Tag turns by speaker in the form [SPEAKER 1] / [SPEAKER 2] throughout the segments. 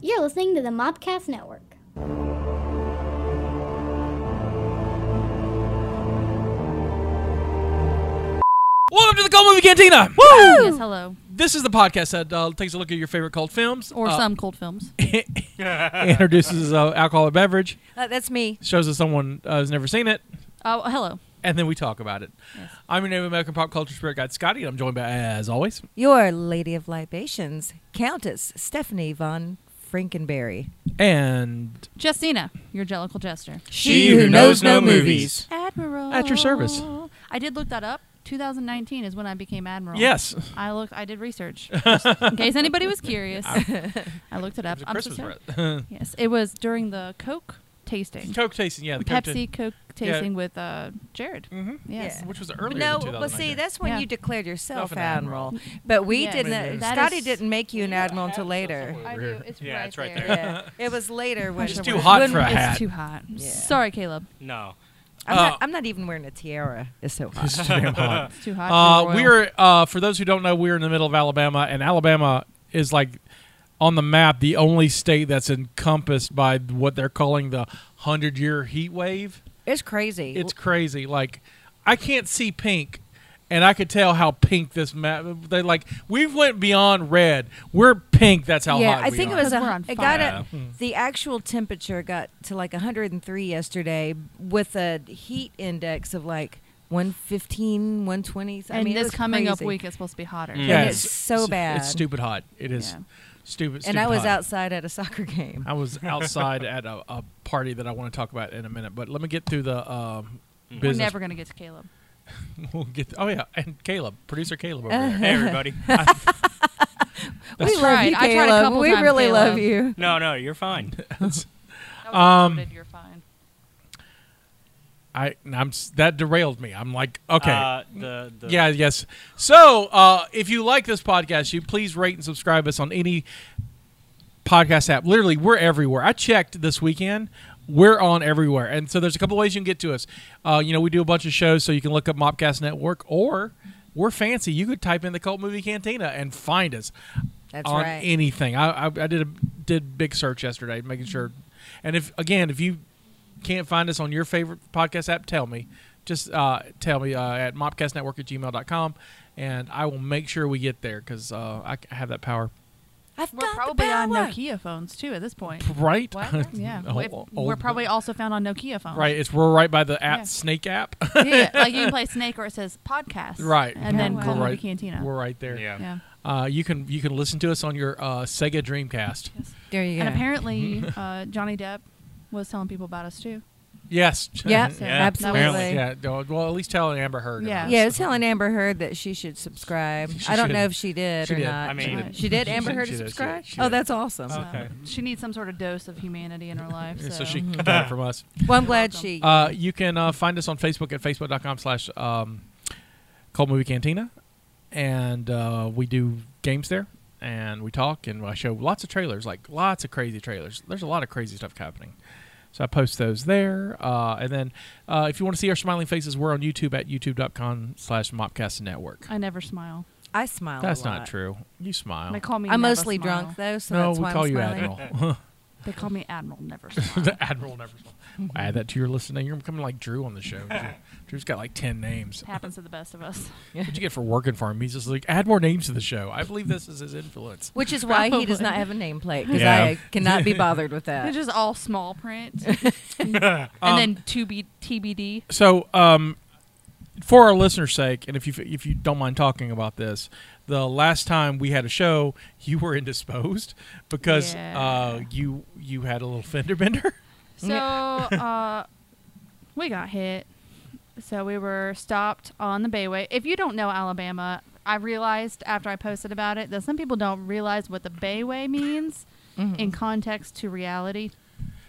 [SPEAKER 1] You're listening to the Mobcast Network.
[SPEAKER 2] Welcome to the Cult Movie Cantina.
[SPEAKER 3] Yes, hello.
[SPEAKER 2] This is the podcast that uh, takes a look at your favorite cult films,
[SPEAKER 3] Or
[SPEAKER 2] uh,
[SPEAKER 3] some cult films.
[SPEAKER 2] introduces uh, alcoholic beverage,
[SPEAKER 4] Uh, that's me.
[SPEAKER 2] shows us someone uh, has never seen it,
[SPEAKER 3] Oh, hello.
[SPEAKER 2] and then we talk about it. I'm your name American pop culture spirit guide, Scotty, and I'm joined by, as always,
[SPEAKER 4] Your Lady of Libations, Countess Stephanie von Frankenberry.
[SPEAKER 2] and
[SPEAKER 3] Justina, your jellical jester.
[SPEAKER 5] She who knows no movies.
[SPEAKER 3] Admiral.
[SPEAKER 2] At your service.
[SPEAKER 3] I did look that up. 2019 is when I became admiral.
[SPEAKER 2] yes,
[SPEAKER 3] I looked. I did research just in case anybody was curious. I looked it up.
[SPEAKER 2] It was a
[SPEAKER 3] I'm so
[SPEAKER 2] Christmas
[SPEAKER 3] sorry.
[SPEAKER 2] present.
[SPEAKER 3] Yes, it was during the Coke tasting.
[SPEAKER 2] Coke tasting, yeah, the Coke
[SPEAKER 3] Pepsi Coke tasting with uh, Jared.
[SPEAKER 2] Mhm.
[SPEAKER 3] Yes.
[SPEAKER 2] ta-
[SPEAKER 4] Yeah.
[SPEAKER 2] which was earlier.
[SPEAKER 4] No,
[SPEAKER 2] than
[SPEAKER 4] well, see,
[SPEAKER 2] 2019.
[SPEAKER 4] that's when
[SPEAKER 3] Yeah.
[SPEAKER 4] you declared yourself
[SPEAKER 2] Self an admiral.
[SPEAKER 4] admiral. But we
[SPEAKER 3] Yes.
[SPEAKER 4] didn't.
[SPEAKER 3] That
[SPEAKER 4] Scotty
[SPEAKER 3] is-
[SPEAKER 4] didn't make you an admiral until later.
[SPEAKER 2] somewhere.
[SPEAKER 3] I do.
[SPEAKER 2] Weird.
[SPEAKER 3] It's
[SPEAKER 5] Yeah,
[SPEAKER 3] right
[SPEAKER 5] it's right
[SPEAKER 3] there.
[SPEAKER 5] there.
[SPEAKER 4] Yeah, it was later when
[SPEAKER 2] It's
[SPEAKER 4] I
[SPEAKER 2] too
[SPEAKER 4] wore-
[SPEAKER 2] hot
[SPEAKER 4] when-
[SPEAKER 2] for a
[SPEAKER 4] it's-
[SPEAKER 2] hat.
[SPEAKER 3] It's too hot.
[SPEAKER 4] Yeah.
[SPEAKER 3] Sorry, Caleb.
[SPEAKER 5] No.
[SPEAKER 4] I'm,
[SPEAKER 2] Uh,
[SPEAKER 4] not, I'm not even wearing a tiara. It's so
[SPEAKER 2] It's
[SPEAKER 4] hot.
[SPEAKER 2] too damn hot.
[SPEAKER 3] It's too hot.
[SPEAKER 2] Uh,
[SPEAKER 3] too
[SPEAKER 2] we
[SPEAKER 3] royal.
[SPEAKER 2] are uh, for those who don't know, we're in the middle of Alabama, and Alabama is like on the map the only state that's encompassed by what they're calling the hundred-year heat wave.
[SPEAKER 4] It's crazy.
[SPEAKER 2] It's crazy. Like I can't see pink, and I could tell how pink this map. They like we went beyond red. We're pink. That's how
[SPEAKER 4] yeah,
[SPEAKER 2] hot.
[SPEAKER 4] I
[SPEAKER 2] we
[SPEAKER 4] think
[SPEAKER 2] are. Mm-hmm.
[SPEAKER 4] it was.
[SPEAKER 3] Because we're
[SPEAKER 4] A,
[SPEAKER 3] on
[SPEAKER 4] it got
[SPEAKER 5] fire.
[SPEAKER 4] a, the actual temperature got to like 103 yesterday with a heat index of like 115, 120. I
[SPEAKER 3] and
[SPEAKER 4] mean, it
[SPEAKER 3] this
[SPEAKER 4] was
[SPEAKER 3] coming up
[SPEAKER 4] crazy.
[SPEAKER 3] week is supposed to be hotter.
[SPEAKER 5] Mm.
[SPEAKER 2] Yeah,
[SPEAKER 4] and it's so
[SPEAKER 2] it's-
[SPEAKER 4] bad.
[SPEAKER 2] It's stupid hot. It is
[SPEAKER 3] Yeah.
[SPEAKER 2] stupid.
[SPEAKER 4] And
[SPEAKER 2] stupid
[SPEAKER 4] I was
[SPEAKER 2] hot.
[SPEAKER 4] outside at a soccer game.
[SPEAKER 2] I was outside at a, a party that I want to talk about in a minute, but let me get through the um,
[SPEAKER 3] We're
[SPEAKER 2] business.
[SPEAKER 3] never gonna get to Caleb.
[SPEAKER 2] We'll get oh yeah, and Caleb, producer Caleb over
[SPEAKER 5] Hey,
[SPEAKER 2] there.
[SPEAKER 5] everybody. Uh,
[SPEAKER 4] we
[SPEAKER 2] That's
[SPEAKER 4] love
[SPEAKER 3] right.
[SPEAKER 4] you,
[SPEAKER 3] I tried a
[SPEAKER 4] Caleb.
[SPEAKER 3] couple
[SPEAKER 4] we
[SPEAKER 3] times,
[SPEAKER 4] really love
[SPEAKER 3] Caleb.
[SPEAKER 4] you.
[SPEAKER 5] no, no, you're fine.
[SPEAKER 3] Um, you're fine.
[SPEAKER 2] I I'm s- that derailed me. I'm like, okay.
[SPEAKER 5] Uh, the, the
[SPEAKER 2] yeah, yes. So, uh, if you like this podcast, you please rate and subscribe us on any podcast app. Literally, we're everywhere. I checked this weekend. We're on everywhere. And so there's a couple ways you can get to us. Uh, you know, we do a bunch of shows, so you can look up Mopcast Network, or we're fancy. You could type in the Cult Movie Cantina and find us
[SPEAKER 4] That's
[SPEAKER 2] on
[SPEAKER 4] right.
[SPEAKER 2] anything. I, I, I did a did big search yesterday, making sure. And if again, if you can't find us on your favorite podcast app, tell me. Just uh, tell me uh, at mopcastnetwork at gmail.com, and I will make sure we get there because uh, I c- I have that power.
[SPEAKER 4] I've
[SPEAKER 3] We're
[SPEAKER 4] got
[SPEAKER 3] probably
[SPEAKER 4] the
[SPEAKER 3] on
[SPEAKER 4] power.
[SPEAKER 3] Nokia phones too at this point.
[SPEAKER 2] Right?
[SPEAKER 4] What?
[SPEAKER 3] Yeah,
[SPEAKER 2] Oh,
[SPEAKER 3] We've-
[SPEAKER 2] oh,
[SPEAKER 3] we're
[SPEAKER 2] oh,
[SPEAKER 3] probably also found on Nokia phones.
[SPEAKER 2] right. It's we're right by the app
[SPEAKER 3] Yeah.
[SPEAKER 2] Snake app.
[SPEAKER 3] yeah, like you can play Snake or it says podcast.
[SPEAKER 2] right.
[SPEAKER 3] and then
[SPEAKER 2] we're
[SPEAKER 3] Call
[SPEAKER 2] right,
[SPEAKER 3] Movie Cantina.
[SPEAKER 2] We're right there.
[SPEAKER 5] Yeah.
[SPEAKER 3] yeah.
[SPEAKER 2] Uh, you can you can listen to us on your uh, Sega Dreamcast.
[SPEAKER 4] There you go.
[SPEAKER 3] And apparently uh, Johnny Depp was telling people about us too.
[SPEAKER 2] Yes.
[SPEAKER 4] yeah,
[SPEAKER 3] So
[SPEAKER 4] absolutely.
[SPEAKER 3] that was-
[SPEAKER 2] Apparently, yeah. no, Well, at least tell Amber Heard. and
[SPEAKER 3] Yeah.
[SPEAKER 2] us.
[SPEAKER 4] Yeah, I was telling Amber Heard that she should subscribe.
[SPEAKER 2] She
[SPEAKER 4] I don't
[SPEAKER 2] should.
[SPEAKER 4] know if she did
[SPEAKER 2] She
[SPEAKER 4] or
[SPEAKER 2] did.
[SPEAKER 4] not.
[SPEAKER 5] I mean-
[SPEAKER 4] she did.
[SPEAKER 2] She
[SPEAKER 4] Amber
[SPEAKER 2] did,
[SPEAKER 4] Heard
[SPEAKER 2] she did, she
[SPEAKER 4] subscribe.
[SPEAKER 2] did, she
[SPEAKER 4] Oh,
[SPEAKER 2] did.
[SPEAKER 4] that's awesome.
[SPEAKER 2] Okay.
[SPEAKER 3] She needs some sort of dose of humanity in her life. So,
[SPEAKER 2] So, she can get it from us.
[SPEAKER 4] well, I'm glad
[SPEAKER 3] welcome.
[SPEAKER 4] she.
[SPEAKER 2] Uh, you can uh, find us on Facebook at facebook.com slash um, Cold Movie Cantina. And uh, we do games there. And we talk and I show lots of trailers, like lots of crazy trailers. There's a lot of crazy stuff happening. So I post those there. Uh, and then uh, if you want to see our smiling faces, we're on YouTube at youtube.com slash mopcast network.
[SPEAKER 3] I never smile.
[SPEAKER 4] I smile. a
[SPEAKER 2] That's
[SPEAKER 4] lot.
[SPEAKER 2] not true. You smile.
[SPEAKER 3] They call me.
[SPEAKER 4] Oh. I'm
[SPEAKER 3] never
[SPEAKER 4] mostly
[SPEAKER 3] smile.
[SPEAKER 4] drunk though, so
[SPEAKER 2] no,
[SPEAKER 4] that's
[SPEAKER 2] we
[SPEAKER 4] why
[SPEAKER 2] call
[SPEAKER 4] I'm
[SPEAKER 2] you
[SPEAKER 4] smiling.
[SPEAKER 2] Admiral.
[SPEAKER 3] They call me Admiral. Never smile.
[SPEAKER 2] the Admiral never smiles. Add that to your list, and then you're becoming like Drew on the show. Drew, Drew's got like ten names.
[SPEAKER 3] happens to the best of us.
[SPEAKER 2] What'd you get for working for him? He's just like, add more names to the show. I believe this is his influence.
[SPEAKER 4] Which is why he does
[SPEAKER 3] Probably.
[SPEAKER 4] not have a nameplate because
[SPEAKER 2] Yeah.
[SPEAKER 4] I cannot be bothered with that.
[SPEAKER 3] It's just all small print,
[SPEAKER 2] Um,
[SPEAKER 3] and then to be TBD.
[SPEAKER 2] So, um, for our listeners' sake, and if you if you don't mind talking about this, the last time we had a show, you were indisposed because uh,
[SPEAKER 3] Yeah.
[SPEAKER 2] you you had a little fender bender.
[SPEAKER 3] So uh, we got hit. So we were stopped on the Bayway. If you don't know Alabama, I realized after I posted about it that some people don't realize what the Bayway means in context to reality.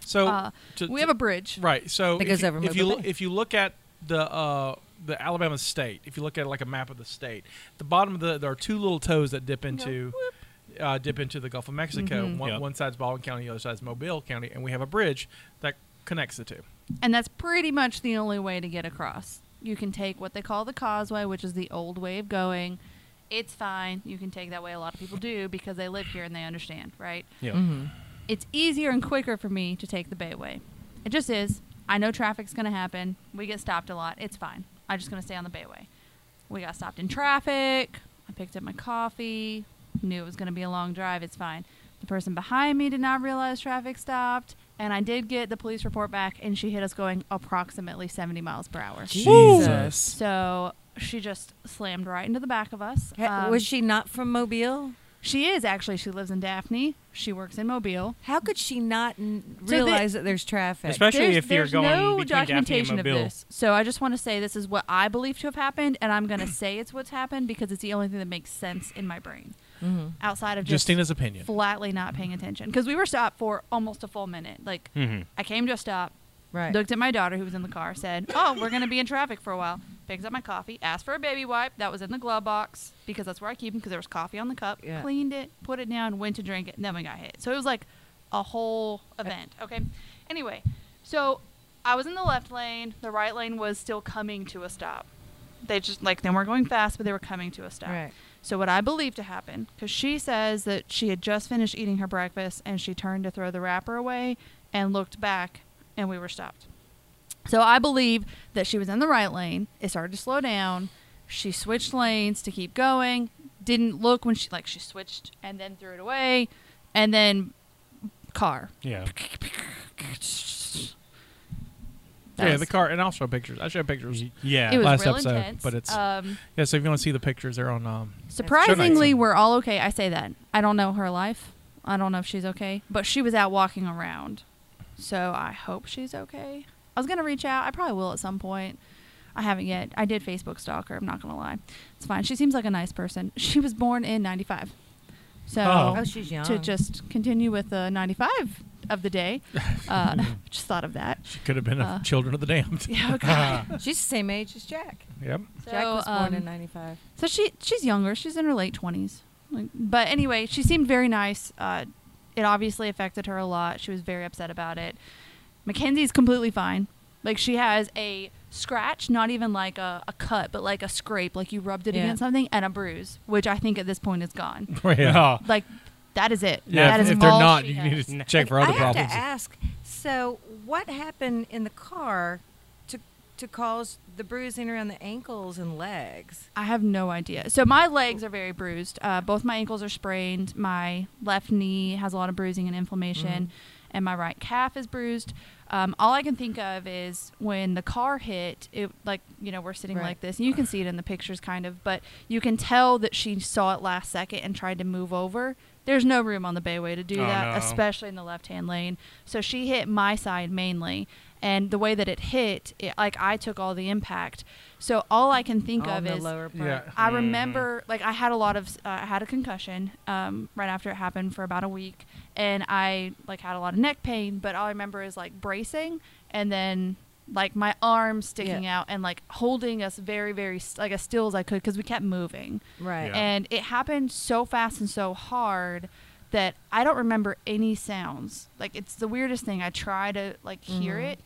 [SPEAKER 2] So
[SPEAKER 3] Uh,
[SPEAKER 2] to-
[SPEAKER 3] we
[SPEAKER 2] to-
[SPEAKER 3] have a bridge.
[SPEAKER 2] Right. So if
[SPEAKER 4] That goes
[SPEAKER 2] you,
[SPEAKER 4] over
[SPEAKER 2] if you
[SPEAKER 4] Mobile
[SPEAKER 2] loo-
[SPEAKER 4] Bay.
[SPEAKER 2] if you look at the uh, the Alabama state, if you look at like a map of the state, the bottom of the there are two little toes that dip into uh, dip into the Gulf of Mexico. One,
[SPEAKER 5] Yep.
[SPEAKER 2] one side's Baldwin County, the other side's Mobile County, and we have a bridge that connects the two.
[SPEAKER 3] And that's pretty much the only way to get across. You can take what they call the causeway, which is the old way of going. It's fine. You can take that way. A lot of people do because they live here and they understand, right?
[SPEAKER 5] Yeah.
[SPEAKER 4] Mhm.
[SPEAKER 3] it's easier and quicker for me to take the Bayway. It just is. I know traffic's going to happen. We get stopped a lot. It's fine. I'm just going to stay on the Bayway. We got stopped in traffic. I picked up my coffee. Knew it was going to be a long drive. It's fine. The person behind me did not realize traffic stopped. And I did get the police report back, and she hit us going approximately 70 miles per hour.
[SPEAKER 2] Jesus.
[SPEAKER 3] So she just slammed right into the back of us.
[SPEAKER 4] Ha-
[SPEAKER 3] Um,
[SPEAKER 4] was she not from Mobile?
[SPEAKER 3] She is actually. She lives in Daphne. She works in Mobile.
[SPEAKER 4] How could she not n-
[SPEAKER 3] So the-
[SPEAKER 4] realize that there's traffic?
[SPEAKER 5] Especially
[SPEAKER 3] there's,
[SPEAKER 5] if you're
[SPEAKER 3] there's
[SPEAKER 5] going
[SPEAKER 3] no
[SPEAKER 5] between Daphne and
[SPEAKER 3] documentation
[SPEAKER 5] Mobile.
[SPEAKER 3] of this. So I just want to say this is what I believe to have happened, and I'm going to say it's what's happened because it's the only thing that makes sense in my brain
[SPEAKER 4] Mhm.
[SPEAKER 3] outside of just
[SPEAKER 2] Justina's opinion.
[SPEAKER 3] flatly not paying attention because we were stopped for almost a full minute. Like
[SPEAKER 5] Mhm.
[SPEAKER 3] I came to a stop,
[SPEAKER 4] Right.
[SPEAKER 3] looked at my daughter who was in the car, said, "Oh, we're going to be in traffic for a while." Picks up my coffee, asked for a baby wipe that was in the glove box because that's where I keep them because there was coffee on the cup.
[SPEAKER 4] Yeah.
[SPEAKER 3] Cleaned it, put it down, went to drink it, and then we got hit. So it was like a whole event. Okay. Anyway, so I was in the left lane. The right lane was still coming to a stop. They just like they weren't going fast, but they were coming to a stop.
[SPEAKER 4] Right.
[SPEAKER 3] So what I believe to happen, because she says that she had just finished eating her breakfast and she turned to throw the wrapper away and looked back, and we were stopped. So I believe that she was in the right lane. It started to slow down. She switched lanes to keep going. Didn't look when she like she switched and then threw it away, and then car.
[SPEAKER 5] Yeah.
[SPEAKER 3] That
[SPEAKER 2] yeah,
[SPEAKER 3] was-
[SPEAKER 2] the car, and I'll show pictures. I show pictures.
[SPEAKER 5] Yeah.
[SPEAKER 3] It was
[SPEAKER 2] last
[SPEAKER 3] real
[SPEAKER 2] episode,
[SPEAKER 3] intense,
[SPEAKER 2] but it's-
[SPEAKER 3] um,
[SPEAKER 2] Yeah, so if you want to see the pictures, they're on. Um,
[SPEAKER 3] Surprisingly, we're all okay. I say that. I don't know her life. I don't know if she's okay, but she was out walking around. So I hope she's okay. I was going to reach out. I probably will at some point. I haven't yet. I did Facebook stalk her. I'm not going to lie. It's fine. She seems like a nice person. She was born in 95. So
[SPEAKER 5] Oh.
[SPEAKER 4] Oh, she's young.
[SPEAKER 3] to just continue with the 95 of the day, uh, just thought of that.
[SPEAKER 2] she could have been
[SPEAKER 3] Uh,
[SPEAKER 2] a Children of the Damned.
[SPEAKER 3] Yeah, oh God.
[SPEAKER 4] she's the same age as Jack.
[SPEAKER 2] yep.
[SPEAKER 4] Jack was born
[SPEAKER 3] um,
[SPEAKER 4] in '95.
[SPEAKER 3] So she she's younger. She's in her late twenties. Like, but anyway, she seemed very nice. Uh, it obviously affected her a lot. She was very upset about it. Mackenzie's completely fine. Like she has a scratch, not even like a, a cut, but like a scrape, like you rubbed it
[SPEAKER 4] Yeah.
[SPEAKER 3] against something, and a bruise, which I think at this point is gone.
[SPEAKER 2] yeah.
[SPEAKER 3] Like that is it.
[SPEAKER 2] Yeah,
[SPEAKER 3] that
[SPEAKER 2] if,
[SPEAKER 3] is
[SPEAKER 2] if they're
[SPEAKER 3] all
[SPEAKER 2] not,
[SPEAKER 3] she
[SPEAKER 2] you
[SPEAKER 3] has.
[SPEAKER 2] need to
[SPEAKER 5] Like,
[SPEAKER 2] check for other
[SPEAKER 4] I
[SPEAKER 2] problems.
[SPEAKER 4] have to ask. So, what happened in the car to to cause the bruising around the ankles and legs?
[SPEAKER 3] I have no idea. So my legs are very bruised. Uh, both my ankles are sprained. My left knee has a lot of bruising and inflammation,
[SPEAKER 4] Mm.
[SPEAKER 3] and my right calf is bruised. Um, all I can think of is when the car hit. It like you know we're sitting
[SPEAKER 4] Right.
[SPEAKER 3] like this. And you can see it in the pictures kind of, but you can tell that she saw it last second and tried to move over. There's no room on the bayway to do
[SPEAKER 5] Oh,
[SPEAKER 3] that,
[SPEAKER 5] no.
[SPEAKER 3] especially in the left-hand lane. So she hit my side mainly, and the way that it hit, it, like I took all the impact. So all I can think
[SPEAKER 4] All
[SPEAKER 3] of
[SPEAKER 4] in the
[SPEAKER 3] is
[SPEAKER 4] lower part.
[SPEAKER 2] Yeah.
[SPEAKER 3] I
[SPEAKER 5] Mhm.
[SPEAKER 3] remember, like, I had a lot of, uh, I had a concussion um, right after it happened for about a week, and I like had a lot of neck pain. But all I remember is like bracing, and then like my arm sticking
[SPEAKER 4] Yeah.
[SPEAKER 3] out and like holding us very, very s- like as still as I could because we kept moving,
[SPEAKER 4] Right.
[SPEAKER 5] Yeah.
[SPEAKER 3] and it happened so fast and so hard that I don't remember any sounds. Like it's the weirdest thing. I try to like hear
[SPEAKER 4] Mhm.
[SPEAKER 3] it,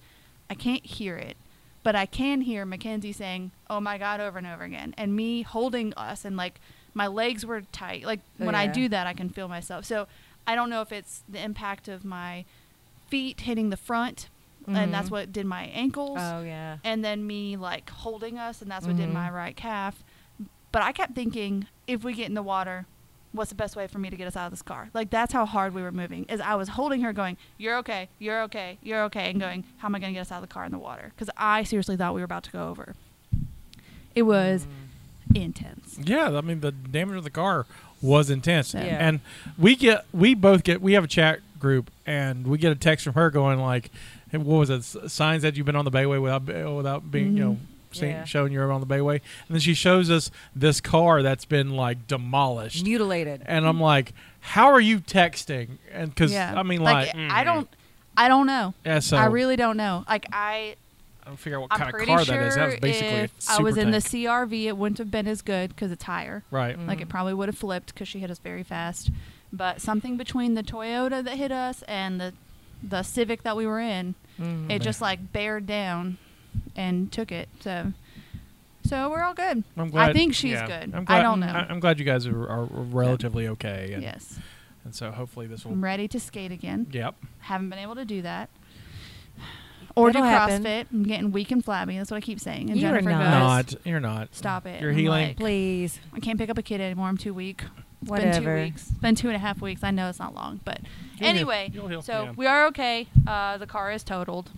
[SPEAKER 3] I can't hear it, but I can hear Mackenzie saying, "Oh my god" over and over again, and me holding us and like my legs were tight. Like
[SPEAKER 4] Oh,
[SPEAKER 3] when I
[SPEAKER 4] yeah.
[SPEAKER 3] do that, I can feel myself. So I don't know if it's the impact of my feet hitting the front, and that's
[SPEAKER 4] Mhm.
[SPEAKER 3] what did my ankles,
[SPEAKER 4] Oh yeah.
[SPEAKER 3] and then me like holding us, and that's what did
[SPEAKER 4] Mhm.
[SPEAKER 3] my right calf. But I kept thinking, if we get in the water. What's the best way for me to get us out of this car? Like that's how hard we were moving. Is I was holding her, going, "You're okay, you're okay, you're okay," and going, "How am I going to get us out of the car in the water?" Because I seriously thought we were about to go over. It was intense.
[SPEAKER 2] Yeah, I mean the damage of the car was intense,
[SPEAKER 4] Yeah.
[SPEAKER 2] and we get we both get we have a chat group, and we get a text from her going like, hey, "What was it? S- Signs that you've been on the Bayway without be- without being you know."
[SPEAKER 3] Mhm.
[SPEAKER 2] Seeing,
[SPEAKER 4] Yeah.
[SPEAKER 2] showing you're on the bayway and then she shows us this car that's been like demolished
[SPEAKER 4] Mutilated.
[SPEAKER 2] and i'm like how are you texting and because
[SPEAKER 3] Yeah.
[SPEAKER 2] i mean like,
[SPEAKER 3] I don't, I don't know.
[SPEAKER 2] yeah so
[SPEAKER 3] I really don't know. Like I,
[SPEAKER 2] i'll figure out what
[SPEAKER 3] I'm
[SPEAKER 2] kind of
[SPEAKER 3] pretty
[SPEAKER 2] car
[SPEAKER 3] sure
[SPEAKER 2] that is that was basically a
[SPEAKER 3] if I was in the
[SPEAKER 2] supertank.
[SPEAKER 3] CRV, it wouldn't have been as good because it's higher.
[SPEAKER 2] right
[SPEAKER 4] Mm.
[SPEAKER 3] Like it probably would have flipped because she hit us very fast. But something between the Toyota that hit us and the the Civic that we were in,
[SPEAKER 4] Mhm.
[SPEAKER 2] Mm.
[SPEAKER 3] it just like bared down and took it. So, so we're all good.
[SPEAKER 2] I'm glad-
[SPEAKER 3] I think she's
[SPEAKER 5] yeah.
[SPEAKER 3] good.
[SPEAKER 2] I'm
[SPEAKER 3] I
[SPEAKER 2] glad-
[SPEAKER 3] don't know.
[SPEAKER 2] I- i'm glad you guys are, are relatively okay and
[SPEAKER 3] yes.
[SPEAKER 2] And so hopefully this will.
[SPEAKER 3] I'm ready to skate again.
[SPEAKER 2] Yep.
[SPEAKER 3] Haven't been able to do that. Or
[SPEAKER 4] That'll
[SPEAKER 3] do
[SPEAKER 4] happen.
[SPEAKER 3] CrossFit. I'm getting weak and flabby. That's what I keep saying. And
[SPEAKER 4] You are
[SPEAKER 3] Jennifer
[SPEAKER 4] not.
[SPEAKER 3] goes,
[SPEAKER 2] Not. You're not.
[SPEAKER 3] Stop it.
[SPEAKER 2] You're
[SPEAKER 3] I'm
[SPEAKER 2] healing.
[SPEAKER 3] like,
[SPEAKER 4] Please,
[SPEAKER 3] I can't pick up a kid anymore. I'm too weak. It's Been two
[SPEAKER 4] Whatever.
[SPEAKER 3] weeks. It's been two and a half weeks. I know it's not long, but
[SPEAKER 2] heal.
[SPEAKER 3] anyway.
[SPEAKER 5] You'll heal,
[SPEAKER 3] So
[SPEAKER 5] yeah.
[SPEAKER 3] we are okay. Uh, the car is totaled.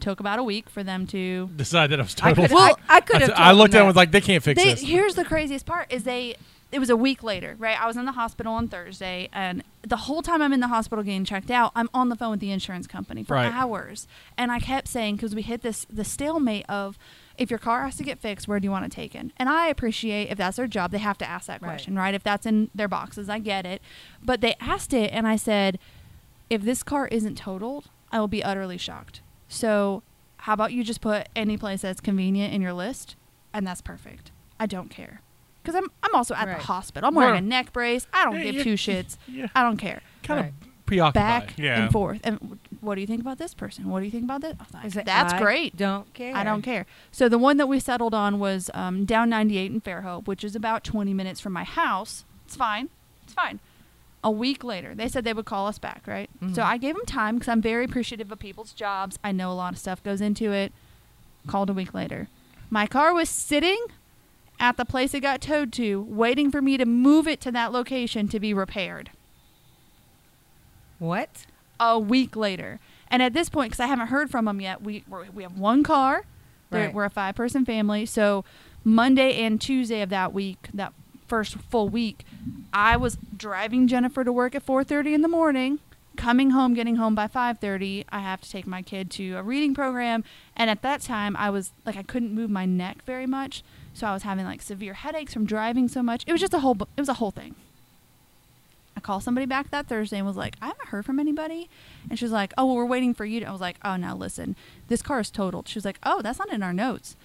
[SPEAKER 3] Took about a week for them to.
[SPEAKER 2] Decide that I was
[SPEAKER 4] I
[SPEAKER 2] total.
[SPEAKER 4] could.
[SPEAKER 3] Well,
[SPEAKER 4] I, I could have.
[SPEAKER 2] I,
[SPEAKER 4] told
[SPEAKER 2] looked at it
[SPEAKER 4] them that.
[SPEAKER 2] and was like, they can't fix
[SPEAKER 3] They,
[SPEAKER 2] this.
[SPEAKER 3] here's the craziest part: is they. It was a week later, right? I was in the hospital on Thursday, and the whole time I'm in the hospital getting checked out, I'm on the phone with the insurance company for
[SPEAKER 2] Right.
[SPEAKER 3] hours, and I kept saying because we hit this the stalemate of. If your car has to get fixed, where do you want it taken? And I appreciate if that's their job, they have to ask that
[SPEAKER 4] Right.
[SPEAKER 3] question, right? If that's in their boxes, I get it. But they asked it, and I said, if this car isn't totaled, I will be utterly shocked. So, how about you just put any place that's convenient in your list, and that's perfect. I don't care, because I'm I'm also at
[SPEAKER 4] Right.
[SPEAKER 3] the hospital. I'm wearing
[SPEAKER 2] Right.
[SPEAKER 3] a neck brace. I don't
[SPEAKER 2] Yeah,
[SPEAKER 3] give
[SPEAKER 2] you-
[SPEAKER 3] two shits.
[SPEAKER 2] yeah.
[SPEAKER 3] I don't care.
[SPEAKER 2] kind of
[SPEAKER 4] Right.
[SPEAKER 2] preoccupied.
[SPEAKER 3] Back
[SPEAKER 5] Yeah.
[SPEAKER 3] and forth. And w- what do you think about this person? What do you think about this? I was like,
[SPEAKER 4] I said,
[SPEAKER 3] that's
[SPEAKER 4] I
[SPEAKER 3] great.
[SPEAKER 4] Don't care.
[SPEAKER 3] I don't care. So the one that we settled on was um, down 98 in Fairhope, which is about 20 minutes from my house. It's fine. It's fine. A week later, they said they would call us back, right? So
[SPEAKER 4] Mhm.
[SPEAKER 3] I gave them time because I'm very appreciative of people's jobs. I know a lot of stuff goes into it. Called a week later. My car was sitting at the place it got towed to, waiting for me to move it to that location to be repaired
[SPEAKER 4] What?
[SPEAKER 3] a week later. And at this point, because I haven't heard from them yet, we we're, we have one car. They're-
[SPEAKER 4] Right.
[SPEAKER 3] We're a five person family. So Monday and Tuesday of that week, that first full week, I was driving Jennifer to work at 4:30 in the morning, coming home, getting home by 5:30. I have to take my kid to a reading program, and at that time, I was like I couldn't move my neck very much, so I was having like severe headaches from driving so much. It was just a whole bu- it was a whole thing. I called somebody back that Thursday and was like, I haven't heard from anybody. And she was like, Oh, well, we're waiting for you. To... I was like, Oh, now listen, this car is totaled. She was like, Oh, that's not in our notes.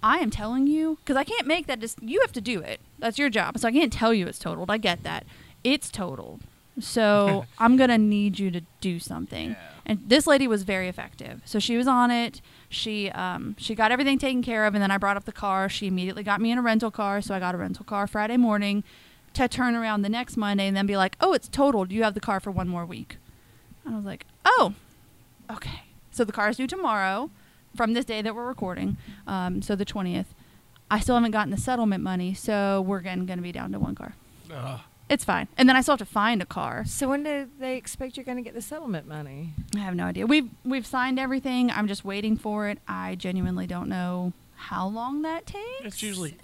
[SPEAKER 3] I am telling you, because I can't make that. Dis- you have to do it. That's your job. So I can't tell you it's totaled. I get that. It's totaled. So I'm going to need you to do something. And this lady was very effective. So she was on it. She um, she got everything taken care of, and then I brought up the car. She immediately got me in a rental car. So I got a rental car Friday morning to turn around the next Monday and then be like, oh, it's totaled. You have the car for one more week. And I was like, oh, okay. So the car's due tomorrow from this day that we're recording, um, so the 20th. I still haven't gotten the settlement money, so we're going to be down to one car.
[SPEAKER 2] Ugh.
[SPEAKER 3] It's fine. And then I still have to find a car.
[SPEAKER 4] So when do they expect you're going to get the settlement money?
[SPEAKER 3] I have no idea. We've we've signed everything. I'm just waiting for it. I genuinely don't know how long that takes.
[SPEAKER 2] It's usually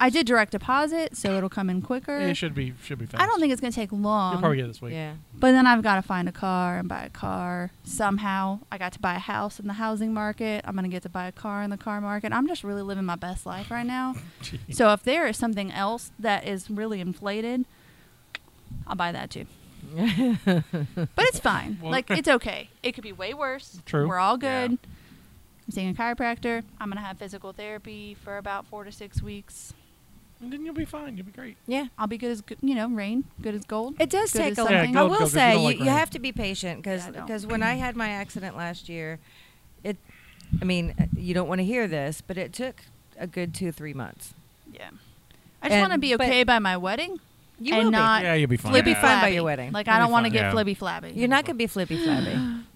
[SPEAKER 3] I did direct deposit, so it'll come in quicker.
[SPEAKER 2] it should be should be fast.
[SPEAKER 3] I don't think it's going to take long.
[SPEAKER 2] you'll probably get it this week.
[SPEAKER 4] Yeah.
[SPEAKER 3] But then I've got to find a car and buy a car somehow. I got to buy a house in the housing market. I'm going to get to buy a car in the car market. I'm just really living my best life right now. so if there is something else that is really inflated, I'll buy that too. but it's fine.
[SPEAKER 2] Well-
[SPEAKER 3] like it's okay. It could be way worse.
[SPEAKER 2] True.
[SPEAKER 3] We're all
[SPEAKER 5] Yeah.
[SPEAKER 3] good. I'm seeing a chiropractor. I'm going to have physical therapy for about 4 to 6 weeks.
[SPEAKER 2] And then you'll be fine. You'll be great.
[SPEAKER 4] Yeah.
[SPEAKER 3] I'll be good as go- you know, rain, good as gold.
[SPEAKER 4] It does
[SPEAKER 3] Good
[SPEAKER 4] take
[SPEAKER 3] as
[SPEAKER 4] a lot.
[SPEAKER 3] something.
[SPEAKER 2] Yeah,
[SPEAKER 4] I
[SPEAKER 2] go-
[SPEAKER 4] will
[SPEAKER 2] go- 'cause you
[SPEAKER 4] say
[SPEAKER 2] don't
[SPEAKER 4] you,
[SPEAKER 2] like
[SPEAKER 4] you
[SPEAKER 2] rain.
[SPEAKER 4] have to be patient because
[SPEAKER 3] Yeah, I don't.
[SPEAKER 4] when I had my accident last year, it I mean uh, you don't want to hear this, but it took a good two three months.
[SPEAKER 3] Yeah. I just
[SPEAKER 4] And-
[SPEAKER 3] want to be
[SPEAKER 4] but-
[SPEAKER 3] okay by my wedding.
[SPEAKER 4] You
[SPEAKER 3] and
[SPEAKER 4] will be.
[SPEAKER 3] not
[SPEAKER 2] Yeah, you'll be fine.
[SPEAKER 3] flippy
[SPEAKER 4] You'll be fine by
[SPEAKER 3] flabby.
[SPEAKER 4] your wedding.
[SPEAKER 3] Like I
[SPEAKER 2] You'll
[SPEAKER 3] don't
[SPEAKER 2] be
[SPEAKER 3] want to
[SPEAKER 2] fine.
[SPEAKER 3] get
[SPEAKER 2] Yeah.
[SPEAKER 3] flibby flabby.
[SPEAKER 4] You're not gonna be flippy flabby. You'll
[SPEAKER 3] I'm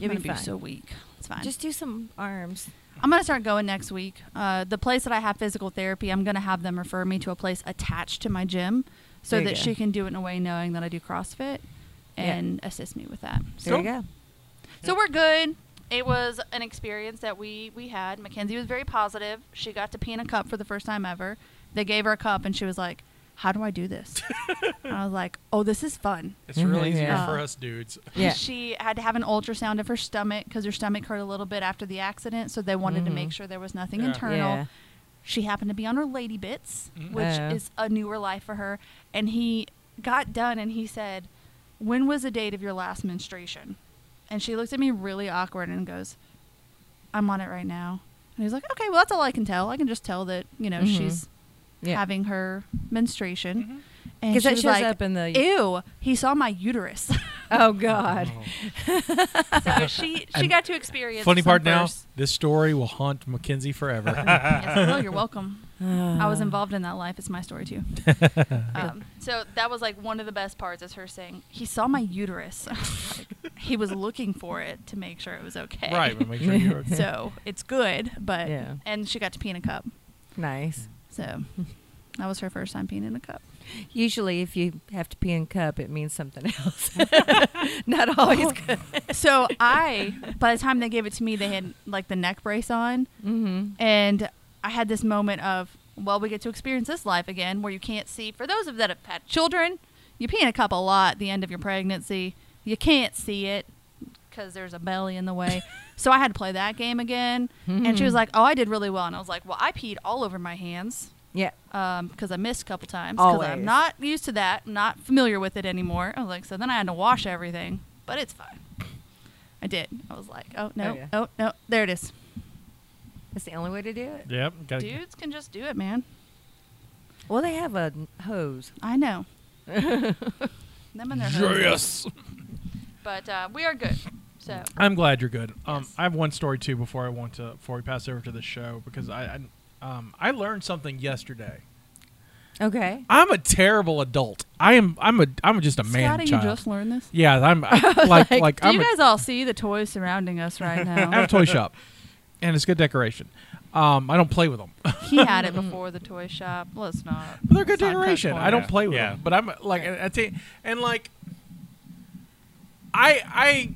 [SPEAKER 4] be
[SPEAKER 3] gonna
[SPEAKER 4] fine.
[SPEAKER 3] so weak. It's fine.
[SPEAKER 4] Just do some arms.
[SPEAKER 3] I'm gonna start going next week. Uh, the place that I have physical therapy, I'm gonna have them refer me to a place attached to my gym, so
[SPEAKER 4] There you
[SPEAKER 3] that
[SPEAKER 4] go.
[SPEAKER 3] she can do it in a way knowing that I do CrossFit
[SPEAKER 4] Yeah.
[SPEAKER 3] and assist me with that.
[SPEAKER 4] There
[SPEAKER 3] So,
[SPEAKER 4] you go.
[SPEAKER 3] so we're good. It was an experience that we we had. Mackenzie was very positive. She got to pee in a cup for the first time ever. They gave her a cup, and she was like, "How do I do this?" and I was like, "Oh, this is fun."
[SPEAKER 2] It's really easier
[SPEAKER 4] Yeah.
[SPEAKER 2] for us dudes.
[SPEAKER 4] Yeah.
[SPEAKER 3] She had to have an ultrasound of her stomach because her stomach hurt a little bit after the accident, so they wanted to
[SPEAKER 4] Mhm.
[SPEAKER 3] make sure there was nothing
[SPEAKER 2] Yeah.
[SPEAKER 3] internal.
[SPEAKER 4] Yeah.
[SPEAKER 3] She happened to be on her lady bits,
[SPEAKER 2] Mhm.
[SPEAKER 3] which
[SPEAKER 4] Oh.
[SPEAKER 3] is a newer life for her. And he got done and he said, When was the date of your last menstruation? And she looked at me really awkward and goes, I'm on it right now. And he's like, Okay, well, that's all I can tell. I can just tell that, you know,
[SPEAKER 4] Mhm.
[SPEAKER 3] she's
[SPEAKER 4] Yeah.
[SPEAKER 3] having her menstruation.
[SPEAKER 2] Mhm.
[SPEAKER 3] And
[SPEAKER 4] Because
[SPEAKER 3] she
[SPEAKER 4] that
[SPEAKER 3] was
[SPEAKER 4] shows
[SPEAKER 3] like,
[SPEAKER 4] up in the.
[SPEAKER 3] Ew, he saw my uterus.
[SPEAKER 4] Oh God.
[SPEAKER 2] Oh.
[SPEAKER 3] so she she
[SPEAKER 2] And
[SPEAKER 3] got to experience.
[SPEAKER 2] Funny
[SPEAKER 3] some
[SPEAKER 2] part now,
[SPEAKER 3] first-
[SPEAKER 2] this story will haunt Mackenzie forever.
[SPEAKER 3] Yes, I will. You're welcome. I was
[SPEAKER 4] Uh,
[SPEAKER 3] involved in that life. It's my story too. um, so that was like one of the best parts is her saying, "He saw my uterus. Like, he was looking for it to make sure it was okay."
[SPEAKER 2] right, but make sure you're okay.
[SPEAKER 3] so it's good, but
[SPEAKER 4] Yeah.
[SPEAKER 3] and she got to pee in a cup.
[SPEAKER 4] Nice.
[SPEAKER 3] So that was her first time peeing in a cup.
[SPEAKER 4] Usually, if you have to pee in cup, it means something else. Not always good.
[SPEAKER 3] So I, by the time they gave it to me, they had like the neck brace on,
[SPEAKER 4] Mm-hmm.
[SPEAKER 3] and I had this moment of, well, we get to experience this life again, where you can't see. For those of that have had children, you pee in a cup a lot. at The end of your pregnancy, you can't see it because there's a belly in the way. so I had to play that game again, and she was like, "Oh, I did really well," and I was like, "Well, I peed all over my hands."
[SPEAKER 4] Yeah.
[SPEAKER 3] because I missed a couple times because I'm
[SPEAKER 4] Always.
[SPEAKER 3] not used to that, I'm not familiar with it anymore. I was like, so then I had to wash everything, but it's fine. I did. I was like, oh no, oh,
[SPEAKER 4] yeah.
[SPEAKER 3] no, there it is.
[SPEAKER 4] That's the only way to do it.
[SPEAKER 2] Yep. Gotta,
[SPEAKER 3] Dudes can just do it, man.
[SPEAKER 4] Well, they have a hose.
[SPEAKER 3] I know. Them and their hoses.
[SPEAKER 2] Yes.
[SPEAKER 3] But uh, we are good. So
[SPEAKER 2] I'm glad you're good. Um,
[SPEAKER 3] Yes.
[SPEAKER 2] I have one story too before I want to before we pass over to the show because I, I um, I learned something yesterday.
[SPEAKER 4] Okay.
[SPEAKER 2] I'm a terrible adult. I am. I'm a. I'm just a man
[SPEAKER 3] Scotty, you
[SPEAKER 2] child.
[SPEAKER 3] just learned this.
[SPEAKER 2] yeah, I'm I, like like,
[SPEAKER 3] Do
[SPEAKER 2] I'm
[SPEAKER 3] you
[SPEAKER 2] a-
[SPEAKER 3] guys all see the toys surrounding us right
[SPEAKER 2] I have a
[SPEAKER 3] now?
[SPEAKER 2] toy shop, and it's good decoration. Um, I don't play with them.
[SPEAKER 3] he had it before the toy shop. Let's not.
[SPEAKER 2] But they're good
[SPEAKER 3] Side cut
[SPEAKER 2] decoration. I
[SPEAKER 3] corner.
[SPEAKER 2] don't play with
[SPEAKER 5] Yeah.
[SPEAKER 2] them, but I'm like, I, I take- and like, I I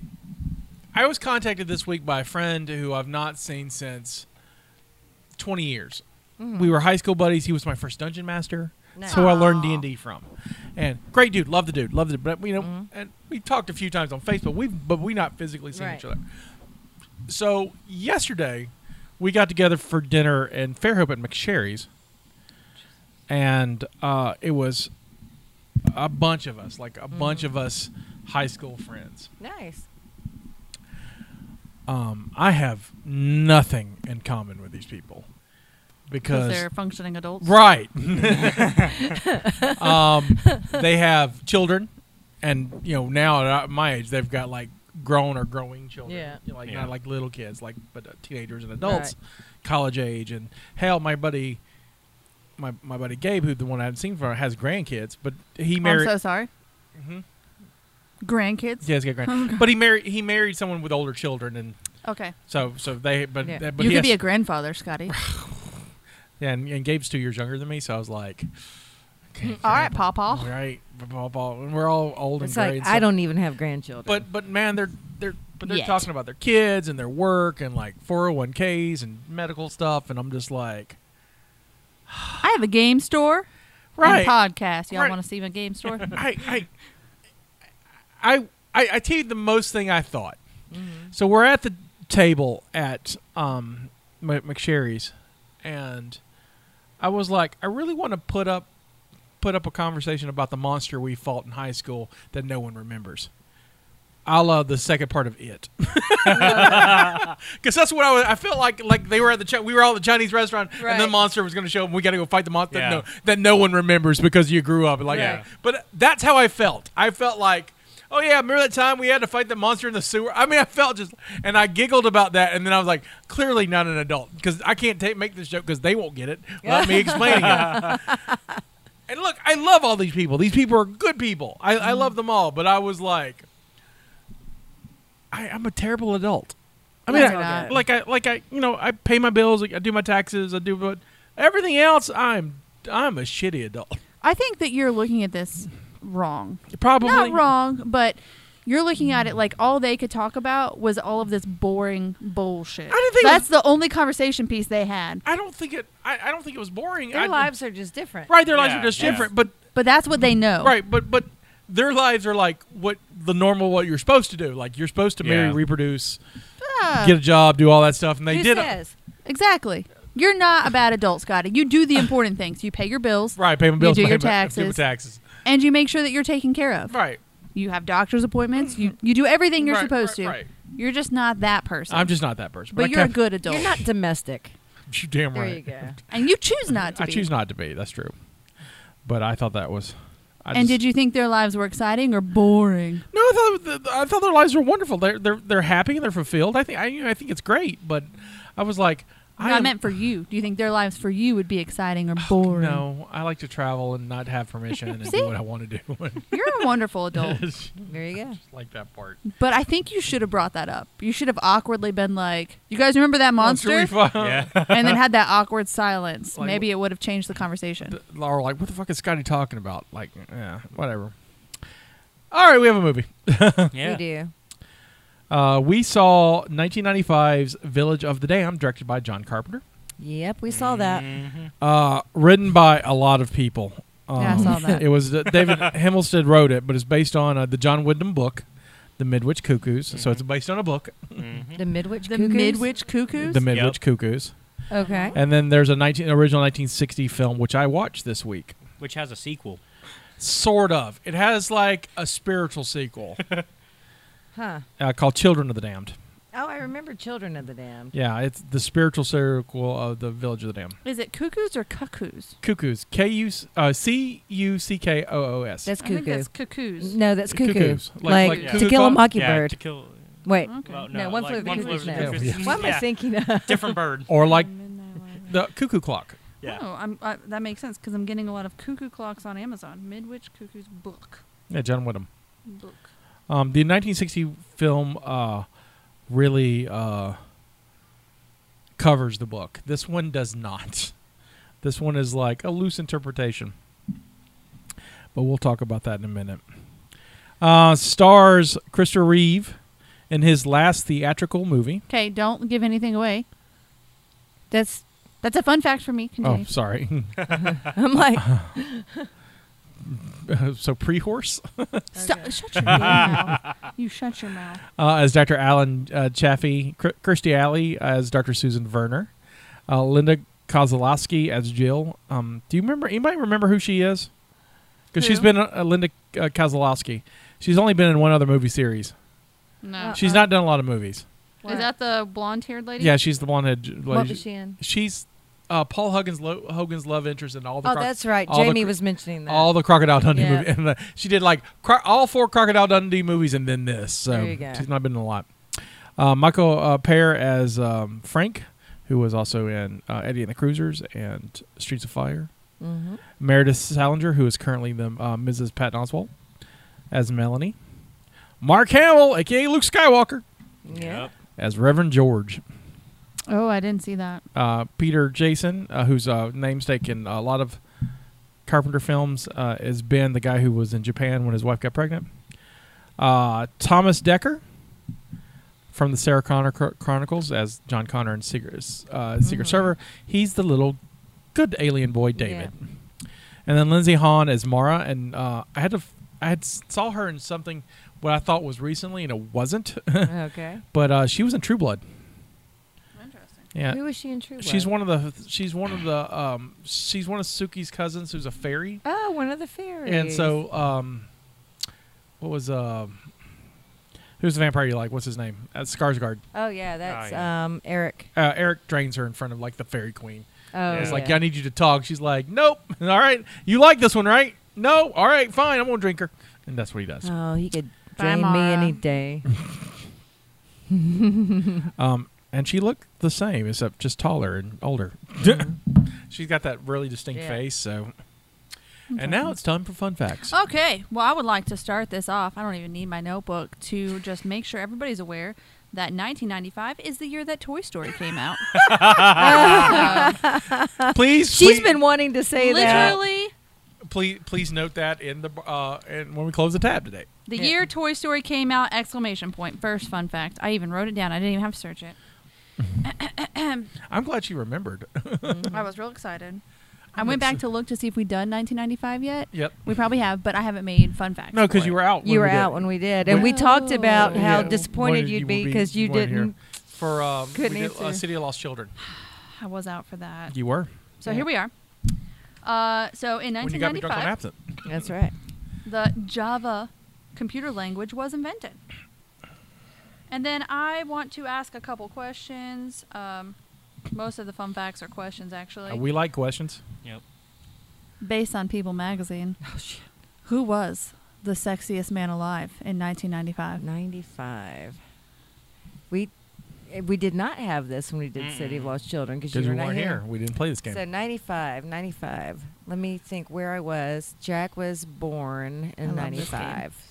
[SPEAKER 2] I was contacted this week by a friend who I've not seen since twenty years. We were high school buddies. He was my first dungeon master. That's who I learned D
[SPEAKER 3] Nice.
[SPEAKER 2] and D from, and great dude, love the dude, love the dude. But you know, and we talked a few times on Facebook. We but we not physically seen each
[SPEAKER 4] Right.
[SPEAKER 2] other. So yesterday, we got together for dinner in Fairhope at McSherry's, and uh, it was a bunch of us, like a bunch of us high school friends.
[SPEAKER 4] Nice.
[SPEAKER 2] Um, I have nothing in common with these people
[SPEAKER 3] Because
[SPEAKER 2] because
[SPEAKER 3] they're functioning adults.
[SPEAKER 2] Right. um, they have children, and you know now at our- my age they've got like grown or growing children.
[SPEAKER 4] Yeah.
[SPEAKER 2] You know, like
[SPEAKER 5] Yeah.
[SPEAKER 2] not like little kids, like but uh, teenagers and adults, college age, and hell, my buddy, my my buddy Gabe, who the one I haven't seen for, has grandkids, but he married.
[SPEAKER 3] Oh, I'm so sorry. Grandkids.
[SPEAKER 2] yeah, he's got grand. but he married he married someone with older children, and
[SPEAKER 3] Okay.
[SPEAKER 2] so so they but,
[SPEAKER 4] Yeah.
[SPEAKER 2] but
[SPEAKER 3] you
[SPEAKER 2] he
[SPEAKER 3] could be
[SPEAKER 2] has-
[SPEAKER 3] a grandfather, Scotty.
[SPEAKER 2] yeah, and, and Gabe's two years younger than me, so I was like. okay,
[SPEAKER 3] Mm-hmm. All right,
[SPEAKER 2] grandpa.
[SPEAKER 3] Pawpaw.
[SPEAKER 2] Right, Pawpaw, and we're all old
[SPEAKER 4] It's
[SPEAKER 2] and gray.
[SPEAKER 4] like
[SPEAKER 2] and
[SPEAKER 4] I
[SPEAKER 2] stuff.
[SPEAKER 4] don't even have grandchildren.
[SPEAKER 2] But but man, they're they're but they're
[SPEAKER 3] Yet.
[SPEAKER 2] talking about their kids and their work and like 401ks and medical stuff, and I'm just like,
[SPEAKER 3] I have a game store
[SPEAKER 2] right,
[SPEAKER 3] and podcast. Y'all all
[SPEAKER 2] Right.
[SPEAKER 3] want to see my game store?
[SPEAKER 2] I, I I I I tell you the most thing I thought. So we're at the table at um Mc- McSherry's, and I was like, I really want to put up put up a conversation about the monster we fought in high school that no one remembers. I love the second part of it. Because that's what I was. I felt like like they were at the Chi- we were all at the Chinese restaurant, and the
[SPEAKER 4] Right.
[SPEAKER 2] monster was going to show up. and We got to go fight the monster
[SPEAKER 5] Yeah.
[SPEAKER 2] that, no, that no one remembers because you grew up. Like,
[SPEAKER 5] Yeah.
[SPEAKER 2] but that's how I felt. I felt like, oh yeah, remember that time we had to fight the monster in the sewer? I mean, I felt just, and I giggled about that, and then I was like, clearly not an adult because I can't take make this joke because they won't get it without me explaining it. And look, I love all these people. These people are good people. I, I love them all, but I was like, I, I'm a terrible adult. I mean,
[SPEAKER 3] No, you're
[SPEAKER 2] I-
[SPEAKER 3] not.
[SPEAKER 2] like I like I you know I pay my bills, I do my taxes, I do but everything else I'm I'm a shitty adult.
[SPEAKER 3] I think that you're looking at this wrong.
[SPEAKER 2] Probably
[SPEAKER 3] Not wrong, but you're looking at it like all they could talk about was all of this boring bullshit.
[SPEAKER 2] I didn't think it
[SPEAKER 3] that's the only conversation piece they had.
[SPEAKER 2] I don't think it. I, I don't think it was boring.
[SPEAKER 4] their
[SPEAKER 2] I-
[SPEAKER 4] lives are just different.
[SPEAKER 2] right? Their lives
[SPEAKER 5] Yeah,
[SPEAKER 2] are just
[SPEAKER 5] yeah.
[SPEAKER 2] different, but
[SPEAKER 3] But that's what they know.
[SPEAKER 2] right, but but their lives are like what the normal what you're supposed to do. Like you're supposed to marry,
[SPEAKER 5] Yeah.
[SPEAKER 2] reproduce,
[SPEAKER 3] Ah,
[SPEAKER 2] get a job, do all that stuff, and they
[SPEAKER 4] Who
[SPEAKER 2] did
[SPEAKER 4] says?
[SPEAKER 3] exactly. You're not a bad adult, Scotty. You do the important things. You pay your bills
[SPEAKER 2] right. Pay my bills,
[SPEAKER 3] do
[SPEAKER 2] pay
[SPEAKER 3] your
[SPEAKER 2] my- do my
[SPEAKER 3] taxes.
[SPEAKER 2] taxes,
[SPEAKER 3] and you make sure that you're taken care of.
[SPEAKER 2] right?
[SPEAKER 3] You have doctor's appointments. You you do everything you're
[SPEAKER 2] Right,
[SPEAKER 3] supposed
[SPEAKER 2] right,
[SPEAKER 3] to.
[SPEAKER 2] right.
[SPEAKER 3] You're just not that person.
[SPEAKER 2] I'm just not that person,
[SPEAKER 3] But
[SPEAKER 2] I
[SPEAKER 3] you're a
[SPEAKER 2] kept-
[SPEAKER 3] good adult.
[SPEAKER 4] You're not domestic.
[SPEAKER 2] You damn
[SPEAKER 4] There
[SPEAKER 2] right.
[SPEAKER 4] you go.
[SPEAKER 3] and you choose not to
[SPEAKER 2] I
[SPEAKER 3] be.
[SPEAKER 2] choose not to be. That's true. But I thought that was I
[SPEAKER 3] and did you think their lives were exciting or boring?
[SPEAKER 2] No, I thought th- th- I thought their lives were wonderful. They're they're they're happy and they're fulfilled. I think I you know, I think it's great, but I was like,
[SPEAKER 3] I,
[SPEAKER 2] am- Oh,
[SPEAKER 3] meant for you. Do you think their lives for you would be exciting or boring?
[SPEAKER 2] No, I like to travel and not have permission and
[SPEAKER 3] See?
[SPEAKER 2] do what I want to do.
[SPEAKER 3] You're a wonderful adult.
[SPEAKER 2] It's
[SPEAKER 4] There you go.
[SPEAKER 2] just like that part.
[SPEAKER 3] But I think you should have brought that up. You should have awkwardly been like, "You guys remember
[SPEAKER 2] Oh,
[SPEAKER 3] that monster?"
[SPEAKER 2] Yeah.
[SPEAKER 5] yeah.
[SPEAKER 3] and then had that awkward silence.
[SPEAKER 2] Like,
[SPEAKER 3] Maybe it would have changed the conversation.
[SPEAKER 2] Laura, like, what the fuck is Scotty talking about? Like, yeah, whatever. All right, we have a movie.
[SPEAKER 4] We do.
[SPEAKER 2] Uh, we saw 1995's Village of the Dam, directed by John Carpenter,
[SPEAKER 4] Yep, we saw that.
[SPEAKER 5] Mhm.
[SPEAKER 2] uh, written by a lot of people.
[SPEAKER 3] Yeah, I saw that.
[SPEAKER 2] It was uh, David Himmelstead wrote it, but it's based on uh, the John Wyndham book, The Midwich Cuckoos. So it's based on a book,
[SPEAKER 5] Mhm.
[SPEAKER 4] The Midwich
[SPEAKER 3] The
[SPEAKER 4] Cuckoos?
[SPEAKER 3] Midwich Cuckoos.
[SPEAKER 2] The Midwich
[SPEAKER 5] Yep.
[SPEAKER 2] Cuckoos.
[SPEAKER 4] Okay.
[SPEAKER 2] And then there's a 19, original 1960 film which I watched this week.
[SPEAKER 5] Which has a sequel.
[SPEAKER 2] Sort of. It has like a spiritual sequel
[SPEAKER 4] Huh.
[SPEAKER 2] uh, called Children of the Damned.
[SPEAKER 4] Oh, I remember Children of the Damned.
[SPEAKER 2] Yeah, it's the spiritual sequel of the Village of the Damned.
[SPEAKER 3] Is it cuckoos or cuckoos?
[SPEAKER 2] Cuckoos. K U uh, C U C K O O S.
[SPEAKER 4] That's
[SPEAKER 3] I think
[SPEAKER 4] cuckoo.
[SPEAKER 3] that's cuckoos.
[SPEAKER 4] No, that's cuckoo.
[SPEAKER 2] Cuckoos. Like-
[SPEAKER 4] Like,
[SPEAKER 2] like
[SPEAKER 4] to
[SPEAKER 2] cuckoo
[SPEAKER 4] kill a
[SPEAKER 2] clock?
[SPEAKER 5] Yeah,
[SPEAKER 4] mockingbird.
[SPEAKER 5] to kill.
[SPEAKER 4] Wait.
[SPEAKER 3] Okay.
[SPEAKER 5] Well,
[SPEAKER 4] No,
[SPEAKER 5] no,
[SPEAKER 4] one
[SPEAKER 5] like,
[SPEAKER 4] flew over the
[SPEAKER 5] one flew
[SPEAKER 4] cuckoo's
[SPEAKER 5] over the
[SPEAKER 2] nest.
[SPEAKER 5] cuckoo's
[SPEAKER 2] Yeah.
[SPEAKER 5] nest.
[SPEAKER 4] What am
[SPEAKER 5] Yeah.
[SPEAKER 4] I thinking of?
[SPEAKER 5] Different bird.
[SPEAKER 2] Or like
[SPEAKER 3] Midnight
[SPEAKER 2] the cuckoo clock.
[SPEAKER 5] Yeah.
[SPEAKER 3] Oh, I'm, I, that makes sense because I'm getting a lot of cuckoo clocks on Amazon. Midwich Cuckoo's book.
[SPEAKER 2] Yeah, John Wyndham.
[SPEAKER 3] Book.
[SPEAKER 2] Um, the 1960 film uh, really uh, covers the book. This one does not. This one is like a loose interpretation. But we'll talk about that in a minute. Uh, stars Christopher Reeve in his last theatrical movie.
[SPEAKER 3] Okay, don't give anything away. That's that's a fun fact for me.
[SPEAKER 2] Oh,
[SPEAKER 3] Continue.
[SPEAKER 2] sorry.
[SPEAKER 4] I'm like,
[SPEAKER 2] so pre horse
[SPEAKER 3] Stop, Shut your damn mouth. You shut your mouth.
[SPEAKER 2] uh, as Dr. Alan uh, Chaffee, Cr- Kirstie Alley as Dr. Susan Werner, uh, Linda Kozlowski as Jill. Um, do you remember? Anybody remember who she is? Because she's
[SPEAKER 3] Who?
[SPEAKER 2] been uh, Linda uh, Kozlowski. She's only been in one other movie series.
[SPEAKER 4] Uh-uh.
[SPEAKER 3] No.
[SPEAKER 2] She's not done a lot of movies.
[SPEAKER 3] Is that the blonde haired lady?
[SPEAKER 2] Yeah, she's the blonde head.
[SPEAKER 4] what was she in?
[SPEAKER 2] She's uh, Paul Hogan's lo- Hogan's love interest in all the.
[SPEAKER 4] Oh,
[SPEAKER 2] Croc-
[SPEAKER 4] that's right.
[SPEAKER 2] all the
[SPEAKER 4] Jamie
[SPEAKER 2] cr-
[SPEAKER 4] was mentioning that.
[SPEAKER 2] all the Crocodile Dundee
[SPEAKER 4] Yeah.
[SPEAKER 2] movies. And uh, she did like cro- all four Crocodile Dundee movies and then this. So
[SPEAKER 4] There you go.
[SPEAKER 2] she's not been in a lot. Uh, Michael uh, Pear as um, Frank, who was also in uh, Eddie and the Cruisers and Streets of Fire.
[SPEAKER 4] Mhm.
[SPEAKER 2] Meredith Salinger, who is currently the uh, Mrs. Patton Oswalt, as Melanie. Mark Hamill, aka Luke Skywalker,
[SPEAKER 4] Yeah.
[SPEAKER 5] Yep.
[SPEAKER 2] as Reverend George.
[SPEAKER 3] Oh, I didn't see that.
[SPEAKER 2] Uh, Peter Jason, uh, whose uh, namesake in a lot of Carpenter films, uh, is Ben, the guy who was in Japan when his wife got pregnant. Uh, Thomas Decker from the Sarah Connor Chro- Chronicles as John Connor and Secret, uh, Secret Server. He's the little good alien boy, David. And then Lindsay Hahn as Mara, and uh, I had to. f- I had s- saw her in something what I thought was recently, and it wasn't.
[SPEAKER 4] Okay.
[SPEAKER 2] but uh, she was in True Blood.
[SPEAKER 3] Interesting.
[SPEAKER 2] Yeah,
[SPEAKER 4] Who was she in True Blood?
[SPEAKER 2] She's one of the she's one of the um she's one of Suki's cousins who's a fairy.
[SPEAKER 4] Oh, one of the fairies.
[SPEAKER 2] And so um what was um who's the vampire you like? What's his name? Uh, Skarsgård.
[SPEAKER 4] Oh yeah, that's
[SPEAKER 5] yeah.
[SPEAKER 4] um Eric.
[SPEAKER 2] Uh, Eric drains her in front of like the fairy queen.
[SPEAKER 4] Oh,
[SPEAKER 5] It's
[SPEAKER 2] It's like
[SPEAKER 4] yeah.
[SPEAKER 2] I need you to talk. She's like, "Nope. All right. You like this one, right? No. All right, fine. I'm going to drink her." And that's what he does.
[SPEAKER 4] Oh, he could
[SPEAKER 3] Bye,
[SPEAKER 4] drain me
[SPEAKER 3] Mara.
[SPEAKER 4] any day.
[SPEAKER 2] Um and she looked the same except just taller and older. She's got that really distinct
[SPEAKER 4] Mm-hmm. Yeah.
[SPEAKER 2] face, so and now it's time for fun facts.
[SPEAKER 3] Okay. Well, I would like to start this off. I don't even need my notebook to just make sure everybody's aware that 1995 is the year that Toy Story came out. Uh,
[SPEAKER 2] Please
[SPEAKER 4] Uh, She's
[SPEAKER 2] please-
[SPEAKER 4] been wanting to say that.
[SPEAKER 3] Literally,
[SPEAKER 2] please please note that in the uh and when we close the tab today.
[SPEAKER 3] the
[SPEAKER 4] Yeah.
[SPEAKER 3] year Toy Story came out! Exclamation point. First fun fact. I even wrote it down. I didn't even have to search it.
[SPEAKER 2] I'm glad she remembered.
[SPEAKER 3] I was real excited. I went back to look to see if we'd done 1995 yet.
[SPEAKER 2] yep.
[SPEAKER 3] We probably have, but I haven't made fun facts.
[SPEAKER 2] No, because
[SPEAKER 3] for
[SPEAKER 2] you
[SPEAKER 3] it.
[SPEAKER 2] were out.
[SPEAKER 4] You were
[SPEAKER 2] Oh, we did.
[SPEAKER 4] out when we did, and we
[SPEAKER 3] Oh.
[SPEAKER 4] talked about
[SPEAKER 3] Yeah,
[SPEAKER 4] how
[SPEAKER 2] Yeah,
[SPEAKER 4] disappointed
[SPEAKER 2] wanted
[SPEAKER 4] you'd
[SPEAKER 2] will
[SPEAKER 4] be because you
[SPEAKER 2] weren't here.
[SPEAKER 4] didn't.
[SPEAKER 2] for um we
[SPEAKER 4] couldn't
[SPEAKER 2] did, uh,
[SPEAKER 4] answer.
[SPEAKER 2] City of Lost Children.
[SPEAKER 3] I was out for that.
[SPEAKER 2] You were
[SPEAKER 3] So
[SPEAKER 4] Yeah.
[SPEAKER 3] here we are. Uh, so in
[SPEAKER 2] when you got me drunk on absinthe.
[SPEAKER 3] 1995,
[SPEAKER 4] That's right.
[SPEAKER 3] the Java computer language was invented. And then I want to ask a couple questions. Um, most of the fun facts are questions, actually,
[SPEAKER 2] Uh, we like questions.
[SPEAKER 5] Yep.
[SPEAKER 3] based on People Magazine.
[SPEAKER 4] Oh shit.
[SPEAKER 3] Who was the sexiest man alive in 1995?
[SPEAKER 4] 95. We eh, we did not have this when we did City of
[SPEAKER 5] Mm-mm.
[SPEAKER 4] Lost Children because you
[SPEAKER 2] Because
[SPEAKER 4] were
[SPEAKER 2] we
[SPEAKER 4] not
[SPEAKER 2] weren't
[SPEAKER 4] here.
[SPEAKER 2] here. We didn't play this game.
[SPEAKER 4] So 95, 95. Let me think where I was. Jack was born
[SPEAKER 3] I
[SPEAKER 4] in
[SPEAKER 3] love this game.
[SPEAKER 4] 95.
[SPEAKER 3] Who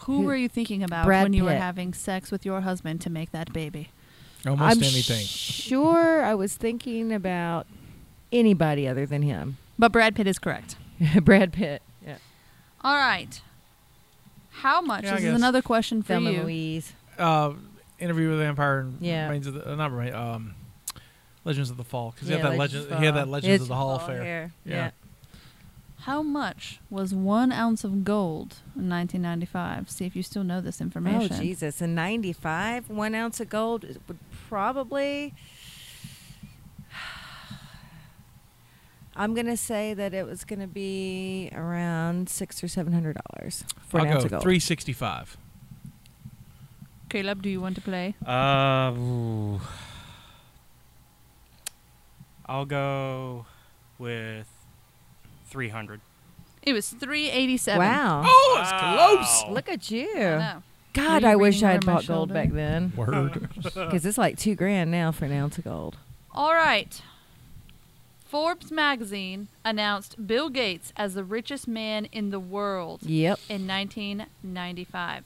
[SPEAKER 4] Who-
[SPEAKER 3] were you thinking about
[SPEAKER 4] Brad
[SPEAKER 3] when you were
[SPEAKER 4] Pitt.
[SPEAKER 3] having sex with your husband to make that baby?
[SPEAKER 2] Almost
[SPEAKER 4] I'm
[SPEAKER 2] anything.
[SPEAKER 4] Sure, I was thinking about anybody other than him.
[SPEAKER 3] But Brad Pitt is correct.
[SPEAKER 4] Brad Pitt. Yeah.
[SPEAKER 3] All right. How much?
[SPEAKER 2] Yeah, I
[SPEAKER 3] this is
[SPEAKER 2] guess.
[SPEAKER 3] another question for
[SPEAKER 4] Thelma
[SPEAKER 3] you.
[SPEAKER 4] Louise.
[SPEAKER 2] uh, Interview with the Vampire and
[SPEAKER 4] Yeah.
[SPEAKER 2] Remains of the, uh, not Remains, um, Legends of the Fall because he
[SPEAKER 4] Yeah,
[SPEAKER 2] had that
[SPEAKER 4] Legends
[SPEAKER 2] legend.
[SPEAKER 4] of
[SPEAKER 2] He had
[SPEAKER 4] Fall.
[SPEAKER 2] that Legends
[SPEAKER 4] It's
[SPEAKER 2] of the Hall
[SPEAKER 4] Fall
[SPEAKER 2] affair.
[SPEAKER 4] Fair,
[SPEAKER 2] Yeah.
[SPEAKER 4] yeah.
[SPEAKER 3] How much was one ounce of gold in 1995? See if you still know this
[SPEAKER 4] Oh
[SPEAKER 3] information.
[SPEAKER 4] Jesus! In '95, one ounce of gold is- would probably. I'm gonna say that it was gonna be around six or seven hundred dollars for an
[SPEAKER 2] I'll
[SPEAKER 4] ounce
[SPEAKER 2] go
[SPEAKER 4] of gold.
[SPEAKER 2] three sixty five.
[SPEAKER 3] Caleb, do you want to play?
[SPEAKER 5] Uh, ooh. I'll go with 300.
[SPEAKER 3] It was 387.
[SPEAKER 4] Wow!
[SPEAKER 2] Oh, it's
[SPEAKER 5] Wow.
[SPEAKER 4] Look at
[SPEAKER 3] I
[SPEAKER 4] you!
[SPEAKER 3] know. Were
[SPEAKER 4] God,
[SPEAKER 3] you
[SPEAKER 4] I wish
[SPEAKER 3] reading
[SPEAKER 4] I had
[SPEAKER 3] over my
[SPEAKER 4] bought gold back
[SPEAKER 3] shoulder?
[SPEAKER 4] then
[SPEAKER 2] close. Word.
[SPEAKER 4] because it's like two grand now for an ounce of gold.
[SPEAKER 3] All right. Forbes magazine announced Bill Gates as the richest man in the world
[SPEAKER 4] Yep.
[SPEAKER 3] in 1995.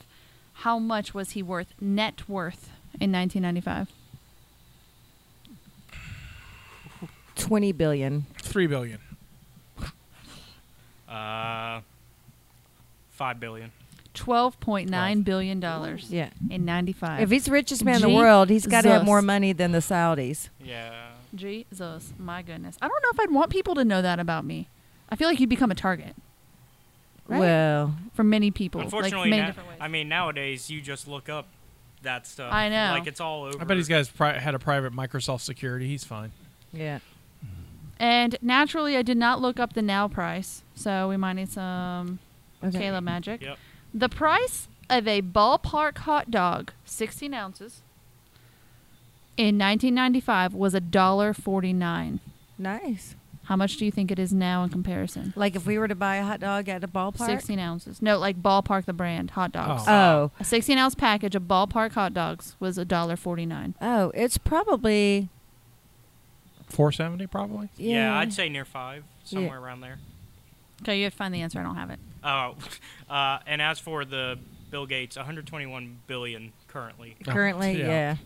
[SPEAKER 3] How much was he worth, net worth, in 1995?
[SPEAKER 4] Twenty billion.
[SPEAKER 2] Three billion.
[SPEAKER 5] Uh, 5 billion.
[SPEAKER 3] $12.9 billion dollars
[SPEAKER 4] Yeah.
[SPEAKER 3] in 95.
[SPEAKER 4] If he's the richest man in the
[SPEAKER 3] Jesus.
[SPEAKER 4] world, he's got to have more money than the Saudis.
[SPEAKER 5] Yeah.
[SPEAKER 3] Jesus, my goodness. I don't know if I'd want people to know that about me. I feel like you'd become a target Right.
[SPEAKER 4] Well,
[SPEAKER 3] for many people.
[SPEAKER 5] Unfortunately,
[SPEAKER 3] like many
[SPEAKER 5] na-
[SPEAKER 3] different ways.
[SPEAKER 5] I mean, nowadays you just look up that stuff.
[SPEAKER 3] I know.
[SPEAKER 5] Like it's all over.
[SPEAKER 2] I bet he's got his pri- had a private Microsoft security. He's fine.
[SPEAKER 4] yeah.
[SPEAKER 3] and naturally, I did not look up the now price, so we might need some
[SPEAKER 4] Okay.
[SPEAKER 3] Kayla magic.
[SPEAKER 5] Yep.
[SPEAKER 3] The price of a ballpark hot dog, 16 ounces, in 1995 was a dollar 49.
[SPEAKER 4] Nice.
[SPEAKER 3] How much do you think it is now in comparison?
[SPEAKER 4] Like if we were to buy a hot dog at a ballpark.
[SPEAKER 3] 16 ounces. No, like ballpark the brand hot dogs.
[SPEAKER 2] Oh.
[SPEAKER 4] Oh,
[SPEAKER 3] A 16 ounce package of ballpark hot dogs was a dollar 49.
[SPEAKER 4] oh, it's probably
[SPEAKER 2] Four seventy probably.
[SPEAKER 5] Yeah,
[SPEAKER 4] yeah.
[SPEAKER 5] I'd say near 5, somewhere around there.
[SPEAKER 3] Okay, you had to find the answer. I don't have it.
[SPEAKER 5] Oh, uh, and as for the Bill Gates, 121 billion currently.
[SPEAKER 4] currently.
[SPEAKER 2] Yeah.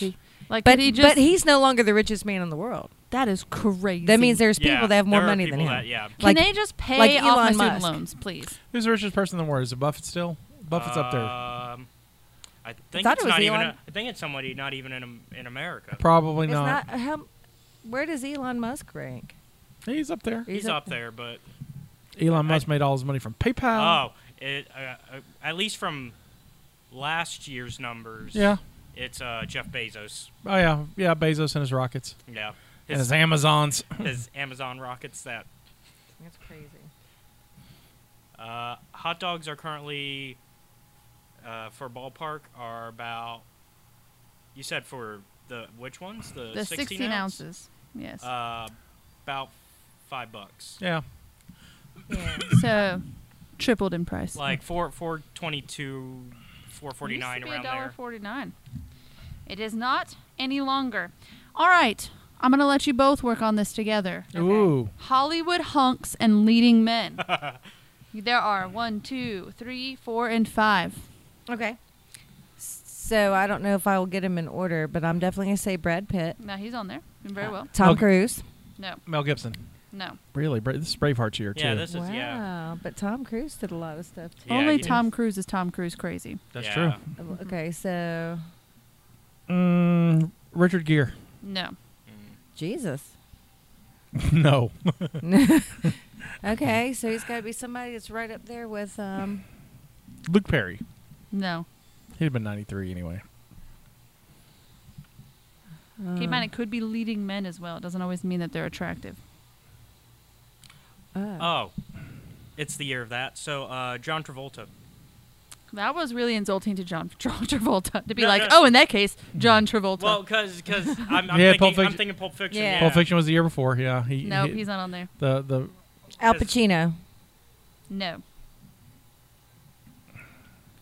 [SPEAKER 4] Yeah,
[SPEAKER 3] Like,
[SPEAKER 4] but
[SPEAKER 3] could he
[SPEAKER 4] he
[SPEAKER 3] just.
[SPEAKER 4] but he's no longer the richest man in the world.
[SPEAKER 3] that is crazy.
[SPEAKER 4] That means there's
[SPEAKER 5] Yeah,
[SPEAKER 4] people that have more
[SPEAKER 5] there are
[SPEAKER 4] money than
[SPEAKER 5] people
[SPEAKER 4] him.
[SPEAKER 5] That, yeah.
[SPEAKER 3] Can
[SPEAKER 4] like-
[SPEAKER 3] they just pay
[SPEAKER 4] like
[SPEAKER 3] off my
[SPEAKER 4] Elon
[SPEAKER 3] student
[SPEAKER 4] Musk.
[SPEAKER 3] loans, please?
[SPEAKER 2] Who's the richest person in the world? Is it Buffett still? Buffett's up there.
[SPEAKER 5] Um, I think
[SPEAKER 4] thought
[SPEAKER 5] it's
[SPEAKER 4] it was
[SPEAKER 5] not even.
[SPEAKER 4] Elon.
[SPEAKER 5] a- I think it's somebody not even in Am- in America.
[SPEAKER 2] Probably
[SPEAKER 4] It's
[SPEAKER 2] not.
[SPEAKER 4] not how. Where does Elon Musk rank?
[SPEAKER 2] He's up there.
[SPEAKER 5] He's
[SPEAKER 4] He's up
[SPEAKER 5] up there, but
[SPEAKER 2] Elon Musk made all his money from PayPal.
[SPEAKER 5] oh, it, uh, uh, at least from last year's numbers.
[SPEAKER 2] Yeah.
[SPEAKER 5] it's uh, Jeff Bezos.
[SPEAKER 2] Oh yeah. Yeah. Bezos and his rockets
[SPEAKER 5] Yeah,
[SPEAKER 2] and
[SPEAKER 5] his,
[SPEAKER 2] his Amazons.
[SPEAKER 5] his Amazon rockets. That
[SPEAKER 4] That's crazy.
[SPEAKER 5] uh, hot dogs are currently uh, for ballpark are about. You said for the which ones the,
[SPEAKER 3] The
[SPEAKER 5] 16,
[SPEAKER 3] 16
[SPEAKER 5] Uh, ounce?
[SPEAKER 3] ounces. Yes.
[SPEAKER 5] Uh, about five bucks.
[SPEAKER 2] Yeah.
[SPEAKER 4] Yeah.
[SPEAKER 3] so, tripled in price.
[SPEAKER 5] Like four four twenty two, four forty nine
[SPEAKER 3] Used to be
[SPEAKER 5] around there.
[SPEAKER 3] $1.49. It is not any longer. All right. I'm going to let you both work on this together.
[SPEAKER 2] Ooh.
[SPEAKER 3] Hollywood hunks and leading men. there are one, two, three, four, and five.
[SPEAKER 4] okay. So I don't know if I will get him in order, but I'm definitely gonna say Brad Pitt,
[SPEAKER 3] Now he's on there. Very well.
[SPEAKER 4] Tom
[SPEAKER 2] Okay.
[SPEAKER 4] Cruise.
[SPEAKER 3] No,
[SPEAKER 2] Mel Gibson.
[SPEAKER 3] no.
[SPEAKER 2] Really, Bra- this is Braveheart's year too.
[SPEAKER 5] Yeah, this
[SPEAKER 4] wow,
[SPEAKER 5] is yeah.
[SPEAKER 4] but Tom Cruise did a lot of stuff too. Uh,
[SPEAKER 5] Yeah,
[SPEAKER 3] Only
[SPEAKER 5] you-
[SPEAKER 3] Tom Cruise is Tom Cruise crazy.
[SPEAKER 2] That's
[SPEAKER 5] Yeah.
[SPEAKER 2] true.
[SPEAKER 4] Okay, so
[SPEAKER 2] Mm, Richard Gere.
[SPEAKER 3] No. Mm.
[SPEAKER 4] Jesus.
[SPEAKER 2] no.
[SPEAKER 4] Okay, so he's got to be somebody that's right up there with um.
[SPEAKER 2] Luke Perry.
[SPEAKER 3] No.
[SPEAKER 2] He'd have been 93 anyway.
[SPEAKER 3] Keep
[SPEAKER 4] uh,
[SPEAKER 3] in mind, it could be leading men as well. It doesn't always mean that they're attractive.
[SPEAKER 4] Oh.
[SPEAKER 5] Oh, it's the year of that. So uh, John Travolta.
[SPEAKER 3] That was really insulting to John, John Travolta to be
[SPEAKER 5] No,
[SPEAKER 3] like,
[SPEAKER 5] no.
[SPEAKER 3] oh, in that case, John Travolta.
[SPEAKER 5] Well, because because I'm, I'm
[SPEAKER 2] Yeah,
[SPEAKER 5] thinking
[SPEAKER 2] Pulp
[SPEAKER 5] I'm
[SPEAKER 2] Fiction.
[SPEAKER 5] thinking Pulp Fiction.
[SPEAKER 4] Yeah.
[SPEAKER 5] Yeah.
[SPEAKER 2] Pulp Fiction was the year before. Yeah. He,
[SPEAKER 3] no,
[SPEAKER 2] he-
[SPEAKER 3] he's not on there.
[SPEAKER 2] the the
[SPEAKER 4] Al
[SPEAKER 5] Yes.
[SPEAKER 4] Pacino,
[SPEAKER 3] No.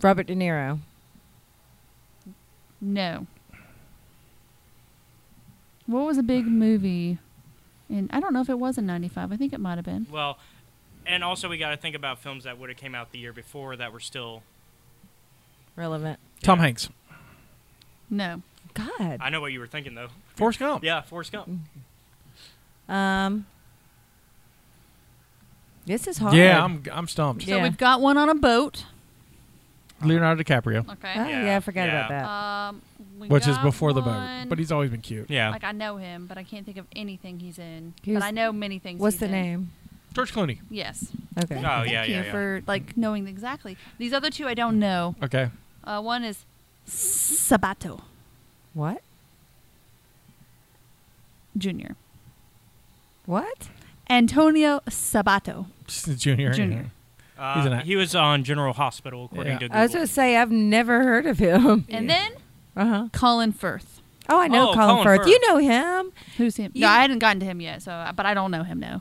[SPEAKER 4] Robert De Niro,
[SPEAKER 3] No. What was a big movie? And I don't know if it was in 95. I think it might have been.
[SPEAKER 5] Well, and also we got to think about films that would have came out the year before that were still.
[SPEAKER 4] relevant.
[SPEAKER 2] Tom
[SPEAKER 5] Yeah.
[SPEAKER 2] Hanks,
[SPEAKER 3] No.
[SPEAKER 4] God.
[SPEAKER 5] I know what you were thinking though.
[SPEAKER 2] Forrest Gump.
[SPEAKER 5] Yeah, Forrest Gump.
[SPEAKER 3] Mm-hmm.
[SPEAKER 4] Um, this is hard.
[SPEAKER 2] Yeah, I'm I'm stumped.
[SPEAKER 4] Yeah.
[SPEAKER 3] So we've got one on a boat.
[SPEAKER 2] Leonardo DiCaprio,
[SPEAKER 4] Oh,
[SPEAKER 3] Okay.
[SPEAKER 4] yeah, I forgot
[SPEAKER 5] Yeah.
[SPEAKER 4] about that.
[SPEAKER 3] Um, we
[SPEAKER 2] which is
[SPEAKER 3] got
[SPEAKER 2] before the boat,
[SPEAKER 3] one-
[SPEAKER 2] but he's always been cute.
[SPEAKER 5] Yeah.
[SPEAKER 3] like I know him, but I can't think of anything he's in.
[SPEAKER 4] Here's-
[SPEAKER 3] but I know many things.
[SPEAKER 4] What's
[SPEAKER 3] he's
[SPEAKER 4] the
[SPEAKER 3] in.
[SPEAKER 4] name?
[SPEAKER 2] George Clooney.
[SPEAKER 3] Yes.
[SPEAKER 4] Okay.
[SPEAKER 3] Thank
[SPEAKER 5] Oh yeah,
[SPEAKER 3] you
[SPEAKER 5] yeah, yeah.
[SPEAKER 3] for like knowing exactly. These other two I don't know.
[SPEAKER 2] Okay,
[SPEAKER 3] Uh, one is Sabato
[SPEAKER 4] What?
[SPEAKER 3] Jr.
[SPEAKER 4] What?
[SPEAKER 3] Antonio Sabato.
[SPEAKER 2] Junior.
[SPEAKER 3] Junior.
[SPEAKER 5] Uh,
[SPEAKER 2] He's an act-
[SPEAKER 5] he was on General Hospital according
[SPEAKER 2] Yeah.
[SPEAKER 5] to Google.
[SPEAKER 4] I was going to say, I've never heard of him.
[SPEAKER 3] And then
[SPEAKER 4] Uh huh.
[SPEAKER 3] Colin Firth.
[SPEAKER 4] Oh, I know
[SPEAKER 5] Oh,
[SPEAKER 4] Colin,
[SPEAKER 5] Colin
[SPEAKER 4] Firth.
[SPEAKER 5] Firth.
[SPEAKER 4] You know him.
[SPEAKER 3] Who's him?
[SPEAKER 4] You-
[SPEAKER 3] no, I hadn't gotten to him yet, so uh, but I don't know him. No.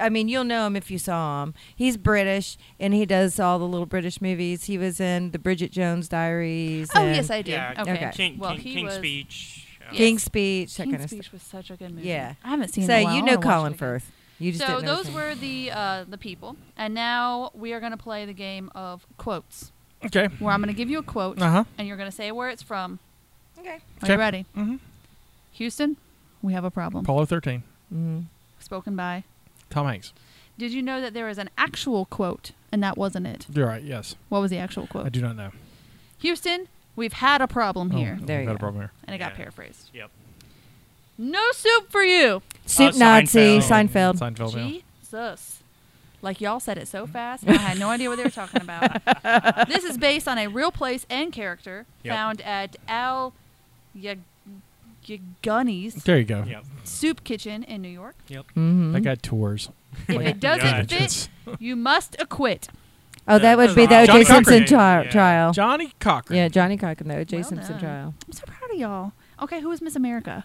[SPEAKER 4] I mean, you'll know him if you saw him. He's British, and he does all the little British movies. He was in the Bridget Jones Diaries.
[SPEAKER 3] Oh
[SPEAKER 4] and
[SPEAKER 3] yes, I do.
[SPEAKER 5] Yeah,
[SPEAKER 3] okay.
[SPEAKER 4] Okay.
[SPEAKER 5] King,
[SPEAKER 3] Well,
[SPEAKER 5] King,
[SPEAKER 3] he
[SPEAKER 5] King's
[SPEAKER 3] was-
[SPEAKER 5] Speech. uh,
[SPEAKER 3] Yes.
[SPEAKER 4] King's Speech, that
[SPEAKER 3] King's
[SPEAKER 4] kind of
[SPEAKER 3] Speech
[SPEAKER 4] stuff.
[SPEAKER 3] was such a good movie.
[SPEAKER 4] Yeah.
[SPEAKER 3] I haven't seen. it
[SPEAKER 4] So
[SPEAKER 3] in a while. I
[SPEAKER 4] you
[SPEAKER 3] wanna
[SPEAKER 4] know
[SPEAKER 3] watch it
[SPEAKER 4] Colin
[SPEAKER 3] again.
[SPEAKER 4] Firth. You just
[SPEAKER 3] So
[SPEAKER 4] didn't know his
[SPEAKER 3] those
[SPEAKER 4] name.
[SPEAKER 3] were the uh, the people, and now we are going to play the game of quotes,
[SPEAKER 2] Okay.
[SPEAKER 3] where I'm going to give you a quote,
[SPEAKER 5] Uh-huh.
[SPEAKER 2] Uh huh.
[SPEAKER 3] and you're going to say where it's from.
[SPEAKER 4] okay.
[SPEAKER 3] Are
[SPEAKER 2] Okay.
[SPEAKER 3] you ready?
[SPEAKER 2] Mhm.
[SPEAKER 3] Houston, we have a problem.
[SPEAKER 2] Apollo 13.
[SPEAKER 4] Mm-hmm.
[SPEAKER 3] Spoken by.
[SPEAKER 2] Tom Hanks.
[SPEAKER 3] Did you know that there is an actual quote, and that wasn't it?
[SPEAKER 2] You're right. Yes,
[SPEAKER 3] What was the actual
[SPEAKER 2] I
[SPEAKER 3] quote?
[SPEAKER 2] do not know.
[SPEAKER 3] Houston, we've had a problem
[SPEAKER 2] Oh,
[SPEAKER 3] here,
[SPEAKER 2] I've
[SPEAKER 4] There you
[SPEAKER 2] got a
[SPEAKER 4] go.
[SPEAKER 2] problem here.
[SPEAKER 3] and it got
[SPEAKER 5] Yeah.
[SPEAKER 3] paraphrased.
[SPEAKER 5] Yep.
[SPEAKER 3] No soup for you.
[SPEAKER 4] Soup
[SPEAKER 5] Seinfeld.
[SPEAKER 4] Nazi,
[SPEAKER 2] Oh,
[SPEAKER 4] Seinfeld.
[SPEAKER 2] Seinfeld. yeah.
[SPEAKER 3] Jesus. Like y'all said it so fast, and I had no idea what they were talking about. this is based on a real place and character
[SPEAKER 5] Yep.
[SPEAKER 3] found at Al Yag- Yagunny's
[SPEAKER 2] There you go.
[SPEAKER 5] Yep.
[SPEAKER 3] Soup Kitchen in New York.
[SPEAKER 4] Mhm.
[SPEAKER 2] That guy tours.
[SPEAKER 3] If
[SPEAKER 2] Like,
[SPEAKER 3] it doesn't
[SPEAKER 5] God.
[SPEAKER 3] fit, you must acquit.
[SPEAKER 4] Oh, that would be the
[SPEAKER 5] Johnny
[SPEAKER 4] O.J.
[SPEAKER 5] Cochran.
[SPEAKER 4] Simpson tri-
[SPEAKER 5] Yeah.
[SPEAKER 4] trial.
[SPEAKER 2] Johnny Cochran.
[SPEAKER 4] Yeah, Johnny Cochran, the O.J.
[SPEAKER 3] Well
[SPEAKER 4] Simpson
[SPEAKER 3] done.
[SPEAKER 4] trial.
[SPEAKER 3] I'm so proud of y'all. Okay, who was Miss America?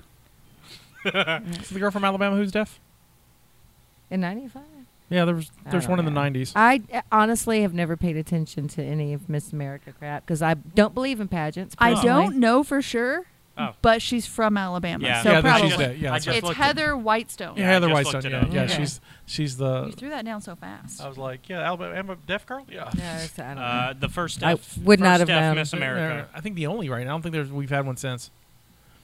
[SPEAKER 2] Is the girl from Alabama who's deaf?
[SPEAKER 4] In '95.
[SPEAKER 2] Yeah, there was
[SPEAKER 4] I
[SPEAKER 2] there's
[SPEAKER 4] don't
[SPEAKER 2] one in the
[SPEAKER 4] know.
[SPEAKER 2] 90s.
[SPEAKER 4] I uh, honestly have never paid attention to any of Miss America crap because I don't believe in pageants.
[SPEAKER 3] I
[SPEAKER 4] personally.
[SPEAKER 3] don't know for sure,
[SPEAKER 5] Oh.
[SPEAKER 3] but she's from Alabama.
[SPEAKER 5] Yeah.
[SPEAKER 3] So
[SPEAKER 2] yeah, then
[SPEAKER 3] probably.
[SPEAKER 2] she's dead. Yeah,
[SPEAKER 5] I
[SPEAKER 2] that's
[SPEAKER 5] just
[SPEAKER 2] right.
[SPEAKER 3] it's
[SPEAKER 5] looked it-
[SPEAKER 3] Heather Whitestone.
[SPEAKER 5] Yeah, I
[SPEAKER 2] Heather
[SPEAKER 5] just
[SPEAKER 2] Whitestone.
[SPEAKER 5] looked it
[SPEAKER 2] Yeah,
[SPEAKER 5] up.
[SPEAKER 2] yeah,
[SPEAKER 4] Okay.
[SPEAKER 2] she's she's
[SPEAKER 3] You
[SPEAKER 2] the.
[SPEAKER 3] threw that down so fast.
[SPEAKER 2] I
[SPEAKER 5] Oh.
[SPEAKER 2] was like, yeah, Alabama Alabama deaf girl. Yeah.
[SPEAKER 4] No, it's- I don't know.
[SPEAKER 5] Uh, the first
[SPEAKER 4] I
[SPEAKER 5] deaf,
[SPEAKER 4] would not
[SPEAKER 5] first
[SPEAKER 4] have
[SPEAKER 5] deaf
[SPEAKER 4] known.
[SPEAKER 5] Miss America.
[SPEAKER 2] I think the only right. I don't think there's we've had one since.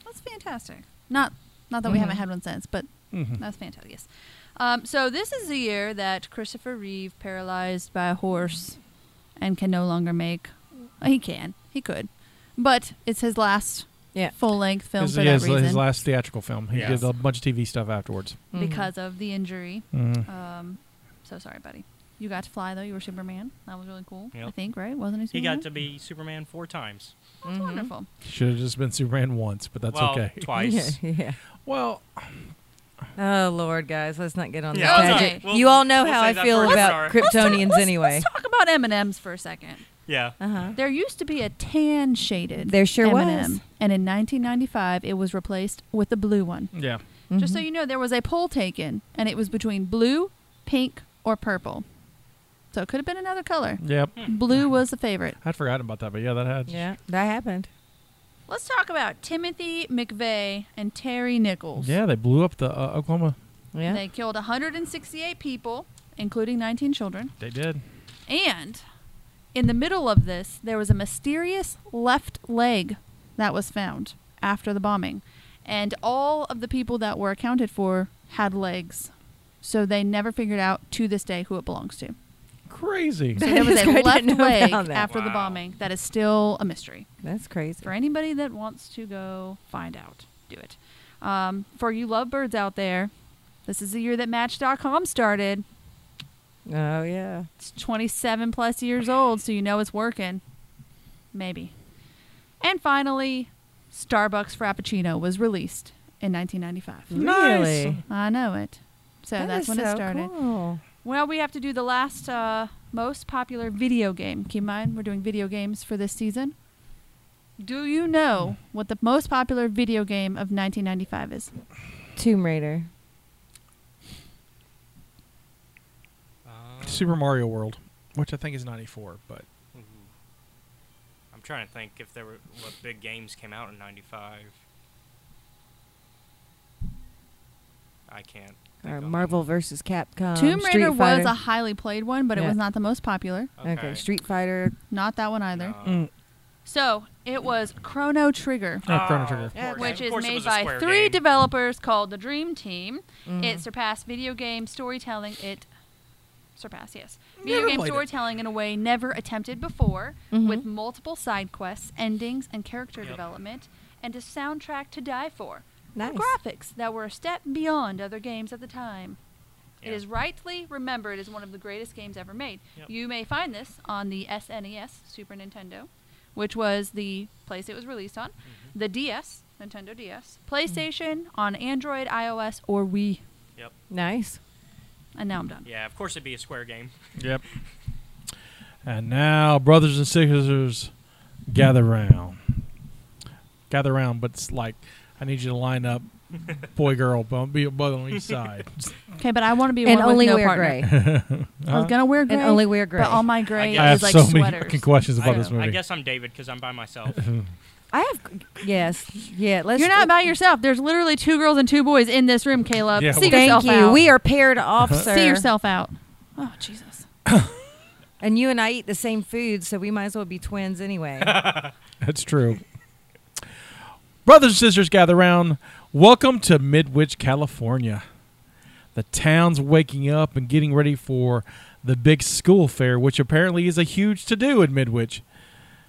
[SPEAKER 3] That's fantastic. Not not that we
[SPEAKER 4] Mhm.
[SPEAKER 5] Mm-hmm.
[SPEAKER 3] haven't had one since, but
[SPEAKER 2] Mhm.
[SPEAKER 3] that's fantastic. Yes. Um, so this is the year that Christopher Reeve, paralyzed by a horse, and can no longer make. He can. He could, but it's his last
[SPEAKER 4] Yeah.
[SPEAKER 3] full length film
[SPEAKER 2] His,
[SPEAKER 3] for
[SPEAKER 2] yeah,
[SPEAKER 3] that
[SPEAKER 2] his,
[SPEAKER 3] reason
[SPEAKER 2] his last theatrical film. He
[SPEAKER 5] Yes.
[SPEAKER 2] did a bunch of TV stuff afterwards.
[SPEAKER 4] Mhm.
[SPEAKER 3] because of the injury.
[SPEAKER 2] Mhm.
[SPEAKER 3] Um, so sorry, buddy. You got to fly though. You were Superman. That was really cool. I
[SPEAKER 5] Yep.
[SPEAKER 3] think right? Wasn't he?
[SPEAKER 5] He
[SPEAKER 3] Superman?
[SPEAKER 5] got
[SPEAKER 2] Mm-hmm.
[SPEAKER 5] to be Superman four times.
[SPEAKER 3] That's
[SPEAKER 4] Mhm.
[SPEAKER 3] wonderful.
[SPEAKER 2] Should have just been Superman once, but that's
[SPEAKER 5] well,
[SPEAKER 2] okay.
[SPEAKER 5] Twice.
[SPEAKER 4] yeah.
[SPEAKER 2] Well,
[SPEAKER 4] Oh Lord, guys, let's not get on
[SPEAKER 5] Yeah,
[SPEAKER 4] the
[SPEAKER 5] okay.
[SPEAKER 4] pageant.
[SPEAKER 5] We'll-
[SPEAKER 4] you all know
[SPEAKER 5] we'll
[SPEAKER 4] how I
[SPEAKER 5] save that for
[SPEAKER 4] feel
[SPEAKER 5] another
[SPEAKER 4] about
[SPEAKER 5] hour.
[SPEAKER 3] Let's talk-
[SPEAKER 4] Kryptonians
[SPEAKER 3] let's-
[SPEAKER 4] anyway.
[SPEAKER 3] Let's talk about M and M's for a second.
[SPEAKER 5] yeah.
[SPEAKER 4] Uh huh.
[SPEAKER 3] There used to be a tan shaded.
[SPEAKER 4] There sure was.
[SPEAKER 3] M&M, And in 1995, it was replaced with a blue one.
[SPEAKER 2] yeah.
[SPEAKER 3] Just so you know, there was a poll taken, and it was between blue, pink, or purple. So it could have been another color.
[SPEAKER 2] Yep.
[SPEAKER 3] Blue was the favorite.
[SPEAKER 2] I'd forgotten about that, but yeah, that had.
[SPEAKER 4] Yeah, that happened.
[SPEAKER 3] Let's talk about Timothy McVeigh and Terry Nichols.
[SPEAKER 2] Yeah, they blew up the uh, Oklahoma.
[SPEAKER 4] Yeah.
[SPEAKER 3] They killed 168 people, including 19 children.
[SPEAKER 2] They did.
[SPEAKER 3] And in the middle of this, there was a mysterious left leg that was found after the bombing. And all of the people that were accounted for had legs. So they never figured out to this day who it belongs to.
[SPEAKER 2] Crazy.
[SPEAKER 3] So there was
[SPEAKER 4] I
[SPEAKER 3] a
[SPEAKER 4] didn't
[SPEAKER 3] left
[SPEAKER 4] know
[SPEAKER 3] leg
[SPEAKER 4] about that.
[SPEAKER 3] after the
[SPEAKER 5] Wow.
[SPEAKER 3] bombing that is still a mystery.
[SPEAKER 4] That's crazy.
[SPEAKER 3] For anybody that wants to go find out, do it. Um, for you lovebirds out there, this is the year that Match.com started.
[SPEAKER 4] Oh yeah.
[SPEAKER 3] It's 27 plus years old, so you know it's working. Maybe. And finally, Starbucks Frappuccino was released in 1995.
[SPEAKER 2] Nice.
[SPEAKER 4] Really?
[SPEAKER 3] I know it. So
[SPEAKER 4] That
[SPEAKER 3] that's
[SPEAKER 4] is
[SPEAKER 3] when it
[SPEAKER 4] so
[SPEAKER 3] started.
[SPEAKER 4] cool.
[SPEAKER 3] Well, we have to do the last uh, most popular video game. Keep in mind, we're doing video games for this season. Do you know
[SPEAKER 4] Hmm.
[SPEAKER 3] what the most popular video game of 1995 is?
[SPEAKER 4] Tomb Raider.
[SPEAKER 2] Super Mario World, which I think is '94, but
[SPEAKER 5] Mm-hmm. I'm trying to think if there were what big games came out in '95. I can't. think
[SPEAKER 4] Or
[SPEAKER 5] of
[SPEAKER 4] Marvel versus Capcom.
[SPEAKER 3] Tomb
[SPEAKER 4] Um, Street
[SPEAKER 3] Raider was
[SPEAKER 4] Fighter.
[SPEAKER 3] a highly played one, but it
[SPEAKER 4] Yeah.
[SPEAKER 3] was not the most popular.
[SPEAKER 5] them.
[SPEAKER 4] okay. Street Fighter.
[SPEAKER 3] Not that one either.
[SPEAKER 5] No.
[SPEAKER 2] Mm. uh,
[SPEAKER 3] So it was Chrono Trigger,
[SPEAKER 2] Oh, Chrono
[SPEAKER 5] of
[SPEAKER 2] Trigger.
[SPEAKER 5] course.
[SPEAKER 3] which
[SPEAKER 5] Of
[SPEAKER 3] is
[SPEAKER 5] course it
[SPEAKER 3] made
[SPEAKER 5] was a
[SPEAKER 3] by
[SPEAKER 5] Square
[SPEAKER 3] three
[SPEAKER 5] game. Mm-hmm.
[SPEAKER 3] developers called the Dream Team.
[SPEAKER 4] Mm.
[SPEAKER 3] It surpassed video game storytelling. It surpassed, yes,
[SPEAKER 2] Never
[SPEAKER 3] video game
[SPEAKER 2] played it.
[SPEAKER 3] storytelling in a way never attempted before, with
[SPEAKER 4] Mhm.
[SPEAKER 3] multiple side quests, endings, and character
[SPEAKER 5] Mm-hmm. Yep.
[SPEAKER 3] development, and a soundtrack to die for.
[SPEAKER 4] nice.
[SPEAKER 3] Graphics that were a step beyond other games at the time. It
[SPEAKER 5] Yeah.
[SPEAKER 3] is rightly remembered as one of the greatest games ever made.
[SPEAKER 5] Yep.
[SPEAKER 3] You may find this on the SNES Super Nintendo, which was the place it was released on,
[SPEAKER 2] Mm-hmm.
[SPEAKER 3] the DS, Nintendo DS, PlayStation, on Android, iOS, or Wii.
[SPEAKER 5] Yep.
[SPEAKER 4] Nice.
[SPEAKER 3] And now I'm done.
[SPEAKER 5] Yeah, of course it'd be a Square game.
[SPEAKER 2] Yep. And now, brothers and sisters, gather round. Gather round, but it's like I need you to line up, boy, girl, but be a boy on each side.
[SPEAKER 3] Okay, but I want to be
[SPEAKER 4] And
[SPEAKER 3] one
[SPEAKER 4] only
[SPEAKER 3] with no
[SPEAKER 4] wear
[SPEAKER 3] partner.
[SPEAKER 4] gray.
[SPEAKER 3] I was gonna wear gray,
[SPEAKER 4] and only wear gray.
[SPEAKER 3] but all my gray
[SPEAKER 5] guess- I
[SPEAKER 3] is like
[SPEAKER 2] Uh-huh. so many
[SPEAKER 3] sweaters.
[SPEAKER 2] fucking questions about
[SPEAKER 5] I,
[SPEAKER 2] this
[SPEAKER 5] I
[SPEAKER 2] movie.
[SPEAKER 5] guess I'm David because I'm by myself.
[SPEAKER 4] I have. Yes. Yeah. Let's.
[SPEAKER 3] You're not by yourself. There's literally two girls and two boys in this room, Caleb.
[SPEAKER 2] Yeah,
[SPEAKER 3] See
[SPEAKER 2] well-
[SPEAKER 3] yourself
[SPEAKER 4] Thank you.
[SPEAKER 3] out.
[SPEAKER 4] We are paired off, sir.
[SPEAKER 3] See yourself out. Oh Jesus.
[SPEAKER 4] And you and I eat the same food, so we might as well be twins anyway.
[SPEAKER 2] That's true. Brothers and sisters, gather round. Welcome to Midwich, California. The town's waking up and getting ready for the big school fair, which apparently is a huge to do in Midwich.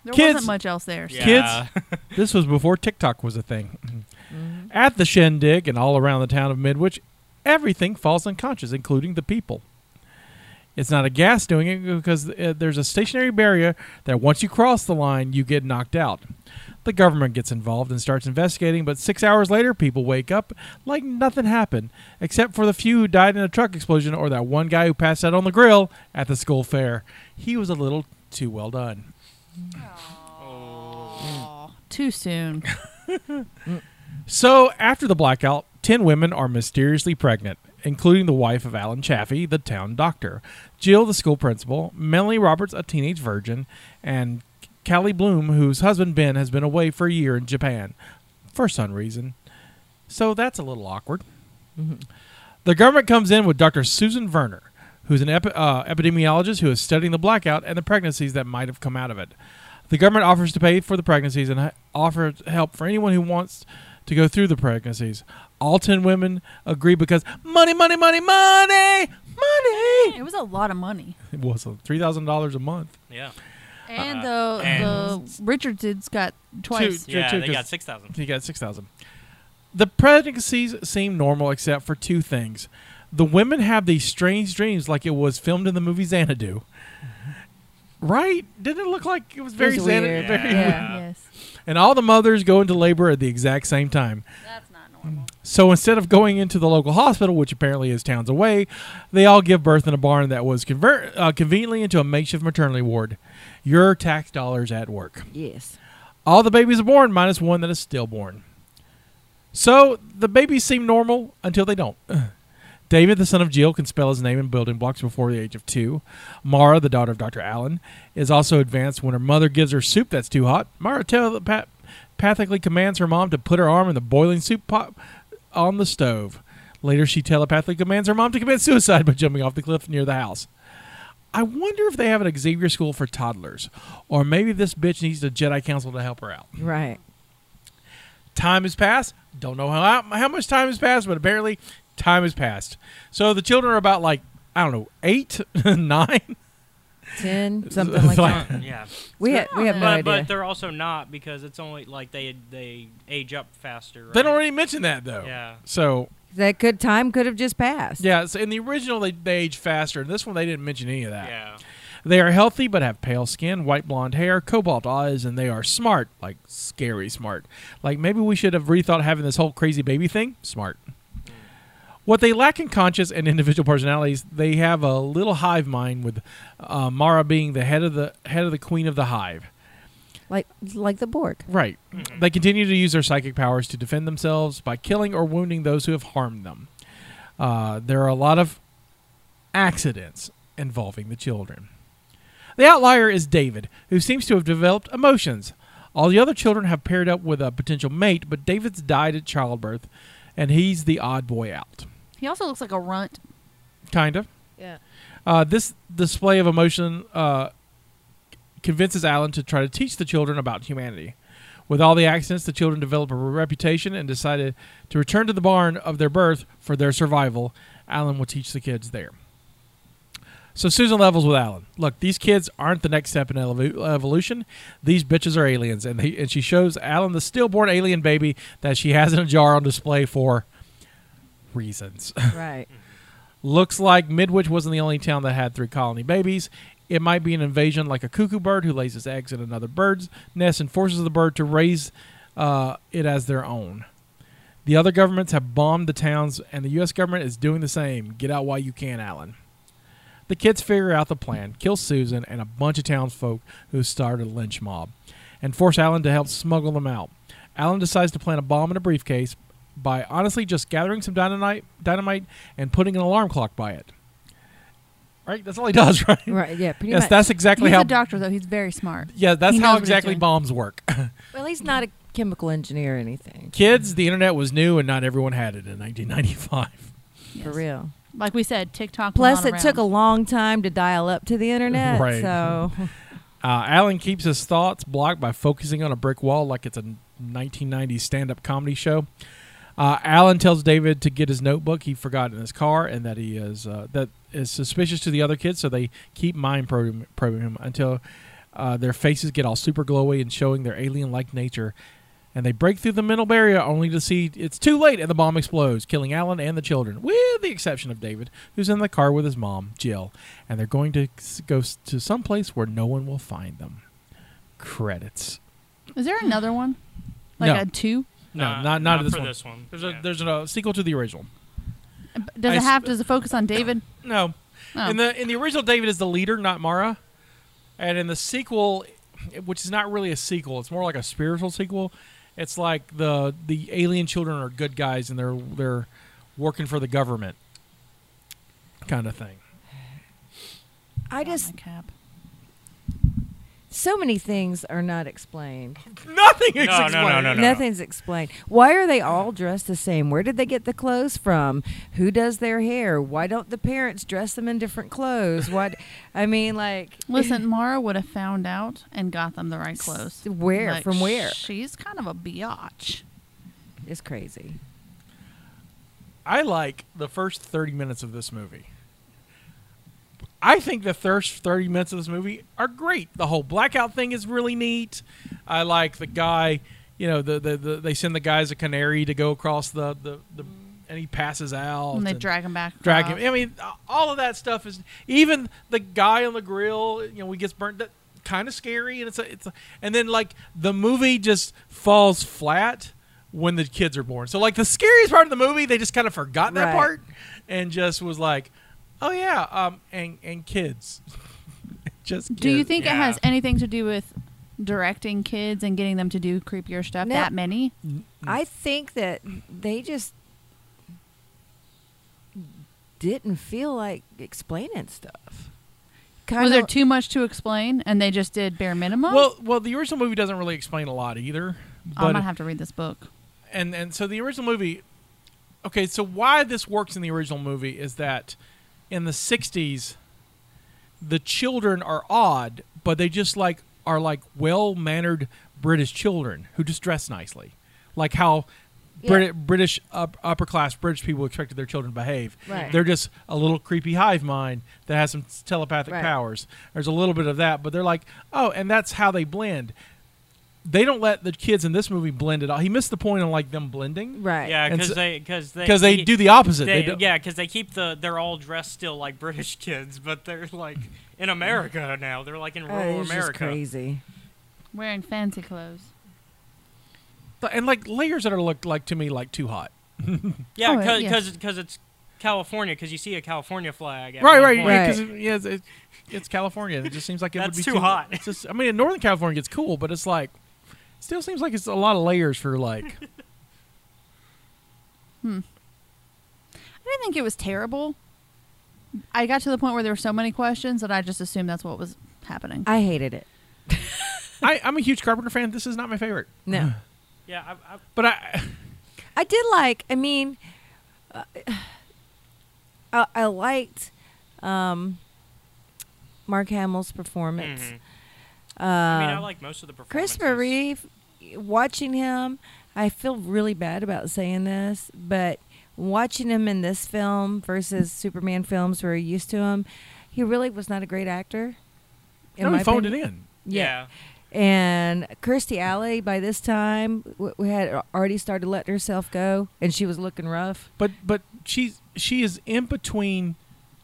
[SPEAKER 3] There
[SPEAKER 2] Kids-
[SPEAKER 3] wasn't much else there. so-
[SPEAKER 5] Yeah.
[SPEAKER 2] This was before TikTok was a thing. At the shindig and all around the town of Midwich, everything falls unconscious, including the people. It's not a gas doing it because uh, there's a stationary barrier that once you cross the line, you get knocked out. The government gets involved and starts investigating, but six hours later, people wake up like nothing happened, except for the few who died in a truck explosion or that one guy who passed out on the grill at the school fair. He was a little too well done.
[SPEAKER 3] Aw, Too soon.
[SPEAKER 2] So, after the blackout, 10 women are mysteriously pregnant, including the wife of Alan Chaffee, the town doctor, Jill, the school principal, Melanie Roberts, a teenage virgin, and Callie Bloom, whose husband Ben has been away for a year in Japan for some reason. So, that's a little awkward. The government comes in with Dr. Susan Werner, who's an epi- uh, epidemiologist who is studying the blackout and the pregnancies that might have come out of it. The government offers to pay for the pregnancies and h- offers help for anyone who wants to go through the pregnancies. All 10 women agree because money, money, money, money, money.
[SPEAKER 3] It was a lot of money.
[SPEAKER 2] It was uh, $3,000 a month.
[SPEAKER 5] yeah.
[SPEAKER 3] And
[SPEAKER 5] Uh,
[SPEAKER 3] the
[SPEAKER 5] and-
[SPEAKER 3] the Richardsons got twice.
[SPEAKER 2] Two-
[SPEAKER 5] Yeah.
[SPEAKER 2] two-
[SPEAKER 5] They
[SPEAKER 2] just-
[SPEAKER 5] got six thousand.
[SPEAKER 2] He got 6,000. The pregnancies seem normal except for two things. The women have these strange dreams like it was filmed in the movie Xanadu. Right? Didn't it look like it was very
[SPEAKER 4] was
[SPEAKER 2] Xanadu?
[SPEAKER 4] weird.
[SPEAKER 2] very-
[SPEAKER 4] Yeah.
[SPEAKER 3] Yes.
[SPEAKER 2] And all the mothers go into labor at the exact same time.
[SPEAKER 3] That's not normal.
[SPEAKER 2] So instead of going into the local hospital, which apparently is towns away, they all give birth in a barn that was convert, uh, conveniently into a makeshift maternity ward. Your tax dollars at work.
[SPEAKER 4] yes.
[SPEAKER 2] All the babies are born, minus one that is stillborn. So the babies seem normal until they don't. David, the son of Jill, can spell his name in building blocks before the age of two. Mara, the daughter of Dr. Allen, is also advanced when her mother gives her soup that's too hot. Mara telepathically commands her mom to put her arm in the boiling soup pot on the stove. Later, she telepathically commands her mom to commit suicide by jumping off the cliff near the house. I wonder if they have an Xavier school for toddlers, or maybe this bitch needs a Jedi Council to help her out.
[SPEAKER 4] Right.
[SPEAKER 2] Time has passed. Don't know how how much time has passed, but apparently time has passed. So the children are about like I don't know eight, nine.
[SPEAKER 4] Ten something like that.
[SPEAKER 5] yeah.
[SPEAKER 4] We had we have no
[SPEAKER 5] But,
[SPEAKER 4] idea.
[SPEAKER 5] but they're also not because it's only like they they age up faster. Right?
[SPEAKER 2] They don't really mention that though.
[SPEAKER 5] Yeah.
[SPEAKER 2] So
[SPEAKER 4] that could time could have just passed.
[SPEAKER 2] yeah, so in the original they, they age faster. In this one they didn't mention any of that.
[SPEAKER 5] Yeah.
[SPEAKER 2] They are healthy but have pale skin, white blonde hair, cobalt eyes, and they are smart, like scary smart. Like maybe we should have rethought having this whole crazy baby thing. Smart. What they lack in conscience and individual personalities, they have a little hive mind. With uh, Mara being the head of the head of the queen of the hive.
[SPEAKER 4] Like like the Borg.
[SPEAKER 2] Right. They continue to use their psychic powers to defend themselves by killing or wounding those who have harmed them. Uh, there are a lot of accidents involving the children. The outlier is David, who seems to have developed emotions. All the other children have paired up with a potential mate, but David's died at childbirth, and he's the odd boy out.
[SPEAKER 3] He also looks like a runt.
[SPEAKER 2] Kind of.
[SPEAKER 4] Yeah.
[SPEAKER 2] Uh, this display of emotion uh, convinces Alan to try to teach the children about humanity. With all the accidents, the children develop a reputation and decided to return to the barn of their birth for their survival. Alan will teach the kids there. So Susan levels with Alan. Look, these kids aren't the next step in evo- evolution. These bitches are aliens, and they, and she shows Alan the stillborn alien baby that she has in a jar on display for reasons.
[SPEAKER 4] Right.
[SPEAKER 2] Looks like Midwich wasn't the only town that had three colony babies. It might be an invasion like a cuckoo bird who lays its eggs in another bird's nest and forces the bird to raise uh, it as their own. The other governments have bombed the towns, and the U.S. government is doing the same. Get out while you can, Alan. The kids figure out the plan, kill Susan and a bunch of townsfolk who started a lynch mob, and force Alan to help smuggle them out. Alan decides to plant a bomb in a briefcase by honestly just gathering some dynamite, dynamite and putting an alarm clock by it. Right? That's all he does, right?
[SPEAKER 4] Right. Yeah. Pretty
[SPEAKER 2] Yes,
[SPEAKER 4] much.
[SPEAKER 2] that's exactly
[SPEAKER 3] He's
[SPEAKER 2] how.
[SPEAKER 3] a doctor, though. He's very smart.
[SPEAKER 2] yeah, that's
[SPEAKER 3] He knows
[SPEAKER 2] how
[SPEAKER 3] what he's
[SPEAKER 2] exactly
[SPEAKER 3] doing.
[SPEAKER 2] bombs work.
[SPEAKER 4] well, he's not a chemical engineer or anything.
[SPEAKER 2] Kids, the internet was new and not everyone had it in 1995.
[SPEAKER 4] For real.
[SPEAKER 3] Like we said, TikTok. was
[SPEAKER 4] Plus,
[SPEAKER 3] not
[SPEAKER 4] it took a
[SPEAKER 3] around.
[SPEAKER 4] long time to dial up to the internet.
[SPEAKER 2] Right.
[SPEAKER 4] So,
[SPEAKER 2] Uh, Alan keeps his thoughts blocked by focusing on a brick wall like it's a 1990s stand up comedy show. Uh, Alan tells David to get his notebook he forgot in his car and that he is uh, that is suspicious to the other kids, so they keep mind probing, probing him until uh, their faces get all super glowy and showing their alien like nature. And they break through the mental barrier only to see it's too late and the bomb explodes, killing Alan and the children, with the exception of David, who's in the car with his mom, Jill. And they're going to s- go s- to some place where no one will find them. Credits.
[SPEAKER 3] Is there another one? Like
[SPEAKER 2] No.
[SPEAKER 3] a two?
[SPEAKER 2] No,
[SPEAKER 5] Nah,
[SPEAKER 2] not, not,
[SPEAKER 5] not
[SPEAKER 2] this
[SPEAKER 5] for
[SPEAKER 2] one.
[SPEAKER 5] this one.
[SPEAKER 2] There's a
[SPEAKER 5] Yeah.
[SPEAKER 2] there's a sequel to the original.
[SPEAKER 3] Does
[SPEAKER 2] I
[SPEAKER 3] it
[SPEAKER 2] s-
[SPEAKER 3] have? Does it focus on David?
[SPEAKER 2] No.
[SPEAKER 3] Oh.
[SPEAKER 2] In the in the original, David is the leader, not Mara. And in the sequel, which is not really a sequel, it's more like a spiritual sequel. It's like the the alien children are good guys and they're they're working for the government, kind of thing.
[SPEAKER 4] I just
[SPEAKER 3] Oh, My cap.
[SPEAKER 4] so many things are not explained.
[SPEAKER 2] Nothing is
[SPEAKER 5] No, no,
[SPEAKER 4] Oh,
[SPEAKER 2] explained.
[SPEAKER 5] no, no, no.
[SPEAKER 4] Nothing's explained. Why are they all dressed the same? Where did they get the clothes from? Who does their hair? Why don't the parents dress them in different clothes? What I mean, like,
[SPEAKER 3] Listen, Mara would have found out and got them the right clothes.
[SPEAKER 4] where?
[SPEAKER 3] Like,
[SPEAKER 4] From where?
[SPEAKER 3] She's kind of a biatch.
[SPEAKER 4] it's crazy.
[SPEAKER 2] I like the first 30 minutes of this movie. I think the first 30 minutes of this movie are great. The whole blackout thing is really neat. I like the guy, you know, the, the, the they send the guy as a canary to go across the, the, the and he passes out.
[SPEAKER 3] And they
[SPEAKER 2] and
[SPEAKER 3] drag him back.
[SPEAKER 2] drag
[SPEAKER 3] up.
[SPEAKER 2] him. I mean, uh, all of that stuff is even the guy on the grill, you know, he gets burnt that kind of scary and it's a, it's a, and then like the movie just falls flat when the kids are born. So like the scariest part of the movie, they just kind of forgot that
[SPEAKER 4] Right.
[SPEAKER 2] part and just was like, "Oh yeah, um and and kids." just
[SPEAKER 3] Do you
[SPEAKER 2] kids.
[SPEAKER 3] think it
[SPEAKER 5] Yeah.
[SPEAKER 3] has anything to do with directing kids and getting them to do creepier stuff?
[SPEAKER 4] No.
[SPEAKER 3] That many?
[SPEAKER 4] I think that they just didn't feel like explaining stuff. Kind
[SPEAKER 3] Was there too much to explain and they just did bare minimum?
[SPEAKER 2] Well, well, the original movie doesn't really explain a lot either. But
[SPEAKER 3] I'm gonna have to read this book.
[SPEAKER 2] and and so the original movie okay so why this works in the original movie is that in the 60s the children are odd but they just like are like well-mannered british children who just dress nicely like how Brit- british up, upper class british people expected their children to behave
[SPEAKER 4] Right.
[SPEAKER 2] they're just a little creepy hive mind that has some telepathic
[SPEAKER 4] Right.
[SPEAKER 2] powers there's a little bit of that but they're like oh and that's how they blend they don't let the kids in this movie blend at all. He missed the point on like them blending
[SPEAKER 4] right.
[SPEAKER 5] Yeah,
[SPEAKER 2] And
[SPEAKER 5] because
[SPEAKER 2] so-
[SPEAKER 5] they because they
[SPEAKER 2] because they
[SPEAKER 5] he-
[SPEAKER 2] do the opposite. They,
[SPEAKER 5] They,
[SPEAKER 2] do,
[SPEAKER 5] yeah, because they keep the they're all dressed still like British kids, but they're like in America now. They're like in
[SPEAKER 4] Oh,
[SPEAKER 5] rural
[SPEAKER 4] it's just
[SPEAKER 5] America.
[SPEAKER 4] crazy.
[SPEAKER 3] Wearing fancy clothes.
[SPEAKER 2] Th- and like layers that are looked like to me like too hot.
[SPEAKER 5] Yeah,
[SPEAKER 3] Oh,
[SPEAKER 5] because
[SPEAKER 3] yeah.
[SPEAKER 5] it's California. Because you see a California flag. At
[SPEAKER 2] Right,
[SPEAKER 5] one
[SPEAKER 2] right,
[SPEAKER 5] point.
[SPEAKER 2] right.
[SPEAKER 4] Right.
[SPEAKER 2] Because yeah, it's, it, it's California. It just seems like it would
[SPEAKER 5] That's
[SPEAKER 2] be
[SPEAKER 5] too hot.
[SPEAKER 2] It's just, I mean, in Northern California gets cool, but it's like still seems like it's a lot of layers for like.
[SPEAKER 3] I didn't think it was terrible. I got to the point where there were so many questions that I just assumed that's what was happening.
[SPEAKER 4] I hated it.
[SPEAKER 2] I, I'm a huge Carpenter fan. This is not my favorite,
[SPEAKER 4] No.
[SPEAKER 5] Yeah, I, I,
[SPEAKER 2] but I
[SPEAKER 4] I did like. I mean, uh, I, I liked um, Mark Hamill's performance.
[SPEAKER 5] Mhm.
[SPEAKER 4] Um,
[SPEAKER 5] I mean, I like most of the performances.
[SPEAKER 4] Chris Reeve. Watching him, I feel really bad about saying this, but watching him in this film versus Superman films where you're used to him, he really was not a great actor. in
[SPEAKER 2] no,
[SPEAKER 4] my
[SPEAKER 2] he phoned
[SPEAKER 4] opinion.
[SPEAKER 2] it in.
[SPEAKER 5] Yeah.
[SPEAKER 4] And Kirstie Alley, by this time, w- w- had already started letting herself go, and she was looking rough.
[SPEAKER 2] But but she's she is in between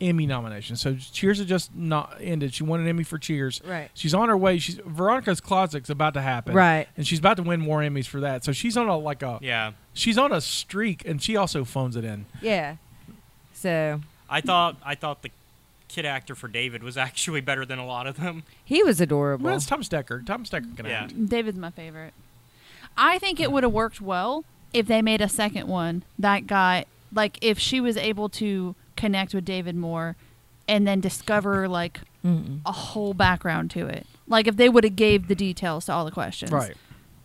[SPEAKER 2] Emmy nominations. So Cheers has just not ended. She won an Emmy for Cheers.
[SPEAKER 4] Right.
[SPEAKER 2] She's on her way. She's Veronica's Closet's about to happen.
[SPEAKER 4] Right.
[SPEAKER 2] And she's about to win more Emmys for that. So she's on a like a
[SPEAKER 5] Yeah.
[SPEAKER 2] she's on a streak and she also phones it in.
[SPEAKER 4] Yeah. So
[SPEAKER 5] I thought I thought the kid actor for David was actually better than a lot of them.
[SPEAKER 4] he was adorable.
[SPEAKER 2] Well, that's Tom Stecker. Tom Stecker can
[SPEAKER 5] Yeah.
[SPEAKER 2] act.
[SPEAKER 3] David's my favorite. I think it would have worked well if they made a second one that got like if she was able to connect with David more and then discover like
[SPEAKER 4] Mm-mm.
[SPEAKER 3] a whole background to it. Like if they would have gave the details to all the questions.
[SPEAKER 2] Right.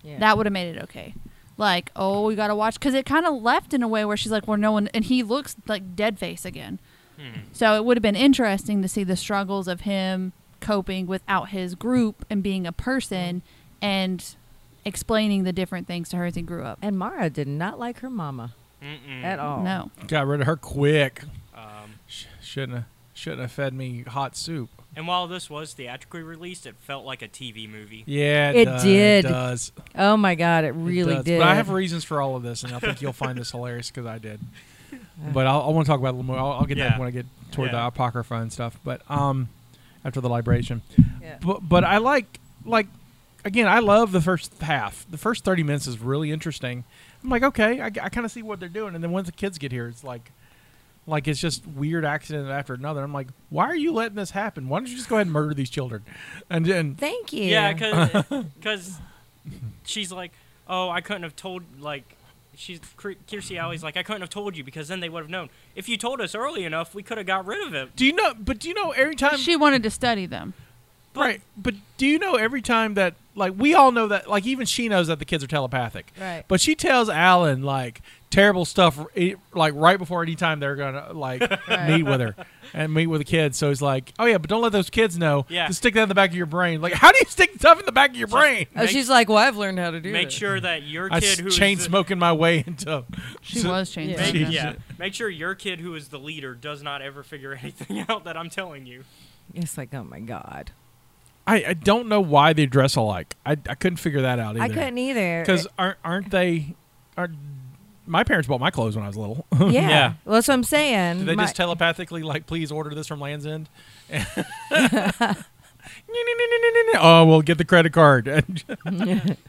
[SPEAKER 4] Yeah.
[SPEAKER 3] That would have made it okay. Like, oh, we got to watch cuz it kind of left in a way where she's like, "Well, no one," and he looks like dead face again.
[SPEAKER 5] Hmm.
[SPEAKER 3] So it would have been interesting to see the struggles of him coping without his group and being a person and explaining the different things to her as he grew up.
[SPEAKER 4] and Mara did not like her mama
[SPEAKER 5] Mm-mm.
[SPEAKER 4] at all.
[SPEAKER 3] No.
[SPEAKER 2] Got rid of her quick.
[SPEAKER 5] Um,
[SPEAKER 2] Sh- shouldn't have shouldn't have fed me hot soup.
[SPEAKER 5] and while this was theatrically released, it felt like a TV movie.
[SPEAKER 2] Yeah, it,
[SPEAKER 4] It
[SPEAKER 2] does,
[SPEAKER 4] did.
[SPEAKER 2] does. It
[SPEAKER 4] Oh my God, it really
[SPEAKER 2] does.
[SPEAKER 4] did.
[SPEAKER 2] But I have reasons for all of this, and I think you'll find this hilarious because I did. But I'll, I want to talk about it a little more. I'll, I'll get
[SPEAKER 5] Yeah.
[SPEAKER 2] that when I get toward the
[SPEAKER 5] Yeah.
[SPEAKER 2] apocrypha and stuff. But um, after the libration,
[SPEAKER 4] Yeah.
[SPEAKER 2] but but I like like again I love the first half. The first thirty minutes is really interesting. I'm like okay, I, kind of see what they're doing, and then once the kids get here, it's like like it's just weird accident after another. I'm like, why are you letting this happen? Why don't you just go ahead and murder these children? And and
[SPEAKER 4] Thank you.
[SPEAKER 5] Yeah, because she's like, oh, I couldn't have told like. She's Cr- Kirstie Alley's like I couldn't have told you because then they would have known. If you told us early enough, we could have got rid of it.
[SPEAKER 2] do you know? But do you know every time?
[SPEAKER 3] she wanted to study them.
[SPEAKER 2] right. But do you know every time that like we all know that like even she knows that the kids are telepathic.
[SPEAKER 4] Right.
[SPEAKER 2] But she tells Alan like terrible stuff eh, like right before any time they're gonna like meet with her and meet with the kids. So he's like, oh yeah, but don't let those kids know.
[SPEAKER 5] Yeah.
[SPEAKER 2] Just stick that in the back of your brain. Like, how do you stick stuff in the back of your brain?
[SPEAKER 4] oh,
[SPEAKER 5] Make-
[SPEAKER 4] she's like, well, I've learned how to do.
[SPEAKER 5] Make
[SPEAKER 4] it."
[SPEAKER 5] sure that your
[SPEAKER 2] I
[SPEAKER 5] kid who
[SPEAKER 2] s- chain
[SPEAKER 5] is the-
[SPEAKER 2] smoking my way into.
[SPEAKER 3] She
[SPEAKER 2] So-
[SPEAKER 3] was changed.
[SPEAKER 5] Make,
[SPEAKER 2] Yeah.
[SPEAKER 5] yeah, make sure your kid who is the leader does not ever figure anything out that I'm telling you.
[SPEAKER 4] It's like, oh my God,
[SPEAKER 2] I, I don't know why they dress alike. I, I couldn't figure that out either.
[SPEAKER 4] I couldn't either.
[SPEAKER 2] because aren't aren't they? Aren't, my parents bought my clothes when I was little.
[SPEAKER 4] yeah.
[SPEAKER 5] Yeah.
[SPEAKER 4] Well, that's what I'm saying.
[SPEAKER 2] Did they
[SPEAKER 4] My-
[SPEAKER 2] just telepathically like, please order this from Land's End? oh, we'll get the credit card.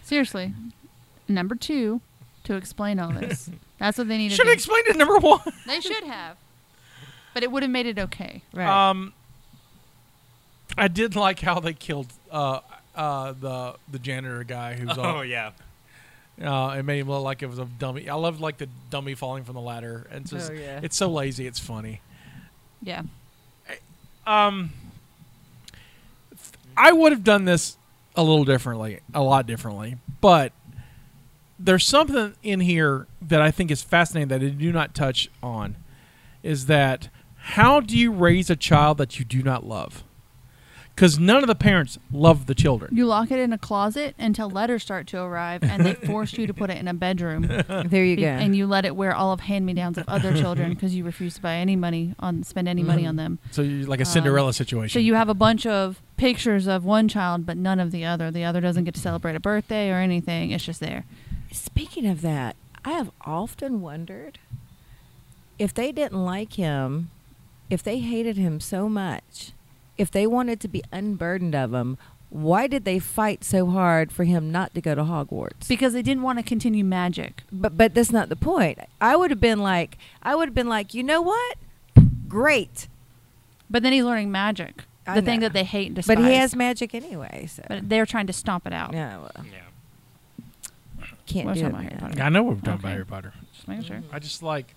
[SPEAKER 3] Seriously. Number 2 to explain all this. That's what they needed.
[SPEAKER 2] Should have explained it number one.
[SPEAKER 3] they should have. But it would have made it okay.
[SPEAKER 4] right.
[SPEAKER 2] Um, I did like how they killed uh, uh, the the janitor guy who's
[SPEAKER 5] Oh
[SPEAKER 2] on.
[SPEAKER 5] yeah,
[SPEAKER 2] Uh, it made him look like it was a dummy. I loved like the dummy falling from the ladder, and it's just
[SPEAKER 4] Oh, yeah.
[SPEAKER 2] it's so lazy. It's funny.
[SPEAKER 3] Yeah.
[SPEAKER 2] Um, I would have done this a little differently, a lot differently, but there's something in here that I think is fascinating that I do not touch on is that how do you raise a child that you do not love? Because none of the parents love the children.
[SPEAKER 3] You lock it in a closet until letters start to arrive and they force you to put it in a bedroom.
[SPEAKER 4] there you
[SPEAKER 3] Be-
[SPEAKER 4] go.
[SPEAKER 3] And you let it wear all of hand me downs of other children because you refuse to buy any money on spend any money on them.
[SPEAKER 2] So you're like a Cinderella
[SPEAKER 3] Um, So
[SPEAKER 2] situation.
[SPEAKER 3] you have a bunch of pictures of one child, but none of the other. The other doesn't get to celebrate a birthday or anything. It's just there.
[SPEAKER 4] Speaking of that, I have often wondered if they didn't like him, if they hated him so much, if they wanted to be unburdened of him, why did they fight so hard for him not to go to Hogwarts?
[SPEAKER 3] Because they didn't want to continue magic.
[SPEAKER 4] but but that's not the point. I would have been like, I would have been like, you know what? Great.
[SPEAKER 3] But then he's learning magic,
[SPEAKER 4] I
[SPEAKER 3] the thing
[SPEAKER 4] know.
[SPEAKER 3] that they hate and despise.
[SPEAKER 4] But he has magic anyway, so
[SPEAKER 3] But they're trying to stomp it out.
[SPEAKER 4] yeah, well,
[SPEAKER 5] yeah.
[SPEAKER 4] can't
[SPEAKER 3] We're
[SPEAKER 4] do
[SPEAKER 3] talking about
[SPEAKER 4] it.
[SPEAKER 3] Harry
[SPEAKER 4] man.
[SPEAKER 3] Potter.
[SPEAKER 2] I know we're talking about
[SPEAKER 3] Okay.
[SPEAKER 2] Harry Potter.
[SPEAKER 3] Just making sure.
[SPEAKER 2] I just like,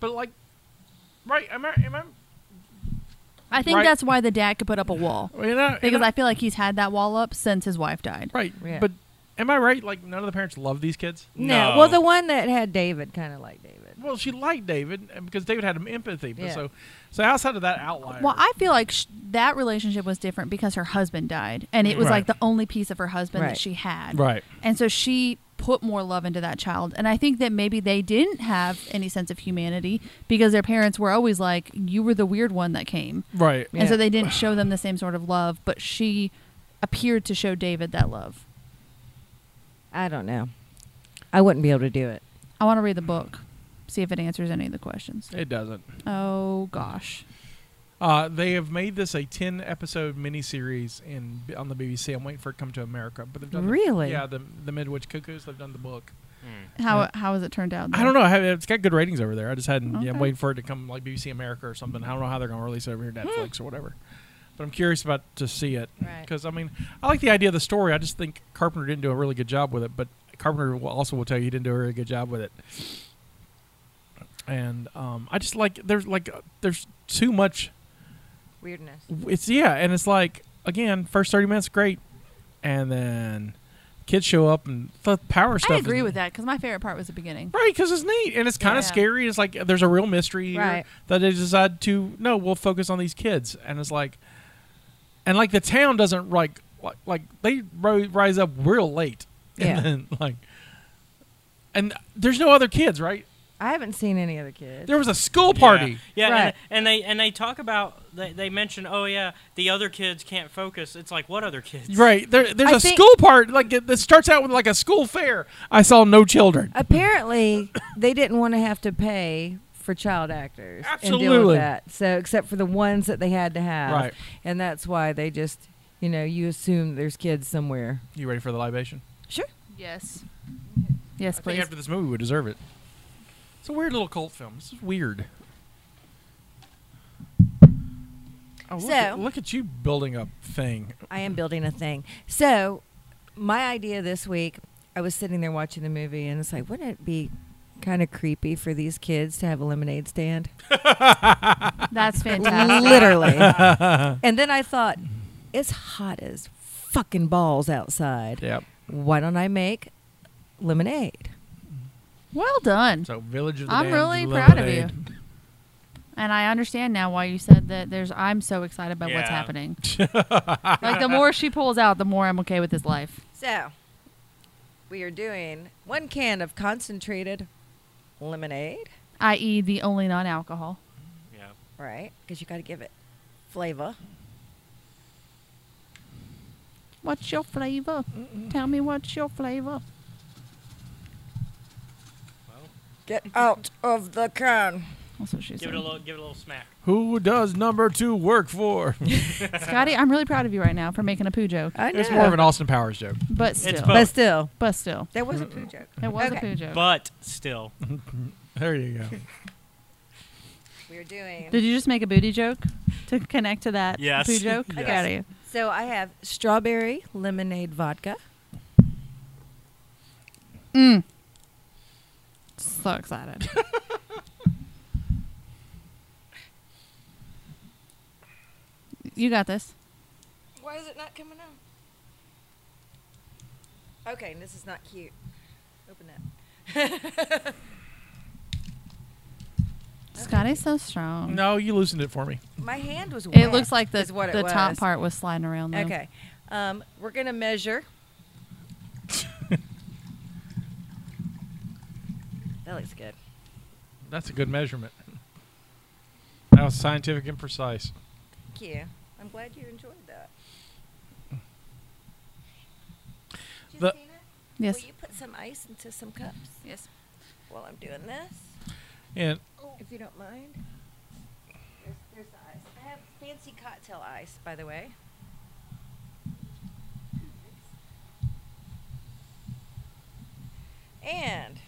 [SPEAKER 2] but like, right? Am I? Am I?
[SPEAKER 3] I think
[SPEAKER 2] Right.
[SPEAKER 3] that's why the dad could put up a wall
[SPEAKER 2] I mean, and I- and
[SPEAKER 3] because
[SPEAKER 2] I-
[SPEAKER 3] I feel like he's had that wall up since his wife died.
[SPEAKER 2] right,
[SPEAKER 4] Yeah.
[SPEAKER 2] but am I right? Like none of the parents love these kids.
[SPEAKER 4] No. Well, the one that had David kind of like David.
[SPEAKER 2] Well, she liked David and- because David had an empathy. But
[SPEAKER 4] Yeah.
[SPEAKER 2] so, so outside of that outlier,
[SPEAKER 3] Well, I feel like sh- that relationship was different because her husband died, and it was
[SPEAKER 2] Right.
[SPEAKER 3] like the only piece of her husband
[SPEAKER 4] Right.
[SPEAKER 3] that she had.
[SPEAKER 2] right,
[SPEAKER 3] And so she put more love into that child. And I think that maybe they didn't have any sense of humanity because their parents were always like, you were the weird one that came.
[SPEAKER 2] right.
[SPEAKER 4] Yeah.
[SPEAKER 3] And so they didn't show them the same sort of love, but she appeared to show David that love.
[SPEAKER 4] I don't know. I wouldn't be able to do it.
[SPEAKER 3] I want to read the book, see if it answers any of the questions.
[SPEAKER 2] It doesn't.
[SPEAKER 3] Oh, gosh.
[SPEAKER 2] Uh, they have made this a ten episode miniseries in on the BBC. I'm waiting for it to come to America, but they've done the-
[SPEAKER 4] Really?
[SPEAKER 2] yeah the the Midwich Cuckoos. They've done the book.
[SPEAKER 3] How,
[SPEAKER 2] Yeah.
[SPEAKER 3] how has it turned out?
[SPEAKER 2] I don't
[SPEAKER 3] though?
[SPEAKER 2] know. I have, it's got good ratings over there. I just hadn't. Yeah, I'm
[SPEAKER 3] Okay.
[SPEAKER 2] waiting for it to come like BBC America or something. I don't know how they're going to release it over here,
[SPEAKER 3] Hmm.
[SPEAKER 2] Netflix or whatever. But I'm curious about to see it
[SPEAKER 4] Right.
[SPEAKER 2] because I mean, I like the idea of the story. I just think Carpenter didn't do a really good job with it. But Carpenter will also will tell you he didn't do a really good job with it. And um, I just like there's like uh, there's too much.
[SPEAKER 4] Weirdness.
[SPEAKER 2] It's yeah, and it's like again, first thirty minutes great, and then kids show up and the power stuff.
[SPEAKER 3] I
[SPEAKER 2] is-
[SPEAKER 3] agree with that because my favorite part was the beginning.
[SPEAKER 2] Right, because it's neat and it's kind
[SPEAKER 3] Yeah.
[SPEAKER 2] of scary. It's like there's a real mystery here
[SPEAKER 4] Right.
[SPEAKER 2] that they decide to no, we'll focus on these kids, and it's like, and like the town doesn't like like, like they ro- rise up real late,
[SPEAKER 4] Yeah.
[SPEAKER 2] and then, like, and there's no other kids, right?
[SPEAKER 4] I haven't seen any other kids.
[SPEAKER 2] There was a school party.
[SPEAKER 5] Yeah,
[SPEAKER 4] Right.
[SPEAKER 5] and, and they and they talk about they, they mention oh yeah the other kids can't focus. It's like what other kids?
[SPEAKER 2] Right there, there's
[SPEAKER 4] I
[SPEAKER 2] a
[SPEAKER 4] think-
[SPEAKER 2] school part like it, that starts out with like a school fair. I saw no children.
[SPEAKER 4] Apparently, they didn't want to have to pay for child actors and deal
[SPEAKER 2] Absolutely.
[SPEAKER 4] with that. So, except for the ones that they had to have,
[SPEAKER 2] Right.
[SPEAKER 4] And that's why they just, you know, you assume there's kids somewhere.
[SPEAKER 2] You ready for the libation?
[SPEAKER 4] Sure.
[SPEAKER 3] Yes.
[SPEAKER 2] I
[SPEAKER 3] Yes,
[SPEAKER 2] think
[SPEAKER 3] please.
[SPEAKER 2] after this movie, we deserve it. It's a weird little cult film. This is weird. Oh, look,
[SPEAKER 4] So-
[SPEAKER 2] at, look at you building a thing.
[SPEAKER 4] I am building a thing. So, my idea this week, I was sitting there watching the movie, and it's like, wouldn't it be kind of creepy for these kids to have a lemonade stand?
[SPEAKER 3] That's fantastic.
[SPEAKER 4] Literally. and then I thought, it's hot as fucking balls outside.
[SPEAKER 2] Yep.
[SPEAKER 4] Why don't I make lemonade?
[SPEAKER 3] Well done.
[SPEAKER 2] So Village of the
[SPEAKER 3] I'm
[SPEAKER 2] Damned
[SPEAKER 3] really
[SPEAKER 2] Lemonade.
[SPEAKER 3] proud of you. And I understand now why you said that there's I'm so excited about what's
[SPEAKER 5] Yeah.
[SPEAKER 3] happening. like the more she pulls out, the more I'm okay with this life.
[SPEAKER 4] So, we are doing one can of concentrated lemonade,
[SPEAKER 3] I.e. the only non alcohol.
[SPEAKER 5] Yeah.
[SPEAKER 4] right? Because you got to give it flavor.
[SPEAKER 3] What's your flavor? Tell me what's your flavor.
[SPEAKER 5] Well,
[SPEAKER 4] Get out of the can.
[SPEAKER 3] That's what she
[SPEAKER 5] give
[SPEAKER 3] said.
[SPEAKER 5] it a little give it a little smack.
[SPEAKER 2] Who does number two work for?
[SPEAKER 3] Scotty, I'm really proud of you right now for making a poo joke.
[SPEAKER 4] I know.
[SPEAKER 2] it's more of an Austin Powers joke.
[SPEAKER 3] But still.
[SPEAKER 5] both.
[SPEAKER 4] but still,
[SPEAKER 3] but still.
[SPEAKER 4] that was a poo joke.
[SPEAKER 3] It was a
[SPEAKER 4] Okay.
[SPEAKER 3] poo joke.
[SPEAKER 5] But still,
[SPEAKER 2] There you go.
[SPEAKER 4] We're doing.
[SPEAKER 3] Did you just make a booty joke to connect to that
[SPEAKER 5] Yes.
[SPEAKER 3] poo joke?
[SPEAKER 5] Yes.
[SPEAKER 3] Get out of here.
[SPEAKER 4] so I have strawberry lemonade vodka.
[SPEAKER 3] Mm. So excited. you got this.
[SPEAKER 4] Why is it not coming up? Okay, this is not cute. Open up.
[SPEAKER 3] Scotty's so strong.
[SPEAKER 2] No, you loosened it for me.
[SPEAKER 4] My hand was.
[SPEAKER 3] It looks like the,
[SPEAKER 4] is what it
[SPEAKER 3] the top
[SPEAKER 4] was.
[SPEAKER 3] part was sliding around though.
[SPEAKER 4] Okay, um, we're gonna measure. that looks good.
[SPEAKER 2] That's a good measurement. That was scientific and precise.
[SPEAKER 4] Thank you. I'm glad you enjoyed that.
[SPEAKER 2] The-
[SPEAKER 4] Justina,
[SPEAKER 3] Yes.
[SPEAKER 4] Will you put some ice into some cups
[SPEAKER 3] Yes.
[SPEAKER 4] while I'm doing this?
[SPEAKER 2] And
[SPEAKER 4] if you don't mind. Oh. There's, there's the ice. I have fancy cocktail ice, by the way. And.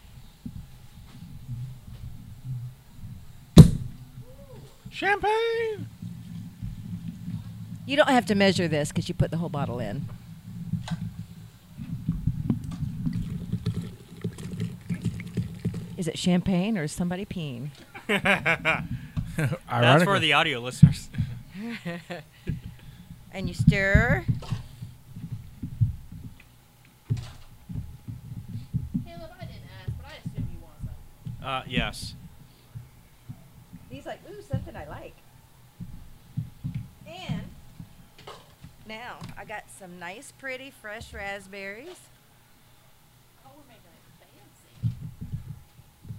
[SPEAKER 2] champagne.
[SPEAKER 4] You don't have to measure this because you put the whole bottle in. Is it champagne or is somebody peeing?
[SPEAKER 5] that's for
[SPEAKER 2] Ironically.
[SPEAKER 5] the audio listeners.
[SPEAKER 4] and you stir.
[SPEAKER 3] Caleb, I didn't ask, but I assume you want some.
[SPEAKER 5] Uh, yes.
[SPEAKER 4] He's like, ooh, something I like. And now I got some nice, pretty, fresh raspberries.
[SPEAKER 3] Oh, we're making it fancy.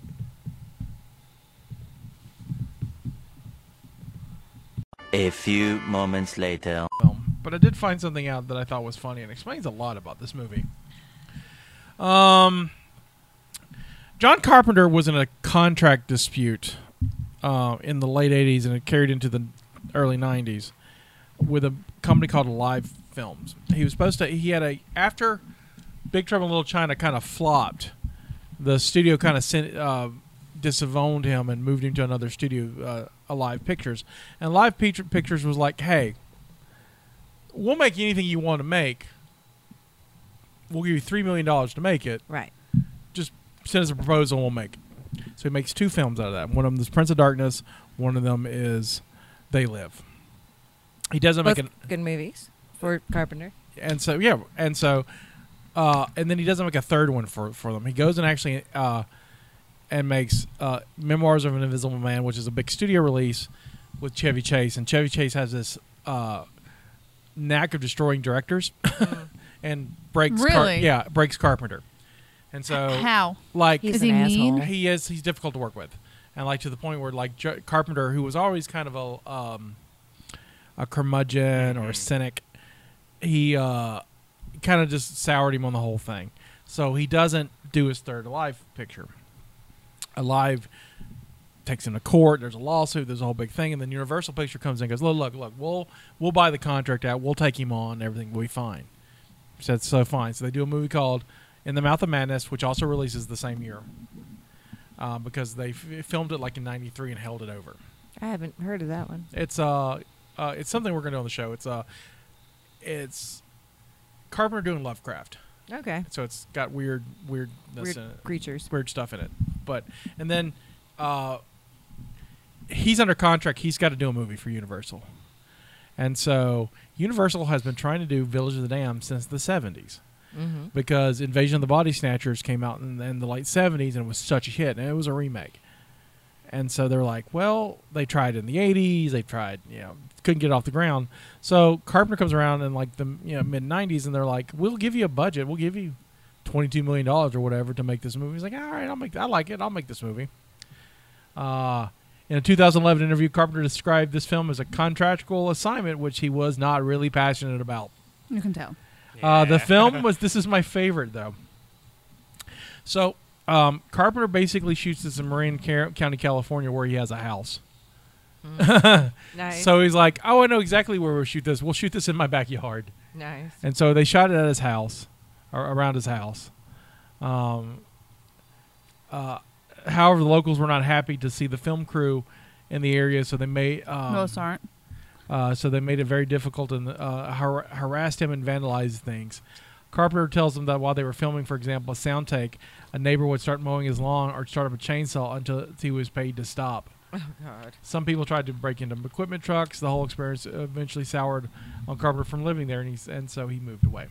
[SPEAKER 6] A few moments later.
[SPEAKER 2] film, but I did find something out that I thought was funny and explains a lot about this movie. Um, John Carpenter was in a contract dispute uh, in the late '80s, and it carried into the early '90s with a company called Live Films. He was supposed to. He had a after Big Trouble in Little China kind of flopped. The studio kind of sent, uh, disowned him and moved him to another studio, uh, Alive Pictures. And Live Picture- Pictures was like, "Hey, we'll make anything you want to make. We'll give you three million dollars to make it.
[SPEAKER 4] Right.
[SPEAKER 2] Just send us a proposal, and we'll make it. So he makes two films out of that. One of them is Prince of Darkness. One of them is They Live. He doesn't
[SPEAKER 4] Both
[SPEAKER 2] make an
[SPEAKER 4] good movies for Carpenter.
[SPEAKER 2] and so yeah, and so, uh, and then he doesn't make a third one for for them. He goes and actually uh, and makes uh, Memoirs of an Invisible Man, which is a big studio release with Chevy Chase, and Chevy Chase has this uh, knack of destroying directors, and breaks Car-
[SPEAKER 3] Mm. Really?
[SPEAKER 2] yeah breaks Carpenter, and so
[SPEAKER 3] How?
[SPEAKER 2] like
[SPEAKER 4] He's
[SPEAKER 3] Is
[SPEAKER 4] an
[SPEAKER 3] he
[SPEAKER 4] asshole.
[SPEAKER 3] mean?
[SPEAKER 2] he is he's difficult to work with and like to the point where like jo- carpenter who was always kind of a um a curmudgeon or a cynic he uh kind of just soured him on the whole thing so he doesn't do his third alive picture alive takes him to court there's a lawsuit there's a whole big thing and then universal picture comes in and goes look look look we'll we'll buy the contract out we'll take him on everything will be fine so that's so fine so they do a movie called in the mouth of madness which also releases the same year uh, because they f- filmed it like in '93 and held it over.
[SPEAKER 4] I haven't heard of that one.
[SPEAKER 2] It's uh, uh it's something we're gonna do on the show. It's uh, it's Carpenter doing Lovecraft,
[SPEAKER 4] Okay.
[SPEAKER 2] so it's got weird, weirdness
[SPEAKER 4] Weird
[SPEAKER 2] in it,
[SPEAKER 4] creatures.
[SPEAKER 2] uh, weird stuff in it. But and then, uh, he's under contract. He's got to do a movie for Universal, and so Universal has been trying to do Village of the Dam since the '70s
[SPEAKER 4] Mm-hmm.
[SPEAKER 2] because Invasion of the Body Snatchers came out in, in the late 70s and it was such a hit, and it was a remake. And so they're like, well, they tried in the 80s, they tried, you know, couldn't get it off the ground. So Carpenter comes around in like the you know, mid 90s and they're like, we'll give you a budget, we'll give you 22 million dollars or whatever to make this movie. He's like, all right, I'll make, I like it, I'll make this movie. Uh, in a 2011 interview, Carpenter described this film as a contractual assignment, which he was not really passionate about.
[SPEAKER 3] You can tell.
[SPEAKER 2] Uh, the
[SPEAKER 5] Yeah.
[SPEAKER 2] film was this is my favorite though. So um, Carpenter basically shoots this in Marin Ca- County, California, where he has a house.
[SPEAKER 4] Nice.
[SPEAKER 2] So he's like, "Oh, I know exactly where we'll shoot this. We'll shoot this in my backyard."
[SPEAKER 4] nice.
[SPEAKER 2] And so they shot it at his house, or around his house. Um, uh, however, the locals were not happy to see the film crew in the area, so they made um,
[SPEAKER 3] Most aren't.
[SPEAKER 2] Uh, so they made it very difficult and uh, har- harassed him and vandalized things. Carpenter tells them that while they were filming, for example, a sound take, a neighbor would start mowing his lawn or start up a chainsaw until he was paid to stop.
[SPEAKER 4] Oh God.
[SPEAKER 2] Some people tried to break into equipment trucks. The whole experience eventually soured on Carpenter from living there, and he's, and so he moved away.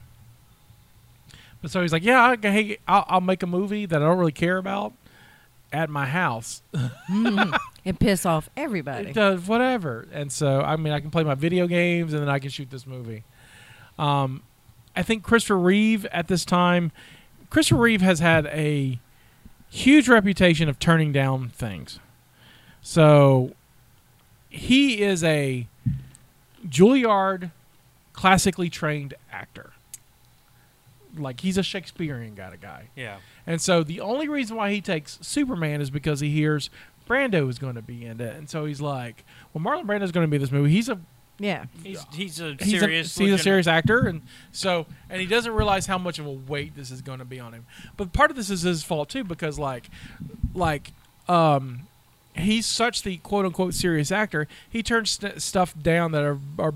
[SPEAKER 2] But so he's like, "Yeah, I, hey, I'll, I'll make a movie that I don't really care about at my house,
[SPEAKER 4] And piss off everybody.
[SPEAKER 2] it does whatever. And so, I mean, I can play my video games and then I can shoot this movie. Um, I think Christopher Reeve at this time, Christopher Reeve has had a huge reputation of turning down things. So he is a Juilliard classically trained actor. Like he's a Shakespearean kind of guy.
[SPEAKER 5] Yeah.
[SPEAKER 2] And so the only reason why he takes Superman is because he hears Brando is going to be in it, and so he's like, "Well, Marlon Brando's going to be in this movie. He's a
[SPEAKER 4] Yeah.
[SPEAKER 5] He's he's a
[SPEAKER 2] he's,
[SPEAKER 5] serious.
[SPEAKER 2] a, he's a
[SPEAKER 5] legitimate-
[SPEAKER 2] serious actor, and so and he doesn't realize how much of a weight this is going to be on him. But part of this is his fault too, because like, like, um, he's such the quote unquote serious actor. He turns st- stuff down that are are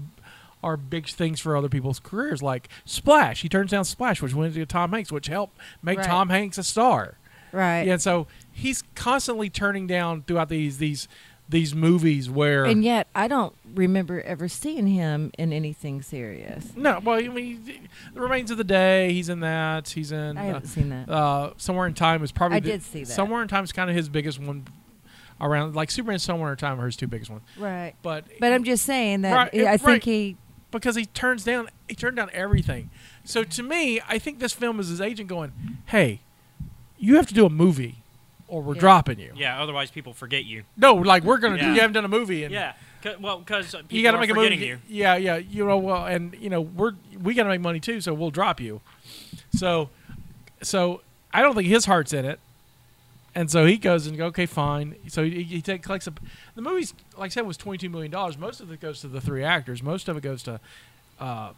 [SPEAKER 2] are big things for other people's careers, like Splash. He turns down Splash, which went to Tom Hanks, which helped make
[SPEAKER 4] Right.
[SPEAKER 2] Tom Hanks a star.
[SPEAKER 4] Right.
[SPEAKER 2] Yeah, and so he's constantly turning down throughout these these these movies where
[SPEAKER 4] And yet, I don't remember ever seeing him in anything serious.
[SPEAKER 2] no, well, I mean, the remains of the day. He's in that. He's in.
[SPEAKER 4] I
[SPEAKER 2] uh,
[SPEAKER 4] haven't seen that.
[SPEAKER 2] uh, Somewhere in Time is probably
[SPEAKER 4] I
[SPEAKER 2] the-
[SPEAKER 4] did see that.
[SPEAKER 2] Somewhere in Time is kind of his biggest one around like Superman Somewhere in Time are his two biggest ones.
[SPEAKER 4] right.
[SPEAKER 2] But
[SPEAKER 4] But I'm just saying that
[SPEAKER 2] Right,
[SPEAKER 4] I think
[SPEAKER 2] right.
[SPEAKER 4] he.
[SPEAKER 2] because he turns down he turned down everything. So to me, I think this film is his agent going, "Hey, you have to do a movie or we're
[SPEAKER 4] Yeah.
[SPEAKER 2] dropping you."
[SPEAKER 5] Yeah, otherwise people forget you.
[SPEAKER 2] No, like we're going to
[SPEAKER 5] Yeah.
[SPEAKER 2] do you haven't done a movie and
[SPEAKER 5] Yeah, 'cause- well, because
[SPEAKER 2] you
[SPEAKER 5] people
[SPEAKER 2] got to
[SPEAKER 5] are
[SPEAKER 2] make a movie.
[SPEAKER 5] forgetting you.
[SPEAKER 2] Yeah, yeah, you know well and you know we're we got to make money too, so we'll drop you. So so I don't think his heart's in it. And so he goes and go, okay, fine. So he, he take, collects up. The movie's, like I said, was twenty two million dollars. Most of it goes to the three actors. Most of it goes to uh,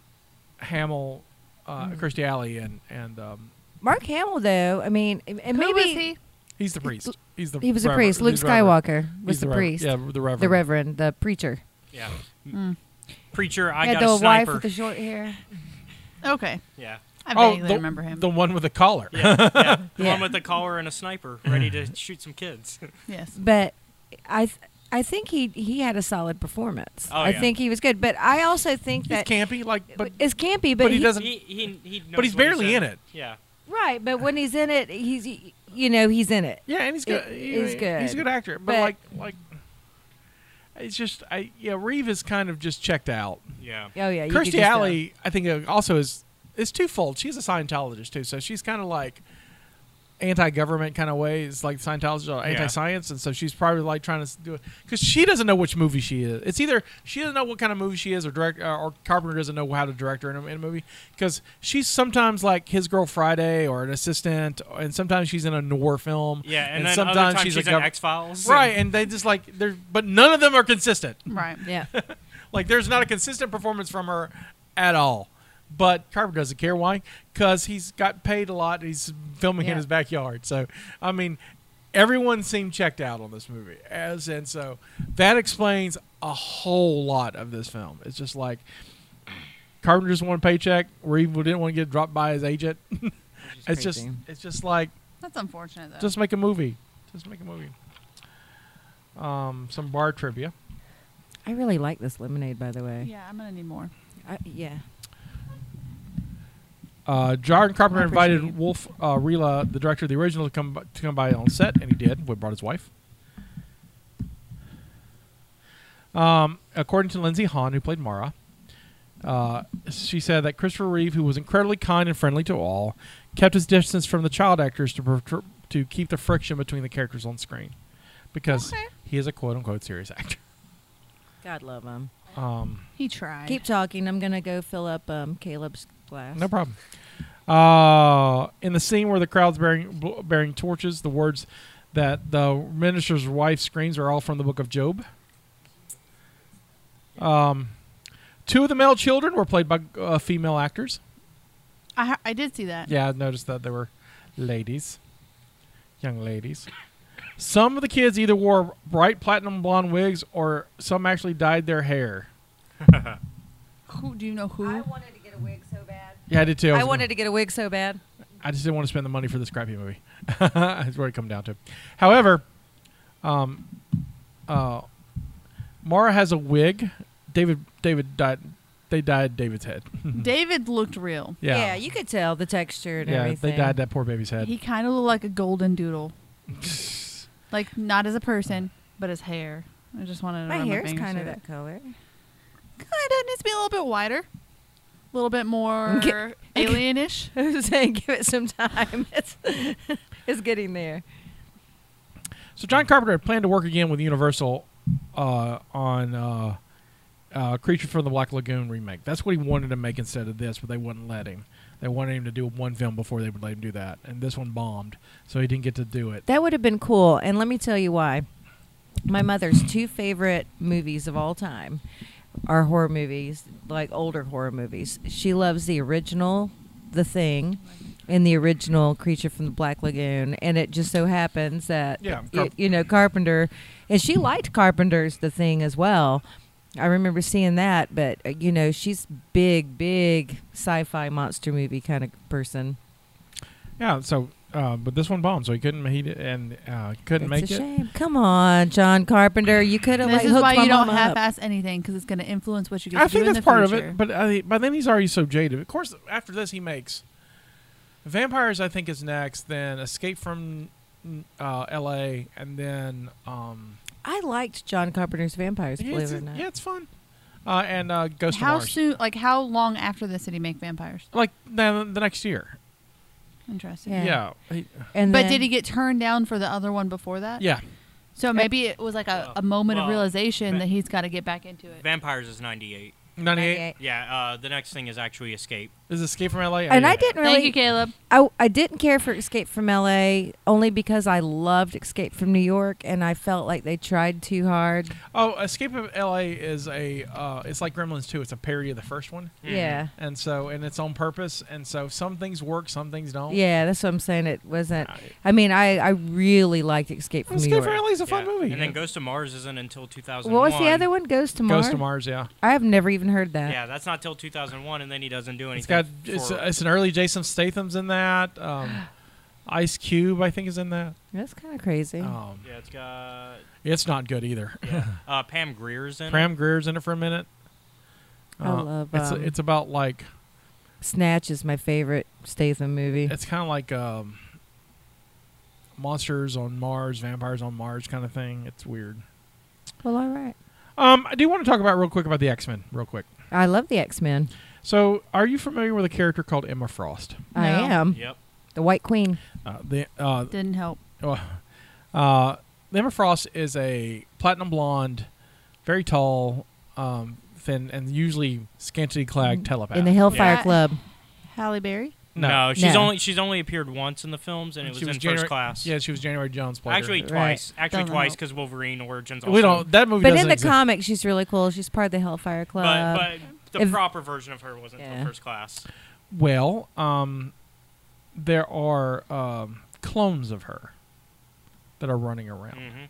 [SPEAKER 2] Hamill, uh,
[SPEAKER 5] Mm-hmm.
[SPEAKER 2] Kirstie Alley, and and um,
[SPEAKER 4] Mark Hamill, though, I mean, and and
[SPEAKER 3] Who
[SPEAKER 4] maybe
[SPEAKER 3] was he?
[SPEAKER 2] he's the priest. He's the
[SPEAKER 4] he was a
[SPEAKER 2] reverend.
[SPEAKER 4] priest. Luke
[SPEAKER 2] He's the reverend.
[SPEAKER 4] Skywalker was
[SPEAKER 2] He's
[SPEAKER 4] the,
[SPEAKER 2] reverend.
[SPEAKER 4] priest,
[SPEAKER 2] Yeah, the reverend.
[SPEAKER 4] the reverend, the preacher.
[SPEAKER 5] Yeah,
[SPEAKER 3] Mm.
[SPEAKER 5] preacher, I
[SPEAKER 4] had
[SPEAKER 5] got
[SPEAKER 4] Hmm. the
[SPEAKER 5] a sniper.
[SPEAKER 4] wife with the short hair.
[SPEAKER 3] Okay,
[SPEAKER 5] yeah,
[SPEAKER 3] I
[SPEAKER 2] Oh,
[SPEAKER 3] vaguely
[SPEAKER 2] the-
[SPEAKER 3] remember him.
[SPEAKER 2] The one with the collar.
[SPEAKER 5] yeah, yeah. the
[SPEAKER 4] Yeah.
[SPEAKER 5] one with the collar and a sniper, ready to shoot some kids.
[SPEAKER 3] yes.
[SPEAKER 4] but I th- I think he he had a solid performance.
[SPEAKER 5] Oh,
[SPEAKER 4] I
[SPEAKER 5] yeah.
[SPEAKER 4] think he was good, but I also think
[SPEAKER 2] He's
[SPEAKER 4] that
[SPEAKER 2] campy, like, but
[SPEAKER 4] it's campy, but,
[SPEAKER 2] but he
[SPEAKER 4] he-
[SPEAKER 2] doesn't.
[SPEAKER 5] he, he, he knows
[SPEAKER 2] But he's
[SPEAKER 5] what he
[SPEAKER 2] barely
[SPEAKER 5] said.
[SPEAKER 2] in it.
[SPEAKER 5] Yeah,
[SPEAKER 4] right. But when he's in it, he's you know he's in it.
[SPEAKER 2] Yeah, and he's good.
[SPEAKER 4] It-
[SPEAKER 2] you know,
[SPEAKER 4] he's good.
[SPEAKER 2] He's a good actor, but,
[SPEAKER 4] But-
[SPEAKER 2] like like it's just I yeah, Reeve is kind of just checked out.
[SPEAKER 5] yeah.
[SPEAKER 4] Oh yeah, you could
[SPEAKER 2] Kirstie
[SPEAKER 4] just, uh,
[SPEAKER 2] Alley, I think uh, also is is twofold. She's a Scientologist too, so she's kind of like anti-government kind of ways, like Scientologists are
[SPEAKER 5] Yeah.
[SPEAKER 2] anti-science, and so she's probably like trying to s- do it because she doesn't know which movie she is. It's either she doesn't know what kind of movie she is, or direct, uh, or, or Carpenter doesn't know how to direct her in a, in a movie because she's sometimes like his girl Friday or an assistant, and sometimes she's in a noir film,
[SPEAKER 5] Yeah, and, then other times she's,
[SPEAKER 2] a
[SPEAKER 5] in
[SPEAKER 2] gov-
[SPEAKER 5] X Files.
[SPEAKER 2] right, and they just like they're but none of them are consistent.
[SPEAKER 3] Right.
[SPEAKER 4] Yeah,
[SPEAKER 2] Like there's not a consistent performance from her at all. But Carpenter doesn't care why, because he's got paid a lot. and He's filming in
[SPEAKER 4] Yeah.
[SPEAKER 2] his backyard, so I mean, everyone seemed checked out on this movie, as and so that explains a whole lot of this film. It's just like Carpenter just wanted a paycheck. Reeve didn't want to get dropped by his agent. it's just,
[SPEAKER 4] crazy.
[SPEAKER 2] it's just like
[SPEAKER 3] That's unfortunate though.
[SPEAKER 2] just make a movie. Just make a movie. Um, some bar trivia.
[SPEAKER 4] I really like this lemonade, by the way.
[SPEAKER 3] yeah, I'm gonna need more.
[SPEAKER 4] I, yeah.
[SPEAKER 2] Uh, John Carpenter
[SPEAKER 4] I appreciate you.
[SPEAKER 2] invited Wolf uh, Rila, the director of the original, to come b- to come by on set, and he did. We brought his wife. Um, according to Lindsay Hahn, who played Mara, uh, she said that Christopher Reeve, who was incredibly kind and friendly to all, kept his distance from the child actors to per- to keep the friction between the characters on screen, because
[SPEAKER 3] Okay.
[SPEAKER 2] he is a quote unquote serious actor.
[SPEAKER 4] God love him.
[SPEAKER 2] Um,
[SPEAKER 3] He tried.
[SPEAKER 4] Keep talking. I'm gonna go fill up um, Caleb's glass.
[SPEAKER 2] No problem. Uh, in the scene where the crowd's bearing bl- bearing torches, the words that the minister's wife screams are all from the book of Job. Um, two of the male children were played by uh, female actors.
[SPEAKER 3] I ha- I did see that.
[SPEAKER 2] Yeah, I noticed that they were ladies, young ladies. Some of the kids either wore bright platinum blonde wigs or some actually dyed their hair.
[SPEAKER 3] Who do you know who?
[SPEAKER 4] wanted to get a wig so bad.
[SPEAKER 2] Yeah, I did too.
[SPEAKER 4] I
[SPEAKER 2] was gonna-
[SPEAKER 4] wanted to get a wig so bad.
[SPEAKER 2] I just didn't want to spend the money for this crappy movie. That's what it come down to. However, um, uh, Mara has a wig. David, David died. They dyed David's head.
[SPEAKER 3] David looked real.
[SPEAKER 2] yeah,
[SPEAKER 4] you could tell the texture and
[SPEAKER 2] Yeah,
[SPEAKER 4] everything.
[SPEAKER 2] they dyed that poor baby's head.
[SPEAKER 3] He kind of looked like a golden doodle. like not as a person, but his hair. I just wanted to
[SPEAKER 4] My
[SPEAKER 3] run
[SPEAKER 4] hair is
[SPEAKER 3] fingers
[SPEAKER 4] kind of
[SPEAKER 3] through
[SPEAKER 4] that color.
[SPEAKER 3] Kind of needs to be a little bit wider, a little bit more
[SPEAKER 4] Okay.
[SPEAKER 3] alienish.
[SPEAKER 4] I was saying, give it some time. It's it's getting there.
[SPEAKER 2] So John Carpenter had planned to work again with Universal uh, on uh, uh, Creature from the Black Lagoon remake. That's what he wanted to make instead of this, but they wouldn't let him. They wanted him to do one film before they would let him do that, and this one bombed, so he didn't get to do it.
[SPEAKER 4] That would have been cool, and let me tell you why. My mother's two favorite movies of all time are horror movies, like older horror movies. She loves the original, The Thing, and the original Creature from the Black Lagoon, and it just so happens that
[SPEAKER 2] Yeah,
[SPEAKER 4] y-
[SPEAKER 2] Carp-
[SPEAKER 4] you know Carpenter, and she liked Carpenter's The Thing as well. I remember seeing that, but uh, you know she's big, big sci-fi monster movie kind of person.
[SPEAKER 2] Yeah, so Uh, but this one bombed, so he couldn't. He did, and uh, couldn't make
[SPEAKER 4] it's a
[SPEAKER 2] it.
[SPEAKER 4] shame. Come on, John Carpenter. You could have
[SPEAKER 3] This
[SPEAKER 4] like
[SPEAKER 3] is
[SPEAKER 4] hooked
[SPEAKER 3] why
[SPEAKER 4] my
[SPEAKER 3] you don't
[SPEAKER 4] mama up.
[SPEAKER 3] half-ass anything because it's going to influence what you get
[SPEAKER 2] I
[SPEAKER 3] to do
[SPEAKER 2] think
[SPEAKER 3] in
[SPEAKER 2] that's
[SPEAKER 3] the
[SPEAKER 2] part of
[SPEAKER 3] future.
[SPEAKER 2] it. But I, by then he's already so jaded. Of course, after this he makes vampires. I think is next. Then Escape from uh, L.A. and then um,
[SPEAKER 4] I liked John Carpenter's vampires.
[SPEAKER 2] yeah,
[SPEAKER 4] Believe
[SPEAKER 2] it's,
[SPEAKER 4] it or not.
[SPEAKER 2] yeah, it's fun. Uh, and uh, Ghost
[SPEAKER 3] how
[SPEAKER 2] of Mars.
[SPEAKER 3] soon? Like how long after this did he make vampires?
[SPEAKER 2] Like the, the next year.
[SPEAKER 3] Interesting.
[SPEAKER 4] Yeah.
[SPEAKER 2] Yeah. He-
[SPEAKER 4] And
[SPEAKER 3] But
[SPEAKER 4] then-
[SPEAKER 3] did he get turned down for the other one before
[SPEAKER 4] Uh,
[SPEAKER 3] that?
[SPEAKER 2] yeah.
[SPEAKER 3] So maybe it was like a, a moment of
[SPEAKER 5] Well,
[SPEAKER 3] realization
[SPEAKER 5] va-
[SPEAKER 3] that he's got to get back into it.
[SPEAKER 5] Vampires is 98.
[SPEAKER 2] 98
[SPEAKER 5] Yeah, uh, the next thing is actually Escape.
[SPEAKER 2] is Escape from L.A.
[SPEAKER 4] And
[SPEAKER 2] yeah.
[SPEAKER 4] I didn't really.
[SPEAKER 3] Thank you, Caleb.
[SPEAKER 4] I, I didn't care for Escape from LA only because I loved Escape from New York and I felt like they tried too hard.
[SPEAKER 2] Oh, Escape of L.A. is a. Uh, it's like Gremlins 2. It's a parody of the first one,
[SPEAKER 4] Yeah.
[SPEAKER 2] and so and it's on purpose. And so some things work, some things don't.
[SPEAKER 4] Yeah, that's what I'm saying. It wasn't. I mean, I, I really liked Escape from New
[SPEAKER 2] Escape from
[SPEAKER 4] York.
[SPEAKER 2] L.A. is a fun
[SPEAKER 5] Yeah.
[SPEAKER 2] movie.
[SPEAKER 5] And then Ghost of Mars isn't until 2001.
[SPEAKER 4] What was the other one? Ghost to Mars.
[SPEAKER 2] Ghost of Mars. Yeah.
[SPEAKER 4] I have never even heard that.
[SPEAKER 5] Yeah, that's not till 2001, and then he doesn't do anything.
[SPEAKER 2] It's got
[SPEAKER 5] for-
[SPEAKER 2] it's, it's an early Jason Statham's in that. Um, Ice Cube, I think, is in that.
[SPEAKER 4] That's kind of crazy.
[SPEAKER 2] Um,
[SPEAKER 5] yeah, it's got
[SPEAKER 2] It's not good either.
[SPEAKER 5] uh, Pam Greer's in it.
[SPEAKER 2] Pram Greer's in it for a minute. Uh,
[SPEAKER 4] I love,
[SPEAKER 2] It's
[SPEAKER 4] um,
[SPEAKER 2] it's about like
[SPEAKER 4] Snatch is my favorite Statham movie.
[SPEAKER 2] it's kind of like um, monsters on Mars, vampires on Mars, kind of thing. It's weird.
[SPEAKER 4] Well, all right.
[SPEAKER 2] Um, I do want to talk about real quick about the X Men, real quick.
[SPEAKER 4] I love the X Men.
[SPEAKER 2] So, are you familiar with a character called Emma Frost?
[SPEAKER 4] I
[SPEAKER 3] No.
[SPEAKER 4] am
[SPEAKER 5] Yep.
[SPEAKER 4] the White Queen.
[SPEAKER 2] Uh, the uh,
[SPEAKER 3] Didn't help.
[SPEAKER 2] Well, uh, Emma Frost is a platinum blonde, very tall, um, thin, and usually scantily clad telepath.
[SPEAKER 4] in the Hellfire
[SPEAKER 3] Yeah.
[SPEAKER 4] Club.
[SPEAKER 3] Halle Berry.
[SPEAKER 2] No.
[SPEAKER 5] No, she's
[SPEAKER 4] No.
[SPEAKER 5] only she's only appeared once in the films, and it was, in
[SPEAKER 2] January-
[SPEAKER 5] first class.
[SPEAKER 2] Yeah, she was January Jones. Played her.
[SPEAKER 5] actually
[SPEAKER 4] Right.
[SPEAKER 5] twice. Actually
[SPEAKER 3] Doesn't
[SPEAKER 5] twice
[SPEAKER 3] help.
[SPEAKER 5] because Wolverine Origins. Also.
[SPEAKER 2] we don't. That movie
[SPEAKER 4] But
[SPEAKER 2] doesn't
[SPEAKER 4] in the
[SPEAKER 2] exist.
[SPEAKER 4] comic, she's really cool. She's part of the Hellfire Club.
[SPEAKER 5] But, but the
[SPEAKER 4] If-
[SPEAKER 5] proper version of her wasn't
[SPEAKER 4] Yeah.
[SPEAKER 5] until first class.
[SPEAKER 2] well, um, there are um, clones of her that are running around,
[SPEAKER 5] hmm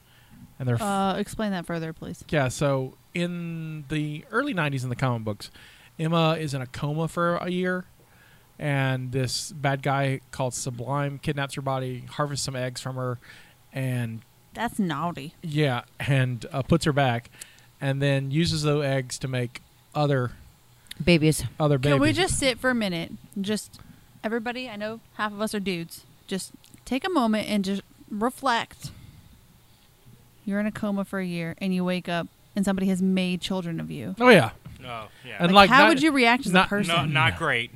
[SPEAKER 2] and they're
[SPEAKER 4] Oh,
[SPEAKER 3] Uh, explain that further, please.
[SPEAKER 2] Yeah, so in the early 90s in the comic books, Emma is in a coma for a year, and this bad guy called Sublime kidnaps her body, harvests some eggs from her, and
[SPEAKER 3] That's naughty.
[SPEAKER 2] yeah, and uh, puts her back, and then uses those eggs to make other
[SPEAKER 4] Babies.
[SPEAKER 2] other babies.
[SPEAKER 3] Can we just sit for a minute? Just everybody, I know half of us are dudes. Just take a moment and just reflect. You're in a coma for a year and you wake up and somebody has made children of you.
[SPEAKER 2] oh yeah,
[SPEAKER 5] No, yeah,
[SPEAKER 2] And
[SPEAKER 3] Like,
[SPEAKER 2] like
[SPEAKER 3] how
[SPEAKER 2] not-
[SPEAKER 3] would you react as
[SPEAKER 2] not-
[SPEAKER 3] a person?
[SPEAKER 5] no, not great.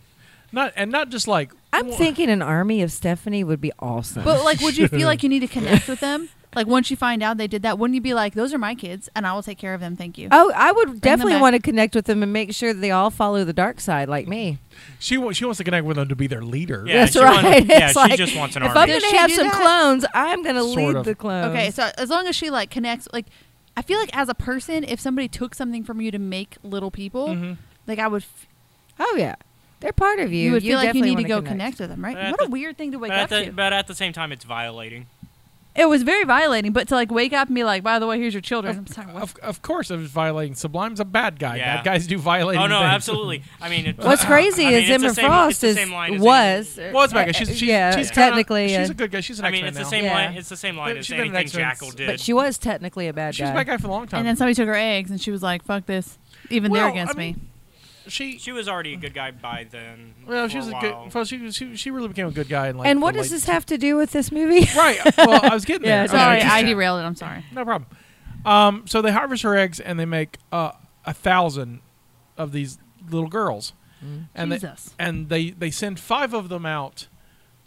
[SPEAKER 2] not and not just like
[SPEAKER 4] I'm
[SPEAKER 2] wha-
[SPEAKER 4] thinking an army of Stephanie would be awesome.
[SPEAKER 3] But like, would you feel like you need to connect with them? Like once you find out they did that, wouldn't you be like, "Those are my kids, and I will take care of them. Thank you."
[SPEAKER 4] oh, I would definitely
[SPEAKER 3] back.
[SPEAKER 4] want to connect with them and make sure that they all follow the dark side like me.
[SPEAKER 2] She wa- she wants to connect with them to be their leader.
[SPEAKER 5] Yeah,
[SPEAKER 4] That's
[SPEAKER 5] she
[SPEAKER 4] right.
[SPEAKER 5] wants- yeah,
[SPEAKER 4] It's
[SPEAKER 5] she
[SPEAKER 4] like,
[SPEAKER 5] just wants an
[SPEAKER 4] if
[SPEAKER 5] army.
[SPEAKER 4] I'm
[SPEAKER 3] Does
[SPEAKER 4] gonna
[SPEAKER 3] she
[SPEAKER 4] have
[SPEAKER 3] do
[SPEAKER 4] some
[SPEAKER 3] that?
[SPEAKER 4] clones, I'm gonna
[SPEAKER 2] Sort
[SPEAKER 4] lead
[SPEAKER 2] of.
[SPEAKER 4] the clones.
[SPEAKER 3] Okay, so as long as she like connects, like I feel like as a person, if somebody took something from you to make little people,
[SPEAKER 2] Mhm.
[SPEAKER 3] like I would, f-
[SPEAKER 4] oh yeah, they're part of you.
[SPEAKER 3] you would feel like you
[SPEAKER 4] definitely
[SPEAKER 3] need to
[SPEAKER 4] wanna
[SPEAKER 3] go connect. with them, right?
[SPEAKER 5] But at
[SPEAKER 3] what a
[SPEAKER 5] the-
[SPEAKER 3] weird thing to wake
[SPEAKER 5] But at,
[SPEAKER 3] up
[SPEAKER 5] the,
[SPEAKER 3] to.
[SPEAKER 5] but at the same time, it's violating.
[SPEAKER 3] it was very violating, but to like wake up and be like, "By the way, here's your children." I'm sorry, what?
[SPEAKER 2] Of, of course, it was violating. Sublime's a bad guy.
[SPEAKER 5] Yeah.
[SPEAKER 2] Bad guys do violate.
[SPEAKER 5] Oh no,
[SPEAKER 2] things.
[SPEAKER 5] absolutely. I mean, it,
[SPEAKER 4] What's crazy
[SPEAKER 5] I mean,
[SPEAKER 4] is
[SPEAKER 5] it's the
[SPEAKER 4] Emma
[SPEAKER 5] same- it's
[SPEAKER 4] Frost
[SPEAKER 5] the
[SPEAKER 4] is
[SPEAKER 5] same line as
[SPEAKER 4] was
[SPEAKER 5] any-
[SPEAKER 2] Well, it's Becca.
[SPEAKER 4] uh,
[SPEAKER 2] She's, she's
[SPEAKER 4] yeah,
[SPEAKER 2] she's kinda-
[SPEAKER 4] technically.
[SPEAKER 2] she's
[SPEAKER 4] uh,
[SPEAKER 2] a good guy. She's an
[SPEAKER 5] I mean, it's
[SPEAKER 2] X-Men
[SPEAKER 5] the
[SPEAKER 2] now.
[SPEAKER 5] same
[SPEAKER 4] Yeah.
[SPEAKER 5] line. It's the same line
[SPEAKER 2] But
[SPEAKER 5] as
[SPEAKER 2] she's been an
[SPEAKER 5] anything
[SPEAKER 2] X-Men
[SPEAKER 5] Jackal
[SPEAKER 2] s-
[SPEAKER 5] did.
[SPEAKER 4] but she was technically a bad
[SPEAKER 2] She was
[SPEAKER 4] guy.
[SPEAKER 2] that guy for a long time.
[SPEAKER 3] and then somebody took her eggs, and she was like, "Fuck this." Even
[SPEAKER 2] Well,
[SPEAKER 3] they're against
[SPEAKER 2] I mean,
[SPEAKER 3] me.
[SPEAKER 2] she,
[SPEAKER 5] she was already a good guy by then.
[SPEAKER 2] well,
[SPEAKER 5] for
[SPEAKER 2] she was a
[SPEAKER 5] a while.
[SPEAKER 2] good. Well, she, was- she she really became a good guy. In like
[SPEAKER 4] and
[SPEAKER 2] the
[SPEAKER 4] what does
[SPEAKER 2] late-
[SPEAKER 4] this have to do with this movie?
[SPEAKER 2] Right. Well, I was getting
[SPEAKER 4] Yeah,
[SPEAKER 2] there.
[SPEAKER 4] it's
[SPEAKER 3] Sorry,
[SPEAKER 2] Okay.
[SPEAKER 3] I derailed it. I'm sorry.
[SPEAKER 2] No problem. Um, so they harvest her eggs and they make uh, a thousand of these little girls,
[SPEAKER 4] Mm.
[SPEAKER 2] and
[SPEAKER 3] Jesus.
[SPEAKER 2] they and they they send five of them out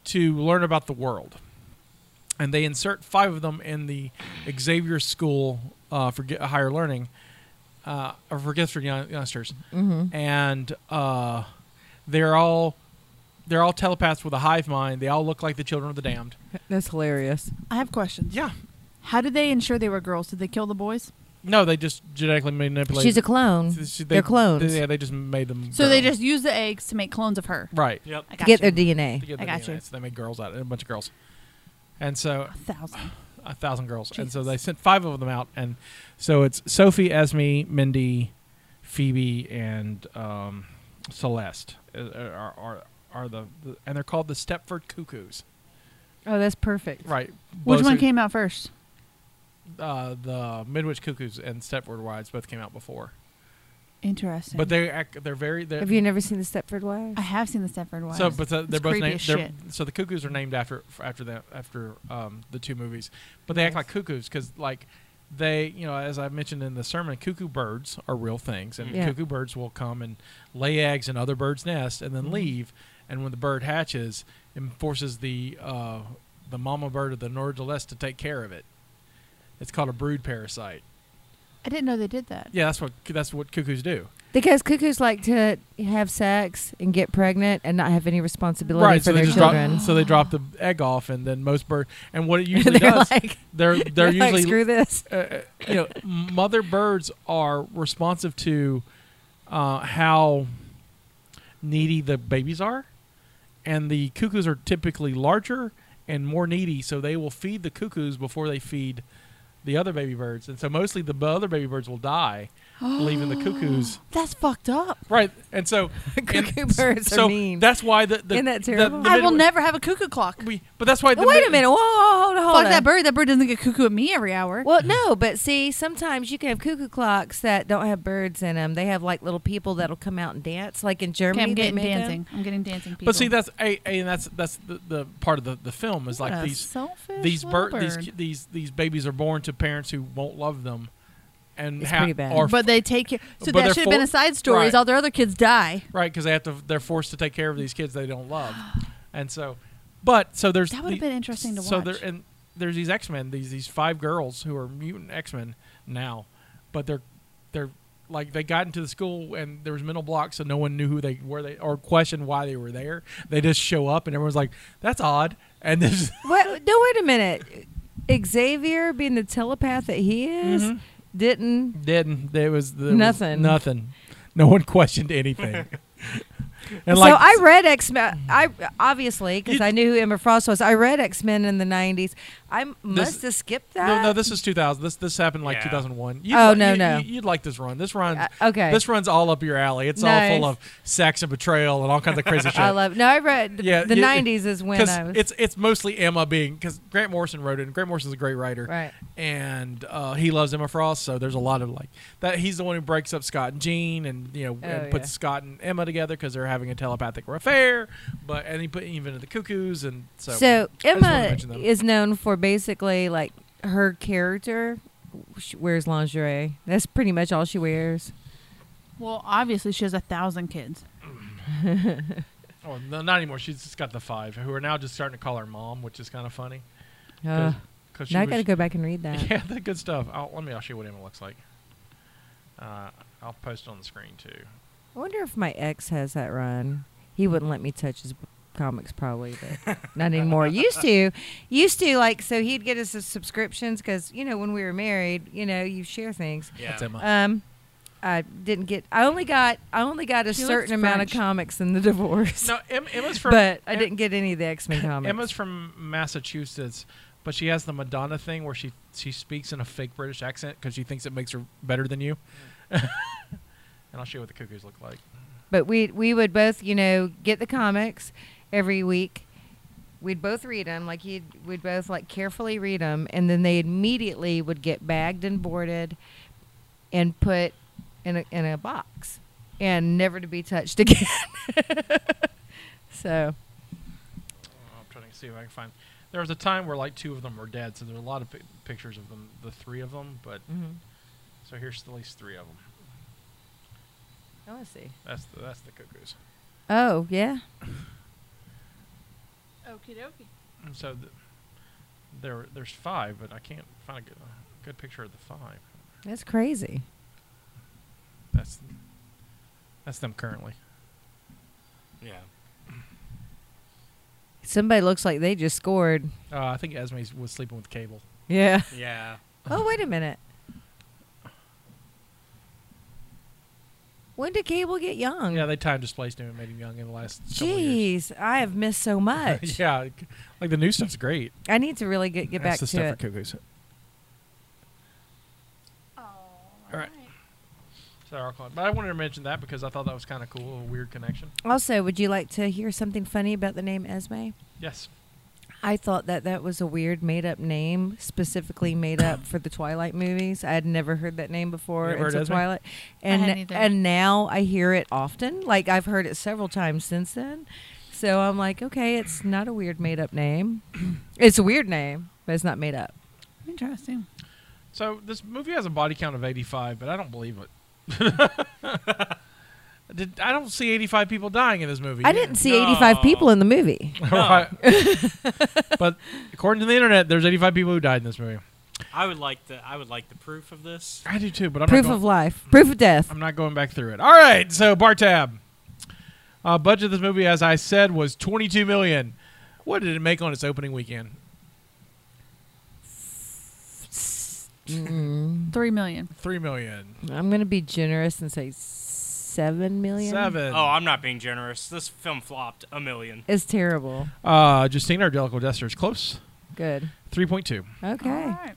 [SPEAKER 2] to learn about the world, and they insert five of them in the Xavier School uh, for ge- higher learning, uh, or for gifts for young, youngsters,
[SPEAKER 4] Mm-hmm.
[SPEAKER 2] and uh, they're all they're all telepaths with a hive mind. They all look like the children of the damned.
[SPEAKER 4] That's hilarious.
[SPEAKER 3] I have questions.
[SPEAKER 2] Yeah.
[SPEAKER 3] How did they ensure they were girls? Did they kill the boys?
[SPEAKER 2] No, they just genetically manipulated.
[SPEAKER 4] She's a clone.
[SPEAKER 2] Th- she-
[SPEAKER 4] They're clones.
[SPEAKER 2] yeah, they just made them.
[SPEAKER 3] Mm-hmm. So they
[SPEAKER 2] girls.
[SPEAKER 3] just used the eggs to make clones of her.
[SPEAKER 2] right.
[SPEAKER 5] Yep.
[SPEAKER 3] I
[SPEAKER 4] to
[SPEAKER 3] got
[SPEAKER 4] get
[SPEAKER 3] you.
[SPEAKER 4] their DNA.
[SPEAKER 2] To get
[SPEAKER 3] I
[SPEAKER 2] the
[SPEAKER 3] got
[SPEAKER 2] DNA.
[SPEAKER 3] you.
[SPEAKER 2] So they made girls out, a bunch of girls, and so
[SPEAKER 3] a thousand.
[SPEAKER 2] a thousand girls, and so
[SPEAKER 3] Jesus.
[SPEAKER 2] they sent five of them out, and so it's Sophie, Esme, Mindy, Phoebe, and um, Celeste uh, are, are are the, the and they're called the Stepford Cuckoos.
[SPEAKER 3] Oh, that's perfect.
[SPEAKER 2] Right.
[SPEAKER 3] Which
[SPEAKER 2] Both
[SPEAKER 3] one
[SPEAKER 2] are-
[SPEAKER 3] came out first?
[SPEAKER 2] Uh, the Midwich Cuckoos and Stepford Wives both came out before,
[SPEAKER 3] Interesting.
[SPEAKER 2] but they act- they're very they're,
[SPEAKER 4] Have you never seen the Stepford Wives?
[SPEAKER 3] I have seen the Stepford Wives.
[SPEAKER 2] so but the, they're
[SPEAKER 3] It's
[SPEAKER 2] both
[SPEAKER 3] creepy
[SPEAKER 2] named
[SPEAKER 3] as
[SPEAKER 2] they're,
[SPEAKER 3] shit.
[SPEAKER 2] so the Cuckoos are named after f- after the after um, the two movies, but they act like cuckoos because like they you know as I mentioned in the sermon, cuckoo birds are real things and
[SPEAKER 4] Mm. Yeah.
[SPEAKER 2] cuckoo birds will come and lay eggs in other birds' nests and then leave, and when the bird hatches, it forces the uh, the mama bird of the nordalest to take care of it. It's called a brood parasite.
[SPEAKER 3] I didn't know they did that.
[SPEAKER 2] Yeah, that's what that's what cuckoos do.
[SPEAKER 4] Because cuckoos like to have sex and get pregnant and not have any responsibility for
[SPEAKER 2] so
[SPEAKER 4] their
[SPEAKER 2] they just
[SPEAKER 4] children.
[SPEAKER 2] Drop, so they drop the egg off, and then most birds. And what it usually
[SPEAKER 4] they're
[SPEAKER 2] does,
[SPEAKER 4] like,
[SPEAKER 2] they're they're
[SPEAKER 4] like,
[SPEAKER 2] usually
[SPEAKER 4] screw this.
[SPEAKER 2] uh, you know mother birds are responsive to uh, how needy the babies are, and the cuckoos are typically larger and more needy, so they will feed the cuckoos before they feed the other baby birds, and so mostly the b- other baby birds will die, leaving the cuckoos
[SPEAKER 3] That's fucked up.
[SPEAKER 2] right. And so
[SPEAKER 4] Cuckoo
[SPEAKER 2] and s-
[SPEAKER 4] birds are
[SPEAKER 2] so
[SPEAKER 4] mean.
[SPEAKER 2] That's why the, the
[SPEAKER 4] Isn't that
[SPEAKER 2] the-
[SPEAKER 4] terrible?
[SPEAKER 2] the
[SPEAKER 3] I will
[SPEAKER 2] Midwest-
[SPEAKER 3] never have a cuckoo clock.
[SPEAKER 2] we, but that's why. The
[SPEAKER 4] Wait
[SPEAKER 2] mid-
[SPEAKER 4] a minute. Whoa, whoa, hold on. Hold
[SPEAKER 3] Fuck
[SPEAKER 4] on.
[SPEAKER 3] that bird. That bird doesn't get cuckoo at me every hour.
[SPEAKER 4] Well, no, but see, sometimes you can have cuckoo clocks that don't have birds in them. They have like little people that'll come out and dance, like in Germany.
[SPEAKER 3] Okay, I'm
[SPEAKER 4] they
[SPEAKER 3] getting
[SPEAKER 4] made them.
[SPEAKER 3] dancing. I'm getting dancing. People.
[SPEAKER 2] But see, that's a, a and that's that's the, the part of the, the film is like these these bir- these ki- these these babies are born to parents who won't love them, and
[SPEAKER 4] It's
[SPEAKER 2] ha-
[SPEAKER 4] pretty bad.
[SPEAKER 2] Or
[SPEAKER 3] but they take care.
[SPEAKER 2] but
[SPEAKER 3] So that
[SPEAKER 2] they're
[SPEAKER 3] should have been
[SPEAKER 2] for-
[SPEAKER 3] a side story. Is
[SPEAKER 2] right.
[SPEAKER 3] all their other kids die.
[SPEAKER 2] right because they have to they're forced to take care of these kids they don't love, and so, but so there's
[SPEAKER 3] That would've
[SPEAKER 2] the-
[SPEAKER 3] been interesting to
[SPEAKER 2] so
[SPEAKER 3] watch.
[SPEAKER 2] there and there's these X Men these these five girls who are mutant X Men now, but they're they're like they got into the school and there was mental blocks so no one knew who they were they or questioned why they were there they just show up and everyone's like that's odd and there's
[SPEAKER 4] What? No, wait a minute. Xavier, being the telepath that he is,
[SPEAKER 2] Mhm.
[SPEAKER 4] didn't.
[SPEAKER 2] Didn't there was there was
[SPEAKER 4] Nothing.
[SPEAKER 2] nothing. No one questioned anything. and
[SPEAKER 4] so I read X Men. I obviously because
[SPEAKER 2] You-
[SPEAKER 4] I knew who Emma Frost was. I read X Men in the '90s. I must have skipped that.
[SPEAKER 2] no, no, this is 2000. This this happened like
[SPEAKER 5] Yeah.
[SPEAKER 2] 2001.
[SPEAKER 4] Oh,
[SPEAKER 2] li-
[SPEAKER 4] no,
[SPEAKER 2] you,
[SPEAKER 4] no.
[SPEAKER 2] You, would like this run. This run.
[SPEAKER 4] Uh, okay.
[SPEAKER 2] This runs all up your alley. It's all full
[SPEAKER 4] Nice.
[SPEAKER 2] of sex and betrayal and all kinds of crazy shit.
[SPEAKER 4] I love. No, I read.
[SPEAKER 2] Yeah,
[SPEAKER 4] the
[SPEAKER 2] you-
[SPEAKER 4] '90s is when
[SPEAKER 2] 'Cause
[SPEAKER 4] I was.
[SPEAKER 2] it's it's mostly Emma being because Grant Morrison wrote it. and Grant Morrison's a great writer,
[SPEAKER 4] Right.
[SPEAKER 2] And uh, he loves Emma Frost, so there's a lot of like that. He's the one who breaks up Scott and Jean, and you know,
[SPEAKER 4] Oh,
[SPEAKER 2] and puts
[SPEAKER 4] yeah.
[SPEAKER 2] Scott and Emma together because they're having a telepathic affair. But and he put even the cuckoos, and so, I
[SPEAKER 4] So,
[SPEAKER 2] just wanted to
[SPEAKER 4] Emma
[SPEAKER 2] mention them.
[SPEAKER 4] is known for basically like her character she wears lingerie. That's pretty much all she wears.
[SPEAKER 3] Well, obviously she has a thousand kids.
[SPEAKER 2] oh, no, not anymore. She's just got the five who are now just starting to call her mom, which is kind of funny.
[SPEAKER 4] Uh,
[SPEAKER 2] 'cause she
[SPEAKER 4] now I
[SPEAKER 2] was-
[SPEAKER 4] got to go back and read that.
[SPEAKER 2] Yeah, the good stuff. I'll, let me. I'll show you what Emma looks like. Uh, I'll post it on the screen too.
[SPEAKER 4] I wonder if my ex has that run. He wouldn't let me touch his comics probably, but not anymore. Used to, used to like so he'd get us his subscriptions because you know when we were married, you know you share things.
[SPEAKER 5] Yeah.
[SPEAKER 2] That's Emma.
[SPEAKER 4] Um, I didn't get. I only got. I only got a
[SPEAKER 3] She looks
[SPEAKER 4] certain amount of
[SPEAKER 3] French.
[SPEAKER 4] comics in the divorce.
[SPEAKER 2] no, Em- Emma's from.
[SPEAKER 4] but I
[SPEAKER 2] Em-
[SPEAKER 4] didn't get any of the X Men comics.
[SPEAKER 2] Emma's from Massachusetts, but she has the Madonna thing where she she speaks in a fake British accent because she thinks it makes her better than you. and I'll show you what the cuckoos look like.
[SPEAKER 4] But we we would both, you know, get the comics every week. We'd both read them, like you would both like carefully read them, and then they immediately would get bagged and boarded, and put in a in a box, and never to be touched again. so
[SPEAKER 2] Oh, I'm trying to see if I can find. There was a time where like two of them were dead, so there are a lot of pi- pictures of them, the three of them. But
[SPEAKER 4] Mm. Mm-hmm.
[SPEAKER 2] so here's at least three of them.
[SPEAKER 4] oh, I see.
[SPEAKER 2] That's the, that's the cuckoos.
[SPEAKER 4] Oh yeah,
[SPEAKER 3] Okie dokie.
[SPEAKER 2] And so th- there there's five, but I can't find a good, a good picture of the five.
[SPEAKER 4] that's crazy.
[SPEAKER 2] That's that's them currently.
[SPEAKER 5] Yeah.
[SPEAKER 4] Somebody looks like they just scored.
[SPEAKER 2] Uh, I think Esme was sleeping with Cable.
[SPEAKER 4] Yeah.
[SPEAKER 5] Yeah.
[SPEAKER 4] Oh wait a minute. When did Cable get young?
[SPEAKER 2] Yeah, they time displaced him and made him young in the last. couple of years.
[SPEAKER 4] Jeez, I have missed so much.
[SPEAKER 2] yeah, like the new stuff's great.
[SPEAKER 4] I need to really get, get
[SPEAKER 2] That's
[SPEAKER 4] back
[SPEAKER 2] the
[SPEAKER 4] to
[SPEAKER 2] stuff
[SPEAKER 4] it.
[SPEAKER 2] for cuckoos. All right. So I'll call it- But I wanted to mention that because I thought that was kind of cool, a weird connection.
[SPEAKER 4] Also, would you like to hear something funny about the name Esme?
[SPEAKER 2] Yes.
[SPEAKER 4] I thought that that was a weird made up name, specifically made up for the Twilight movies. I had never heard that name before
[SPEAKER 2] You ever heard of
[SPEAKER 4] until
[SPEAKER 2] Esme?
[SPEAKER 4] Twilight, and
[SPEAKER 3] hadn't either.
[SPEAKER 4] and now I hear it often. Like I've heard it several times since then. So I'm like, okay, it's not a weird made up name. it's a weird name, but it's not made up.
[SPEAKER 3] Interesting.
[SPEAKER 2] So this movie has a body count of 85, but I don't believe it. Did, I don't see 85 people dying in this movie.
[SPEAKER 4] I didn't see
[SPEAKER 5] No.
[SPEAKER 4] 85 people in the movie.
[SPEAKER 2] Right. but according to the internet, there's 85 people who died in this movie.
[SPEAKER 5] I would like the I would like the proof of this.
[SPEAKER 2] I do too, but I'm
[SPEAKER 4] proof
[SPEAKER 2] not going,
[SPEAKER 4] of life, proof of death.
[SPEAKER 2] I'm not going back through it. All right, so bar tab. Uh, budget of this movie, as I said, was 22 million. What did it make on its opening weekend?
[SPEAKER 4] Mm.
[SPEAKER 3] Three million.
[SPEAKER 2] Three million.
[SPEAKER 4] I'm gonna be generous and say seven million.
[SPEAKER 2] Seven.
[SPEAKER 5] Oh, I'm not being generous. This film flopped a million.
[SPEAKER 4] is terrible.
[SPEAKER 2] Uh, Justina, our Jellicle Jester is close.
[SPEAKER 4] Good.
[SPEAKER 2] 3.2.
[SPEAKER 4] Okay.
[SPEAKER 3] All right.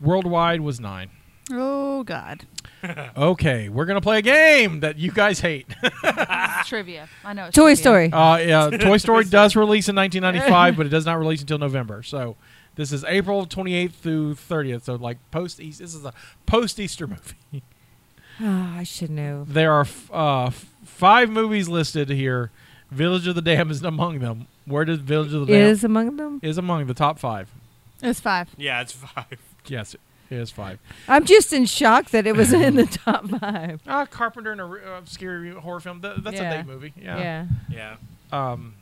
[SPEAKER 2] Worldwide was 9.
[SPEAKER 3] Oh God.
[SPEAKER 2] Okay, we're going to play a game that you guys hate.
[SPEAKER 3] It's trivia. I know. It's
[SPEAKER 4] Toy
[SPEAKER 3] trivia.
[SPEAKER 4] Story.
[SPEAKER 2] Uh, yeah, Toy Story does release in 1995, but it does not release until November. So this is April 28th through 30th. So like post East, this is a post Easter movie.
[SPEAKER 4] Ah, I should know.
[SPEAKER 2] There are f- uh, f- five movies listed here. Village of the Dam is among them. Where does Village of the Dam
[SPEAKER 4] Is among them.
[SPEAKER 2] is among the top five?
[SPEAKER 3] It's five.
[SPEAKER 5] Yeah, it's five.
[SPEAKER 2] Yes, it is five.
[SPEAKER 4] I'm just in shock that it was in the top five.
[SPEAKER 2] Uh, Carpenter and a r- uh, scary horror film. Th- that's
[SPEAKER 4] Yeah.
[SPEAKER 2] a date movie.
[SPEAKER 4] Yeah.
[SPEAKER 2] Yeah.
[SPEAKER 5] Yeah.
[SPEAKER 2] Um,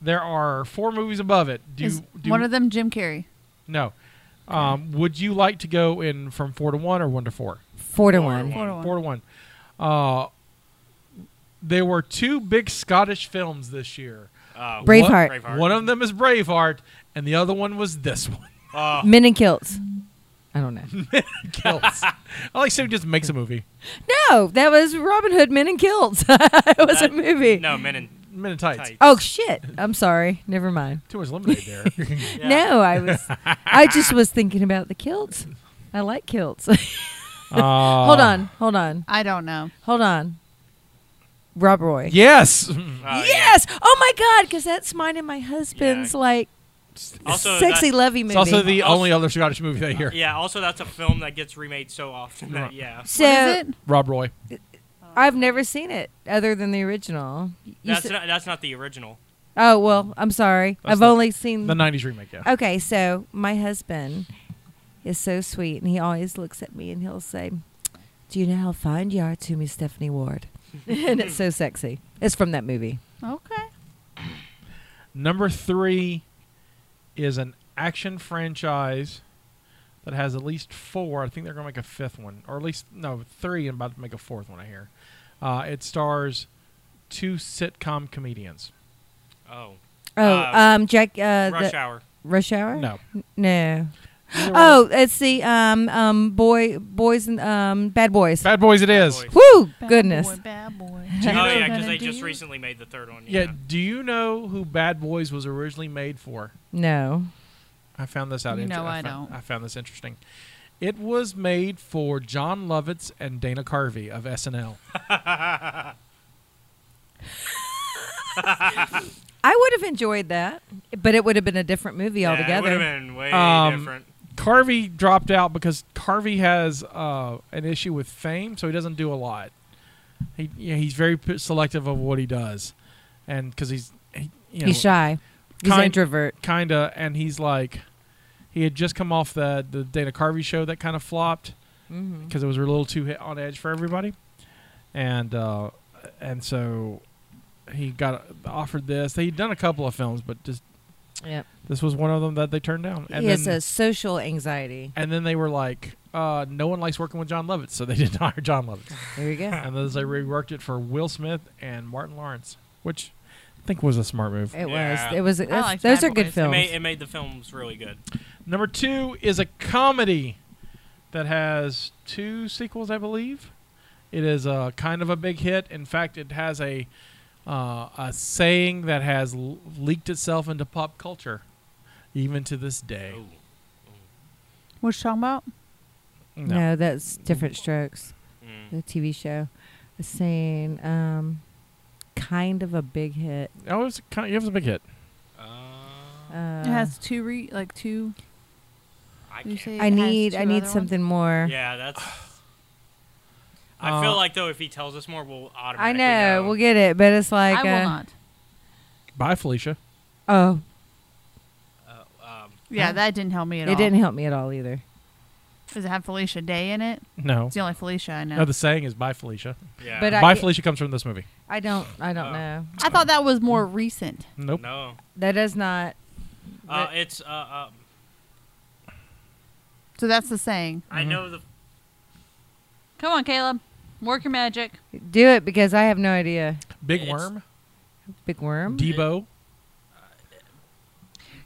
[SPEAKER 2] there are four movies above it. Do,
[SPEAKER 3] Is
[SPEAKER 2] do
[SPEAKER 3] one of them Jim Carrey?
[SPEAKER 2] No. Um, would you like to go in from four to one or one to four?
[SPEAKER 4] Four to
[SPEAKER 5] Four to
[SPEAKER 4] one.
[SPEAKER 5] one.
[SPEAKER 3] Four to one.
[SPEAKER 2] Four to one. Uh, there were two big Scottish films this year.
[SPEAKER 5] Oh.
[SPEAKER 4] Braveheart.
[SPEAKER 5] Braveheart.
[SPEAKER 2] One of them is Braveheart, and the other one was this one.
[SPEAKER 5] Oh,
[SPEAKER 4] Men in kilts. I don't know.
[SPEAKER 2] Kilts. I like so he just makes a movie.
[SPEAKER 4] no, that was Robin Hood Men in Kilts. it was a
[SPEAKER 5] That-
[SPEAKER 4] movie.
[SPEAKER 5] no, men in
[SPEAKER 2] Men in Tights.
[SPEAKER 5] tights.
[SPEAKER 4] Oh shit. I'm sorry. Never mind.
[SPEAKER 2] Too much lemonade there.
[SPEAKER 5] Yeah.
[SPEAKER 4] No, I was I just was thinking about the kilts. I like kilts.
[SPEAKER 2] Uh,
[SPEAKER 4] hold
[SPEAKER 2] Ah.
[SPEAKER 4] on. Hold on.
[SPEAKER 3] I don't know.
[SPEAKER 4] Hold on. Rob Roy.
[SPEAKER 2] Yes.
[SPEAKER 5] Oh, yeah.
[SPEAKER 4] yes. Oh my God, because that's mine and my husband's like
[SPEAKER 5] Also,
[SPEAKER 4] sexy
[SPEAKER 5] that-
[SPEAKER 4] lovey movie.
[SPEAKER 2] It's also the
[SPEAKER 5] Also-
[SPEAKER 2] only other Scottish movie that year.
[SPEAKER 5] Yeah, also that's a film that gets remade so often that
[SPEAKER 2] Right.
[SPEAKER 5] yeah.
[SPEAKER 4] so
[SPEAKER 3] What is it?
[SPEAKER 2] Rob Roy.
[SPEAKER 4] I've never seen it other than the original. You
[SPEAKER 5] That's
[SPEAKER 4] said-
[SPEAKER 5] not that's not the original.
[SPEAKER 4] oh well, I'm sorry.
[SPEAKER 2] That's
[SPEAKER 4] I've
[SPEAKER 2] the-
[SPEAKER 4] only seen.
[SPEAKER 2] The 90s remake, yeah.
[SPEAKER 4] okay, so my husband is so sweet, and he always looks at me and he'll say, "Do you know how fine you are to me, Stephanie Ward?" and it's so sexy. It's from that movie.
[SPEAKER 3] Okay.
[SPEAKER 2] Number three is an action franchise that has at least four. I think they're going to make a fifth one, or at least no three, and about to make a fourth one. I hear. Uh, it stars two sitcom comedians.
[SPEAKER 5] Oh.
[SPEAKER 4] Oh,
[SPEAKER 5] Uh,
[SPEAKER 4] um, Jack. Uh,
[SPEAKER 5] Rush
[SPEAKER 4] the-
[SPEAKER 5] Hour.
[SPEAKER 4] Rush Hour.
[SPEAKER 2] No.
[SPEAKER 4] No.
[SPEAKER 2] Neither
[SPEAKER 4] Oh,
[SPEAKER 2] was-
[SPEAKER 4] it's the um um boy boys and um bad boys.
[SPEAKER 2] Bad Boys. It is.
[SPEAKER 5] Boys.
[SPEAKER 4] Woo!
[SPEAKER 3] Bad
[SPEAKER 4] Goodness.
[SPEAKER 3] boy, bad boy.
[SPEAKER 5] Oh
[SPEAKER 2] you know-
[SPEAKER 5] yeah, because they
[SPEAKER 3] Gonna
[SPEAKER 5] just
[SPEAKER 3] do-
[SPEAKER 5] recently made the third one.
[SPEAKER 2] Yeah. Do you know who Bad Boys was originally made for?
[SPEAKER 4] No.
[SPEAKER 2] I found this out.
[SPEAKER 3] No, I
[SPEAKER 2] found-
[SPEAKER 3] don't.
[SPEAKER 2] I found this interesting. It was made for John Lovitz and Dana Carvey of SNL.
[SPEAKER 4] I would have enjoyed that, but it would have been a different movie
[SPEAKER 5] Yeah, It
[SPEAKER 4] altogether.
[SPEAKER 5] would have been way
[SPEAKER 2] Um,
[SPEAKER 5] different.
[SPEAKER 2] Carvey dropped out because Carvey has uh, an issue with fame, so he doesn't do a lot. He yeah, he's very p- selective of what he does, and because he's he, you know,
[SPEAKER 4] He's shy. He's an
[SPEAKER 2] Kind-
[SPEAKER 4] introvert.
[SPEAKER 2] kinda, and he's like he had just come off the the Dana Carvey show that kind of flopped
[SPEAKER 4] Mm-hmm.
[SPEAKER 2] because it was a little too hit on edge for everybody, and uh, and so he got offered this. He'd done a couple of films, but just
[SPEAKER 4] Yep.
[SPEAKER 2] this was one of them that they turned down. And
[SPEAKER 4] he has
[SPEAKER 2] then-
[SPEAKER 4] a social anxiety.
[SPEAKER 2] and then they were like, uh, no one likes working with John Lovitz, so they didn't hire John Lovitz.
[SPEAKER 4] There you go.
[SPEAKER 2] and then they reworked it for Will Smith and Martin Lawrence, which I think was a smart move.
[SPEAKER 4] It
[SPEAKER 5] Yeah.
[SPEAKER 4] was. It was. that's-
[SPEAKER 3] like
[SPEAKER 4] those
[SPEAKER 3] Bad
[SPEAKER 4] are good
[SPEAKER 3] Boys.
[SPEAKER 5] It
[SPEAKER 4] films.
[SPEAKER 5] made, it made the films really good.
[SPEAKER 2] Number two is a comedy that has two sequels, I believe. It is a kind of a big hit. In fact, it has a uh, a saying that has l- leaked itself into pop culture, even to this day.
[SPEAKER 5] Ooh.
[SPEAKER 3] What you talking about?
[SPEAKER 4] no. that's different strokes.
[SPEAKER 5] Mm.
[SPEAKER 4] The TV show, the scene, um, kind of a big hit.
[SPEAKER 2] Oh, it was, a, kind- it was a big hit.
[SPEAKER 5] Uh,
[SPEAKER 4] Uh,
[SPEAKER 3] it had has two re like two.
[SPEAKER 5] I
[SPEAKER 3] You
[SPEAKER 5] can't.
[SPEAKER 3] say
[SPEAKER 4] Uh, I
[SPEAKER 3] it has
[SPEAKER 4] need
[SPEAKER 3] two
[SPEAKER 4] I need
[SPEAKER 3] other ones?
[SPEAKER 4] something more.
[SPEAKER 5] Yeah, that's. I feel
[SPEAKER 2] Uh,
[SPEAKER 5] like though, if he tells us more, we'll automatically.
[SPEAKER 4] Oh. I know we'll get it, but it's like
[SPEAKER 3] I
[SPEAKER 4] uh,
[SPEAKER 3] will not.
[SPEAKER 2] Bye, Felicia.
[SPEAKER 4] oh,
[SPEAKER 5] Uh, um,
[SPEAKER 3] Yeah,
[SPEAKER 4] Huh?
[SPEAKER 3] that didn't help me at
[SPEAKER 4] it
[SPEAKER 3] all.
[SPEAKER 4] didn't help me at all either.
[SPEAKER 3] Does it have Felicia Day in it?
[SPEAKER 2] No.
[SPEAKER 3] It's the only Felicia I know.
[SPEAKER 2] No, the saying is bye, Felicia.
[SPEAKER 5] yeah.
[SPEAKER 4] But uh, I-
[SPEAKER 2] bye,
[SPEAKER 4] get-
[SPEAKER 2] Felicia comes from this movie.
[SPEAKER 4] I don't I don't
[SPEAKER 5] Oh.
[SPEAKER 4] know.
[SPEAKER 3] I thought that
[SPEAKER 5] Mm.
[SPEAKER 3] was more recent.
[SPEAKER 2] Nope.
[SPEAKER 5] no.
[SPEAKER 4] That is not
[SPEAKER 5] Uh,
[SPEAKER 4] But-
[SPEAKER 5] it's. Uh, um,
[SPEAKER 3] So that's the saying.
[SPEAKER 4] Mm-hmm.
[SPEAKER 5] I know the.
[SPEAKER 3] Come on, Caleb. Work your magic.
[SPEAKER 4] do it because I have no idea.
[SPEAKER 2] Big
[SPEAKER 5] It's-
[SPEAKER 2] Worm,
[SPEAKER 4] Big worm.
[SPEAKER 2] Debo.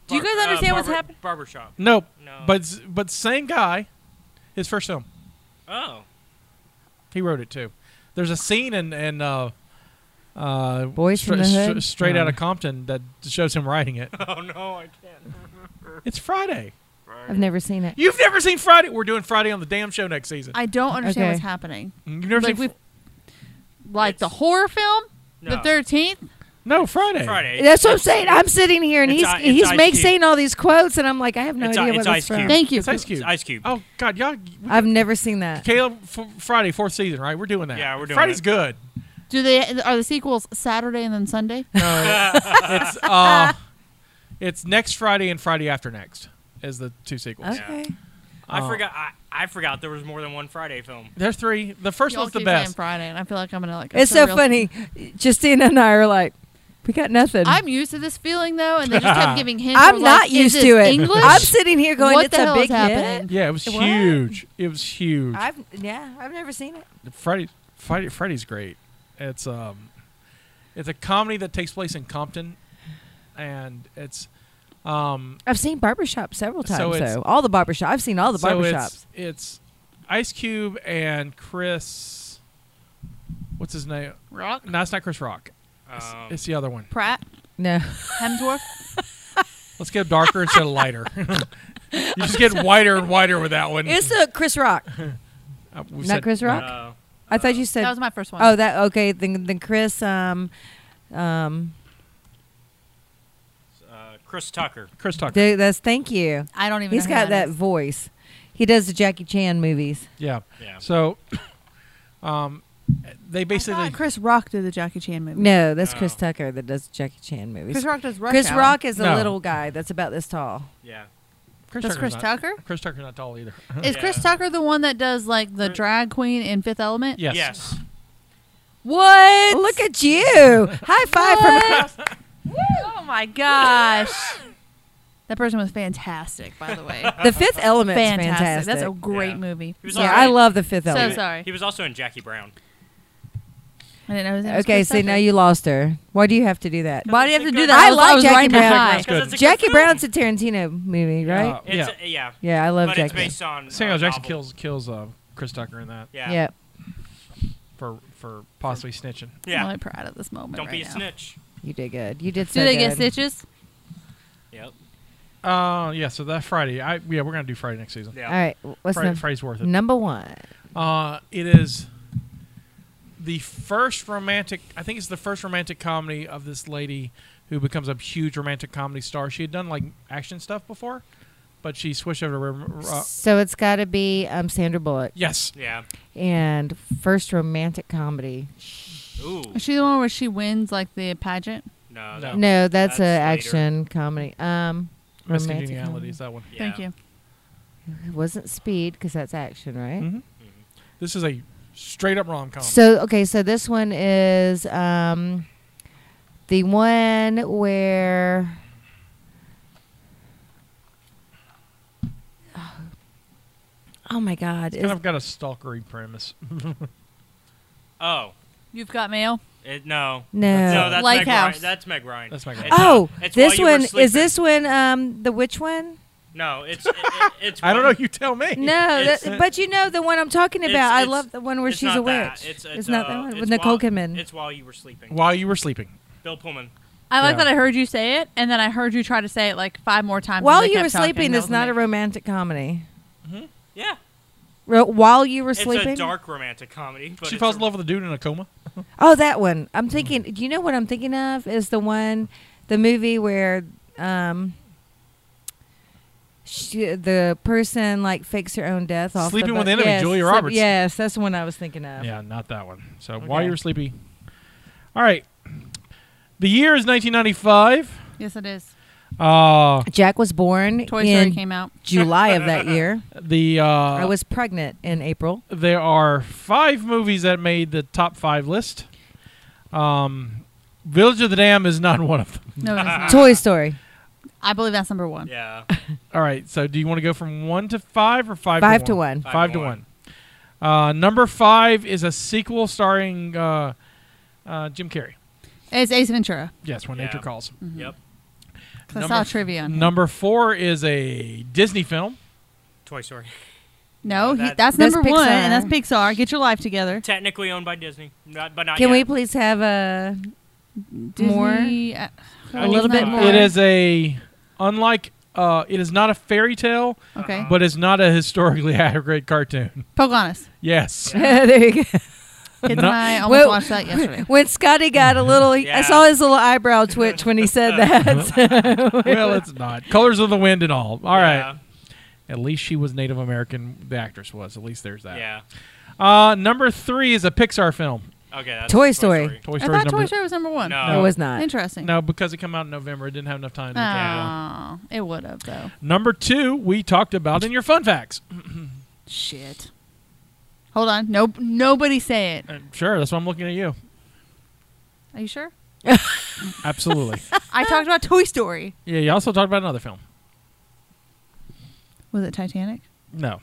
[SPEAKER 3] Do you
[SPEAKER 5] bar-
[SPEAKER 3] guys
[SPEAKER 5] uh,
[SPEAKER 3] understand what's
[SPEAKER 5] barber-
[SPEAKER 3] happening?
[SPEAKER 5] Barbershop.
[SPEAKER 2] Nope.
[SPEAKER 5] No.
[SPEAKER 2] But s- but same guy. His first film.
[SPEAKER 5] Oh.
[SPEAKER 2] He wrote it too. There's a scene in in uh, uh,
[SPEAKER 4] Boys from the Hood?
[SPEAKER 2] Straight
[SPEAKER 4] No.
[SPEAKER 2] Out of Compton that shows him writing it.
[SPEAKER 5] Oh no, I can't.
[SPEAKER 2] it's Friday.
[SPEAKER 4] I've never seen it.
[SPEAKER 2] You've never seen Friday. We're doing Friday on the damn show next season.
[SPEAKER 3] I don't understand
[SPEAKER 4] Okay.
[SPEAKER 3] what's happening.
[SPEAKER 2] You've never
[SPEAKER 3] Like
[SPEAKER 2] seen
[SPEAKER 3] we, like the
[SPEAKER 5] It's-
[SPEAKER 3] horror film, the
[SPEAKER 5] No.
[SPEAKER 3] Thirteenth.
[SPEAKER 2] no Friday.
[SPEAKER 5] Friday.
[SPEAKER 4] That's what I'm saying. I'm sitting here and
[SPEAKER 5] It's
[SPEAKER 4] he's
[SPEAKER 5] I- it's
[SPEAKER 4] he's
[SPEAKER 5] Ice
[SPEAKER 4] make
[SPEAKER 5] Cube.
[SPEAKER 4] saying all these quotes and I'm like I have no
[SPEAKER 5] It's I-
[SPEAKER 4] idea what
[SPEAKER 5] it's
[SPEAKER 4] that's
[SPEAKER 5] Ice
[SPEAKER 4] from.
[SPEAKER 5] Cube.
[SPEAKER 3] Thank you.
[SPEAKER 2] It's Ice Cube.
[SPEAKER 5] It's Ice Cube.
[SPEAKER 2] Oh God, y'all.
[SPEAKER 4] I've never seen that.
[SPEAKER 2] Caleb, f- Friday fourth season, right? We're doing that.
[SPEAKER 5] Yeah, we're doing
[SPEAKER 2] Friday's
[SPEAKER 5] it.
[SPEAKER 2] good.
[SPEAKER 3] Do they are the sequels Saturday and then Sunday?
[SPEAKER 2] No, it's uh, it's next Friday and Friday after next is the two sequels.
[SPEAKER 4] Okay.
[SPEAKER 5] I
[SPEAKER 2] Uh,
[SPEAKER 5] forgot. I, I forgot there was more than one Friday film.
[SPEAKER 2] There are three. The first
[SPEAKER 3] Y'all
[SPEAKER 2] one's the
[SPEAKER 3] keep saying
[SPEAKER 2] best.
[SPEAKER 3] Friday, and I feel like I'm gonna like.
[SPEAKER 4] It's so
[SPEAKER 3] surreal-
[SPEAKER 4] funny. Justina and I are like, we got nothing.
[SPEAKER 3] I'm used to this feeling though, and they just kept giving hints.
[SPEAKER 4] I'm
[SPEAKER 3] of,
[SPEAKER 4] not
[SPEAKER 3] like,
[SPEAKER 4] used
[SPEAKER 3] is
[SPEAKER 4] to
[SPEAKER 3] this
[SPEAKER 4] it.
[SPEAKER 3] English.
[SPEAKER 4] I'm sitting here going,
[SPEAKER 3] What
[SPEAKER 4] it's
[SPEAKER 3] the
[SPEAKER 4] a
[SPEAKER 3] hell is
[SPEAKER 4] big
[SPEAKER 3] happening?
[SPEAKER 4] hit.
[SPEAKER 2] Yeah, it was
[SPEAKER 4] What?
[SPEAKER 2] huge. It was huge.
[SPEAKER 4] I've yeah, I've never seen it.
[SPEAKER 2] Friday, Friday, Freddy's great. It's um, it's a comedy that takes place in Compton, and it's um,
[SPEAKER 4] I've seen barbershop several
[SPEAKER 2] So
[SPEAKER 4] times
[SPEAKER 2] it's-
[SPEAKER 4] though. All the barbershop. I've seen all the
[SPEAKER 2] so
[SPEAKER 4] barbershops.
[SPEAKER 2] it's it's Ice Cube and Chris. What's his name?
[SPEAKER 3] Rock
[SPEAKER 2] No, it's not Chris Rock. It's,
[SPEAKER 5] Um,
[SPEAKER 2] it's the other one.
[SPEAKER 3] Pratt
[SPEAKER 4] no.
[SPEAKER 3] Hemsworth.
[SPEAKER 2] Let's get darker instead of lighter. you just get whiter and whiter with that one.
[SPEAKER 4] It's a Chris Rock.
[SPEAKER 2] Uh, we've
[SPEAKER 4] Not
[SPEAKER 2] said-
[SPEAKER 4] Chris Rock?
[SPEAKER 5] uh,
[SPEAKER 4] I thought you said
[SPEAKER 3] that was my first one.
[SPEAKER 4] Oh, that okay. Then then Chris um um
[SPEAKER 5] uh, Chris Tucker.
[SPEAKER 2] Chris Tucker.
[SPEAKER 4] dude, that's thank you.
[SPEAKER 3] I don't even.
[SPEAKER 4] He's
[SPEAKER 3] know who
[SPEAKER 4] got that
[SPEAKER 3] is.
[SPEAKER 4] voice. He does the Jackie Chan movies.
[SPEAKER 2] yeah.
[SPEAKER 5] Yeah.
[SPEAKER 2] So, um, they
[SPEAKER 3] I
[SPEAKER 2] basically
[SPEAKER 3] thought Chris Rock did the Jackie Chan movie.
[SPEAKER 4] No, that's Chris
[SPEAKER 5] Oh.
[SPEAKER 4] Tucker that does Jackie Chan movies.
[SPEAKER 3] Chris Rock does Rush
[SPEAKER 4] Chris
[SPEAKER 3] Hour.
[SPEAKER 4] Rock is a
[SPEAKER 2] No.
[SPEAKER 4] little guy that's about this tall.
[SPEAKER 5] Yeah.
[SPEAKER 2] Chris
[SPEAKER 3] Does
[SPEAKER 2] Tucker's
[SPEAKER 3] Chris
[SPEAKER 2] not-
[SPEAKER 3] Tucker?
[SPEAKER 2] Chris Tucker's not tall either.
[SPEAKER 3] Is Chris
[SPEAKER 5] Yeah.
[SPEAKER 3] Tucker the one that does like the
[SPEAKER 5] Chri-
[SPEAKER 3] drag queen in Fifth Element?
[SPEAKER 2] yes.
[SPEAKER 5] Yes.
[SPEAKER 4] What? Look at you! High five from across.
[SPEAKER 3] Oh my gosh. that person was fantastic, by the way.
[SPEAKER 4] The Fifth Element's
[SPEAKER 3] fantastic.
[SPEAKER 4] fantastic.
[SPEAKER 3] That's a great
[SPEAKER 5] Yeah.
[SPEAKER 3] movie.
[SPEAKER 5] He was
[SPEAKER 4] yeah,
[SPEAKER 5] also
[SPEAKER 4] I
[SPEAKER 5] in-
[SPEAKER 4] love the Fifth
[SPEAKER 3] So
[SPEAKER 5] he
[SPEAKER 4] Element.
[SPEAKER 5] was-
[SPEAKER 3] sorry.
[SPEAKER 5] He was also in Jackie Brown.
[SPEAKER 3] I didn't know his name was
[SPEAKER 4] okay,
[SPEAKER 3] Chris
[SPEAKER 4] see now
[SPEAKER 3] Tucker.
[SPEAKER 4] you lost her. Why do you have to do that?
[SPEAKER 3] Why do you have to do that? I,
[SPEAKER 4] I
[SPEAKER 3] was,
[SPEAKER 4] like
[SPEAKER 3] I was
[SPEAKER 4] Jackie
[SPEAKER 3] riding
[SPEAKER 4] Brown.
[SPEAKER 3] high.
[SPEAKER 2] Good.
[SPEAKER 5] It's a good
[SPEAKER 4] Jackie
[SPEAKER 5] film.
[SPEAKER 4] Brown's a Tarantino movie, right?
[SPEAKER 2] Uh,
[SPEAKER 5] It's
[SPEAKER 2] yeah.
[SPEAKER 5] a- yeah.
[SPEAKER 4] yeah, I love
[SPEAKER 5] But it's
[SPEAKER 4] Jackie.
[SPEAKER 5] based on uh,
[SPEAKER 2] Samuel Jackson
[SPEAKER 5] novel.
[SPEAKER 2] kills kills uh, Chris Tucker in that
[SPEAKER 5] Yeah.
[SPEAKER 4] yeah.
[SPEAKER 2] for for possibly snitching.
[SPEAKER 5] Yeah.
[SPEAKER 3] I'm really proud of this moment.
[SPEAKER 5] Don't
[SPEAKER 3] right
[SPEAKER 5] be a
[SPEAKER 3] now.
[SPEAKER 5] snitch.
[SPEAKER 4] you did good. You did
[SPEAKER 3] Do
[SPEAKER 4] so
[SPEAKER 3] they get
[SPEAKER 4] good.
[SPEAKER 3] stitches?
[SPEAKER 5] Yep.
[SPEAKER 2] Uh, yeah. So that Friday, I yeah, we're gonna do Friday next season.
[SPEAKER 5] Yeah.
[SPEAKER 4] All right, what's
[SPEAKER 2] Friday,
[SPEAKER 4] num-
[SPEAKER 2] Friday's worth it.
[SPEAKER 4] number one?
[SPEAKER 2] Uh, it is the first romantic. I think it's the first romantic comedy of this lady who becomes a huge romantic comedy star. She had done like action stuff before, but she switched over to. rom- Uh,
[SPEAKER 4] so it's got to be um, Sandra Bullock
[SPEAKER 2] yes,
[SPEAKER 5] Yeah.
[SPEAKER 4] and first romantic comedy.
[SPEAKER 5] Ooh.
[SPEAKER 3] Is she the one where she wins like the pageant?
[SPEAKER 5] No.
[SPEAKER 2] No.
[SPEAKER 5] no.
[SPEAKER 4] No, that's,
[SPEAKER 5] Oh, That's
[SPEAKER 4] a
[SPEAKER 5] later.
[SPEAKER 4] action comedy. Um,
[SPEAKER 2] Miss
[SPEAKER 4] romantic
[SPEAKER 2] Congeniality is that one.
[SPEAKER 5] Yeah.
[SPEAKER 3] Thank you.
[SPEAKER 4] comedy. It wasn't Speed because that's action, right?
[SPEAKER 2] Mhm. This is a straight up rom com.
[SPEAKER 4] So okay, so this one is um, the one where. Oh my God!
[SPEAKER 2] kind
[SPEAKER 4] is-
[SPEAKER 2] of got a stalkery premise.
[SPEAKER 5] Oh.
[SPEAKER 3] You've got mail.
[SPEAKER 5] It, no.
[SPEAKER 4] No.
[SPEAKER 5] No, that's
[SPEAKER 3] Like
[SPEAKER 5] Meg
[SPEAKER 3] House.
[SPEAKER 5] Ryan. That's Meg Ryan.
[SPEAKER 2] That's Meg
[SPEAKER 5] It's,
[SPEAKER 2] Ryan.
[SPEAKER 5] uh,
[SPEAKER 4] oh,
[SPEAKER 5] it's While
[SPEAKER 4] this
[SPEAKER 5] You Were
[SPEAKER 4] one
[SPEAKER 5] Sleeping.
[SPEAKER 4] is this one. Um, the which one?
[SPEAKER 5] No, it's it, it, it's.
[SPEAKER 2] I don't know.
[SPEAKER 5] one-
[SPEAKER 2] You tell me.
[SPEAKER 4] No,
[SPEAKER 5] It's-
[SPEAKER 4] that, but you know the one I'm talking about.
[SPEAKER 5] It's-
[SPEAKER 4] I
[SPEAKER 5] it's-
[SPEAKER 4] love the one where
[SPEAKER 5] it's
[SPEAKER 4] she's
[SPEAKER 5] not
[SPEAKER 4] a witch.
[SPEAKER 5] that. It's, it's,
[SPEAKER 4] not
[SPEAKER 5] uh,
[SPEAKER 4] that one
[SPEAKER 5] it's
[SPEAKER 4] with Nicole
[SPEAKER 5] while,
[SPEAKER 4] Kidman.
[SPEAKER 5] It's while you were sleeping.
[SPEAKER 2] While you were sleeping.
[SPEAKER 5] Bill Pullman.
[SPEAKER 3] I like
[SPEAKER 2] Yeah.
[SPEAKER 3] that I heard you say it, and then I heard you try to say it like five more times.
[SPEAKER 4] While
[SPEAKER 3] as I
[SPEAKER 4] you were
[SPEAKER 3] kept talking.
[SPEAKER 4] sleeping
[SPEAKER 3] That
[SPEAKER 4] is
[SPEAKER 3] was
[SPEAKER 4] not a
[SPEAKER 3] amazing.
[SPEAKER 4] romantic comedy.
[SPEAKER 5] Mm-hmm. Yeah.
[SPEAKER 4] Ro- While you were
[SPEAKER 5] It's
[SPEAKER 4] sleeping.
[SPEAKER 5] a dark romantic comedy. But
[SPEAKER 2] She
[SPEAKER 5] it's
[SPEAKER 2] falls
[SPEAKER 5] a-
[SPEAKER 2] in love with a dude in a coma.
[SPEAKER 4] Oh, that one. I'm thinking. Do you know what I'm thinking of? Is the one, the movie where, um, she, the person like fakes her own death off
[SPEAKER 2] Sleeping
[SPEAKER 4] the
[SPEAKER 2] with
[SPEAKER 4] boat.
[SPEAKER 2] the Enemy,
[SPEAKER 4] yes,
[SPEAKER 2] Julia
[SPEAKER 4] so-
[SPEAKER 2] Roberts.
[SPEAKER 4] Yes, that's the one I was thinking of.
[SPEAKER 2] Yeah, not that one. So while
[SPEAKER 4] Okay.
[SPEAKER 2] you were sleepy. All right. The year is 1995.
[SPEAKER 3] Yes, it is.
[SPEAKER 2] Uh,
[SPEAKER 4] Jack was born
[SPEAKER 3] Toy Story
[SPEAKER 4] in
[SPEAKER 3] came out.
[SPEAKER 4] July of that year.
[SPEAKER 2] the uh,
[SPEAKER 4] I was pregnant in April.
[SPEAKER 2] there are five movies that made the top five list. Um, Village of the Dam is not one of them.
[SPEAKER 3] No, it is not.
[SPEAKER 4] Toy Story.
[SPEAKER 3] I believe that's number one.
[SPEAKER 5] Yeah.
[SPEAKER 2] All right. So do you want to go from one to five or five?
[SPEAKER 4] Five
[SPEAKER 2] to
[SPEAKER 4] to
[SPEAKER 2] one.
[SPEAKER 4] one.
[SPEAKER 2] Five, to one. Uh, number five is a sequel starring uh, uh, Jim Carrey.
[SPEAKER 3] It's Ace Ventura.
[SPEAKER 2] Yes, when
[SPEAKER 5] Yeah.
[SPEAKER 2] nature calls.
[SPEAKER 4] Mm-hmm.
[SPEAKER 5] Yep.
[SPEAKER 3] 'Cause I
[SPEAKER 2] Number
[SPEAKER 3] saw
[SPEAKER 2] f-
[SPEAKER 3] trivia. on here.
[SPEAKER 2] Number four is a Disney film.
[SPEAKER 5] Toy Story.
[SPEAKER 3] No, he,
[SPEAKER 5] that-
[SPEAKER 3] that's
[SPEAKER 4] That's
[SPEAKER 3] number one, and that's
[SPEAKER 4] Pixar.
[SPEAKER 3] Pixar. Get your life together.
[SPEAKER 5] Technically owned by Disney, not, but
[SPEAKER 2] uh,
[SPEAKER 5] not
[SPEAKER 4] Can we
[SPEAKER 5] yet.
[SPEAKER 4] please have a More?
[SPEAKER 3] Disney, uh,
[SPEAKER 5] A
[SPEAKER 3] Holy
[SPEAKER 5] little bit
[SPEAKER 3] Night.
[SPEAKER 5] more.
[SPEAKER 2] It is a unlike. Uh, it is not a fairy tale,
[SPEAKER 3] Okay.
[SPEAKER 2] but it's not a historically accurate cartoon.
[SPEAKER 3] Pocahontas.
[SPEAKER 2] Yes.
[SPEAKER 4] there you go.
[SPEAKER 3] Kids
[SPEAKER 2] No-
[SPEAKER 3] and I almost
[SPEAKER 4] Well-
[SPEAKER 3] watched that yesterday.
[SPEAKER 4] When Scotty got a little, I
[SPEAKER 5] Yeah.
[SPEAKER 4] saw his little eyebrow twitch when he said that.
[SPEAKER 2] well, it's not. Colors of the Wind and all. All right.
[SPEAKER 5] Yeah.
[SPEAKER 2] At least she was Native American. The actress was. At least there's that.
[SPEAKER 5] Yeah.
[SPEAKER 2] Uh, number three is a Pixar film.
[SPEAKER 5] Okay. That's
[SPEAKER 4] Toy Story.
[SPEAKER 2] Toy
[SPEAKER 3] I
[SPEAKER 2] Story.
[SPEAKER 3] thought
[SPEAKER 2] number
[SPEAKER 3] Toy Story was number one.
[SPEAKER 5] No.
[SPEAKER 4] it was not.
[SPEAKER 3] Interesting.
[SPEAKER 2] No, because it came out in November. It didn't have enough time. To count.
[SPEAKER 3] Oh, it would have though.
[SPEAKER 2] Number two, we talked about in your fun facts.
[SPEAKER 3] Shit. Hold on. Nope. Nobody say it.
[SPEAKER 2] Uh,
[SPEAKER 5] Mm.
[SPEAKER 2] Sure, that's why I'm looking at you.
[SPEAKER 3] Are you sure?
[SPEAKER 2] Absolutely.
[SPEAKER 3] I talked about Toy Story.
[SPEAKER 2] yeah, you also talked about another film.
[SPEAKER 3] Was it Titanic?
[SPEAKER 2] No.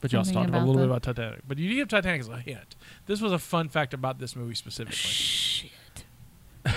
[SPEAKER 2] But you also talked
[SPEAKER 3] Something
[SPEAKER 2] about a
[SPEAKER 3] about
[SPEAKER 2] little bit
[SPEAKER 3] the-
[SPEAKER 2] about Titanic. But you did give Titanic as a hint. This was a fun fact about this movie specifically.
[SPEAKER 3] Shit.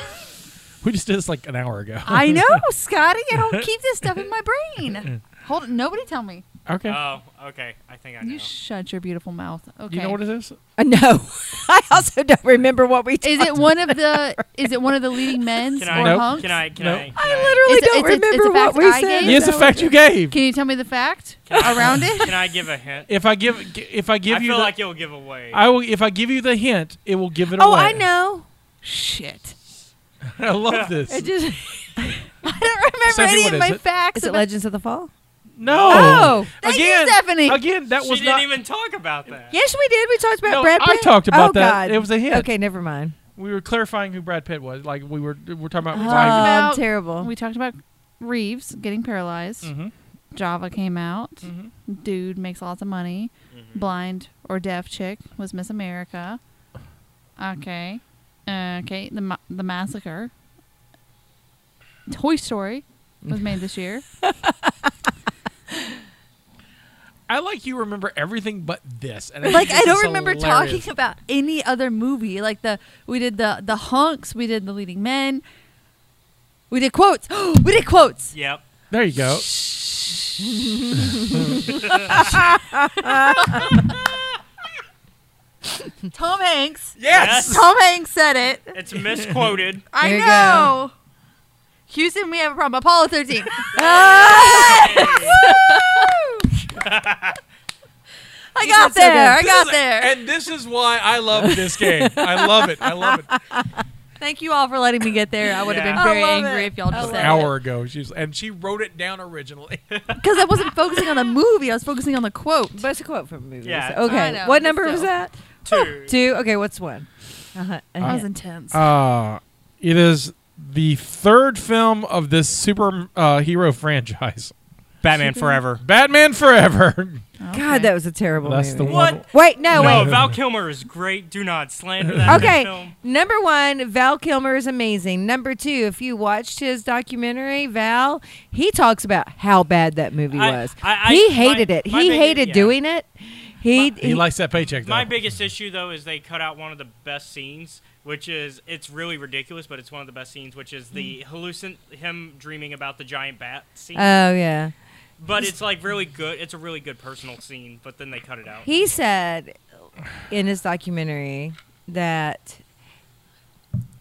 [SPEAKER 2] We just did this like an hour ago.
[SPEAKER 3] I know, Scotty. I don't keep this stuff in my brain. Hold. Nobody tell me.
[SPEAKER 2] okay.
[SPEAKER 5] Oh, okay. I think I know.
[SPEAKER 3] You shut your beautiful mouth. Okay.
[SPEAKER 2] You know what it is?
[SPEAKER 4] Uh, no, I also don't remember what we.
[SPEAKER 3] is it one of the? Is it one of the leading men's
[SPEAKER 5] can
[SPEAKER 3] or
[SPEAKER 5] I?
[SPEAKER 2] Nope.
[SPEAKER 3] hunks?
[SPEAKER 5] Can I? Can
[SPEAKER 2] Nope.
[SPEAKER 5] I? Can
[SPEAKER 4] I literally
[SPEAKER 3] It's a-
[SPEAKER 4] don't
[SPEAKER 3] it's a- it's a
[SPEAKER 4] remember
[SPEAKER 3] fact
[SPEAKER 4] what we
[SPEAKER 3] I
[SPEAKER 4] said.
[SPEAKER 3] gave.
[SPEAKER 2] Here's the
[SPEAKER 3] that
[SPEAKER 2] fact you gave.
[SPEAKER 3] Can you tell me the fact
[SPEAKER 5] Can I-
[SPEAKER 3] around it?
[SPEAKER 5] Can I give a hint?
[SPEAKER 2] If I give if I give
[SPEAKER 5] I
[SPEAKER 2] you
[SPEAKER 5] feel
[SPEAKER 2] the,
[SPEAKER 5] like you'll give away.
[SPEAKER 2] I will if I give you the hint, it will give it
[SPEAKER 4] Oh,
[SPEAKER 2] away.
[SPEAKER 4] I know.
[SPEAKER 3] Shit.
[SPEAKER 2] I love this.
[SPEAKER 4] It just,
[SPEAKER 3] I don't remember
[SPEAKER 2] Stephanie,
[SPEAKER 3] any
[SPEAKER 2] what
[SPEAKER 3] of
[SPEAKER 2] is
[SPEAKER 3] my
[SPEAKER 2] it?
[SPEAKER 3] facts.
[SPEAKER 4] is it
[SPEAKER 3] about-
[SPEAKER 4] Legends of the Fall?
[SPEAKER 2] no.
[SPEAKER 4] Oh,
[SPEAKER 3] thank you,
[SPEAKER 2] again,
[SPEAKER 3] Stephanie.
[SPEAKER 2] Again, that
[SPEAKER 5] she
[SPEAKER 2] was
[SPEAKER 5] didn't
[SPEAKER 2] not
[SPEAKER 5] even talk about that.
[SPEAKER 4] Yes, we did. We talked about
[SPEAKER 2] No,
[SPEAKER 4] Brad
[SPEAKER 2] I
[SPEAKER 4] Pitt.
[SPEAKER 2] talked about
[SPEAKER 4] oh,
[SPEAKER 2] that.
[SPEAKER 4] God.
[SPEAKER 2] It was a hint.
[SPEAKER 4] Okay, never mind.
[SPEAKER 2] we were clarifying who Brad Pitt was. Like we were we're talking about
[SPEAKER 4] Oh,
[SPEAKER 2] why
[SPEAKER 3] about-
[SPEAKER 4] I'm terrible.
[SPEAKER 3] We talked about Reeves getting paralyzed.
[SPEAKER 2] hmm
[SPEAKER 3] Java came out.
[SPEAKER 2] hmm
[SPEAKER 3] Dude makes lots of money. Blind or deaf chick was Miss America. Okay. Okay. The ma- the massacre. Toy Story was made this year.
[SPEAKER 2] I like you remember everything but this. And think
[SPEAKER 3] like I
[SPEAKER 2] this
[SPEAKER 3] don't
[SPEAKER 2] is
[SPEAKER 3] remember
[SPEAKER 2] hilarious.
[SPEAKER 3] talking about any other movie. Like the we did the the hunks, we did the leading men. We did quotes. we did quotes.
[SPEAKER 5] Yep.
[SPEAKER 2] There you go.
[SPEAKER 3] Tom Hanks.
[SPEAKER 5] Yes.
[SPEAKER 3] Tom Hanks said it.
[SPEAKER 5] It's misquoted.
[SPEAKER 3] I
[SPEAKER 4] There you
[SPEAKER 3] know. Houston, we have a problem. Apollo 13. I got
[SPEAKER 4] did so
[SPEAKER 3] there. I
[SPEAKER 4] good.
[SPEAKER 3] got there.
[SPEAKER 2] And this is why I love this game. I love it. I love it. An
[SPEAKER 3] Thank you all for letting me get there. I would have
[SPEAKER 5] Yeah.
[SPEAKER 3] been very
[SPEAKER 4] I love
[SPEAKER 3] angry
[SPEAKER 4] it.
[SPEAKER 3] if y'all
[SPEAKER 4] I
[SPEAKER 3] just
[SPEAKER 4] love
[SPEAKER 3] said
[SPEAKER 2] hour ago, she was, and she wrote it down originally.
[SPEAKER 3] Because I wasn't focusing on the movie. I was focusing on the quote.
[SPEAKER 4] But it's a quote from a movie.
[SPEAKER 5] Yeah,
[SPEAKER 4] so-
[SPEAKER 3] I
[SPEAKER 4] Okay.
[SPEAKER 3] know,
[SPEAKER 4] what
[SPEAKER 3] but
[SPEAKER 4] number was
[SPEAKER 3] still.
[SPEAKER 4] that?
[SPEAKER 5] Two.
[SPEAKER 4] Two. Okay. What's one? Uh-huh.
[SPEAKER 3] That
[SPEAKER 4] Uh,
[SPEAKER 3] was intense.
[SPEAKER 2] Uh, it is the third film of this super uh, hero franchise,
[SPEAKER 5] Batman Forever.
[SPEAKER 2] Batman Forever.
[SPEAKER 3] Okay.
[SPEAKER 4] God, that was a terrible
[SPEAKER 2] That's the
[SPEAKER 4] movie.
[SPEAKER 5] What?
[SPEAKER 2] one.
[SPEAKER 4] Wait, no,
[SPEAKER 5] No,
[SPEAKER 4] wait.
[SPEAKER 5] Val Kilmer is great. Do not slander that
[SPEAKER 4] Okay,
[SPEAKER 5] film.
[SPEAKER 4] number one, Val Kilmer is amazing. Number two, if you watched his documentary, Val, he talks about how bad that movie
[SPEAKER 5] I-
[SPEAKER 4] was.
[SPEAKER 5] I- I-
[SPEAKER 4] he
[SPEAKER 5] my-
[SPEAKER 4] hated it.
[SPEAKER 5] my
[SPEAKER 4] He
[SPEAKER 5] big-
[SPEAKER 4] hated
[SPEAKER 5] yeah.
[SPEAKER 4] doing it. He,
[SPEAKER 2] He likes that paycheck. Though.
[SPEAKER 5] My biggest issue though is they cut out one of the best scenes, which is it's really ridiculous, but it's one of the best scenes, which is the hallucin him dreaming about the giant bat scene.
[SPEAKER 4] Oh yeah.
[SPEAKER 5] but it's like really good. It's a really good personal scene, but then they cut it out.
[SPEAKER 4] He said in his documentary that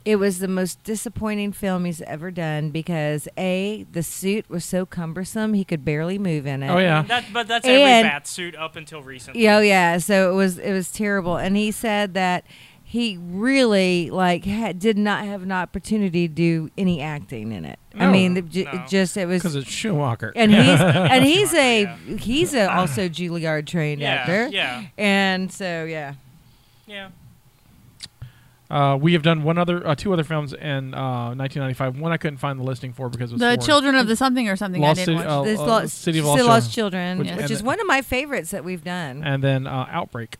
[SPEAKER 4] it was the most disappointing film he's ever done because a the suit was so cumbersome he could barely move in it.
[SPEAKER 2] oh yeah.
[SPEAKER 5] That, but that's every
[SPEAKER 4] And-
[SPEAKER 5] bat suit up until recently.
[SPEAKER 4] Yeah, oh, yeah. So it was it was terrible, and he said that he really like had, did not have an opportunity to do any acting in it. I
[SPEAKER 2] No.
[SPEAKER 4] mean, it, ju-
[SPEAKER 5] No.
[SPEAKER 4] it just it was
[SPEAKER 2] because it's Schumacher.
[SPEAKER 4] and he's and he's a
[SPEAKER 5] Yeah.
[SPEAKER 4] he's a also Juilliard trained
[SPEAKER 5] yeah,
[SPEAKER 4] actor.
[SPEAKER 5] yeah,
[SPEAKER 4] And so yeah.
[SPEAKER 5] yeah.
[SPEAKER 2] Uh, we have done one other, uh, two other films in uh, 1995. One I couldn't find the listing for because it was
[SPEAKER 7] The
[SPEAKER 2] foreign.
[SPEAKER 7] Children of the Something or something.
[SPEAKER 2] Lost
[SPEAKER 7] I didn't
[SPEAKER 2] City-
[SPEAKER 7] watch.
[SPEAKER 4] This
[SPEAKER 2] uh,
[SPEAKER 4] lost,
[SPEAKER 2] City of
[SPEAKER 4] City
[SPEAKER 2] Lost
[SPEAKER 4] Lost
[SPEAKER 2] Children.
[SPEAKER 4] Children,
[SPEAKER 2] Which-
[SPEAKER 4] which,
[SPEAKER 2] and
[SPEAKER 4] is
[SPEAKER 2] the-
[SPEAKER 4] one of my favorites that we've done.
[SPEAKER 2] and then uh, Outbreak,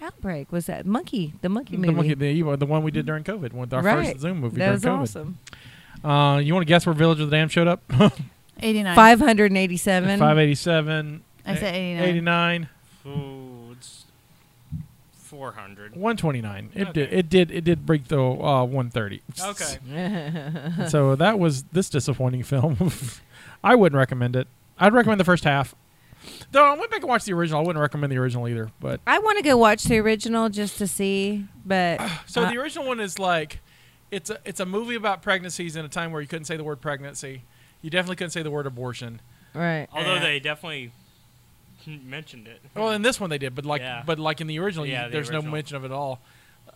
[SPEAKER 4] Outbreak was that monkey, the monkey
[SPEAKER 2] the,
[SPEAKER 4] movie.
[SPEAKER 2] monkey, the, you- the one we did during COVID, one of our
[SPEAKER 4] Right.
[SPEAKER 2] first Zoom movie
[SPEAKER 4] that
[SPEAKER 2] during
[SPEAKER 4] was
[SPEAKER 2] COVID.
[SPEAKER 4] awesome.
[SPEAKER 2] Uh, you want to guess where Village of the Dam showed up?
[SPEAKER 7] 89.
[SPEAKER 4] Five hundred and eighty-seven.
[SPEAKER 2] 587,
[SPEAKER 7] I said 89.
[SPEAKER 2] 89,
[SPEAKER 5] Ooh, it's four hundred.
[SPEAKER 2] 129. It did,
[SPEAKER 5] Okay.
[SPEAKER 2] it did, it did break the uh, 130.
[SPEAKER 5] Okay.
[SPEAKER 2] so that was this disappointing film. I wouldn't recommend it. I'd recommend the first half. Though I went back and watched the original. I wouldn't recommend the original either. But
[SPEAKER 4] I want to go watch the original just to see, but
[SPEAKER 2] so
[SPEAKER 4] Uh,
[SPEAKER 2] the original one is like, it's a it's a movie about pregnancies in a time where you couldn't say the word pregnancy. You definitely couldn't say the word abortion.
[SPEAKER 4] right.
[SPEAKER 5] Although
[SPEAKER 2] Eh.
[SPEAKER 5] they definitely mentioned it.
[SPEAKER 2] Well, in this one they did, but like
[SPEAKER 5] Yeah.
[SPEAKER 2] but like in the original, you-
[SPEAKER 5] Yeah, the
[SPEAKER 2] there's no
[SPEAKER 5] original.
[SPEAKER 2] mention of it at all.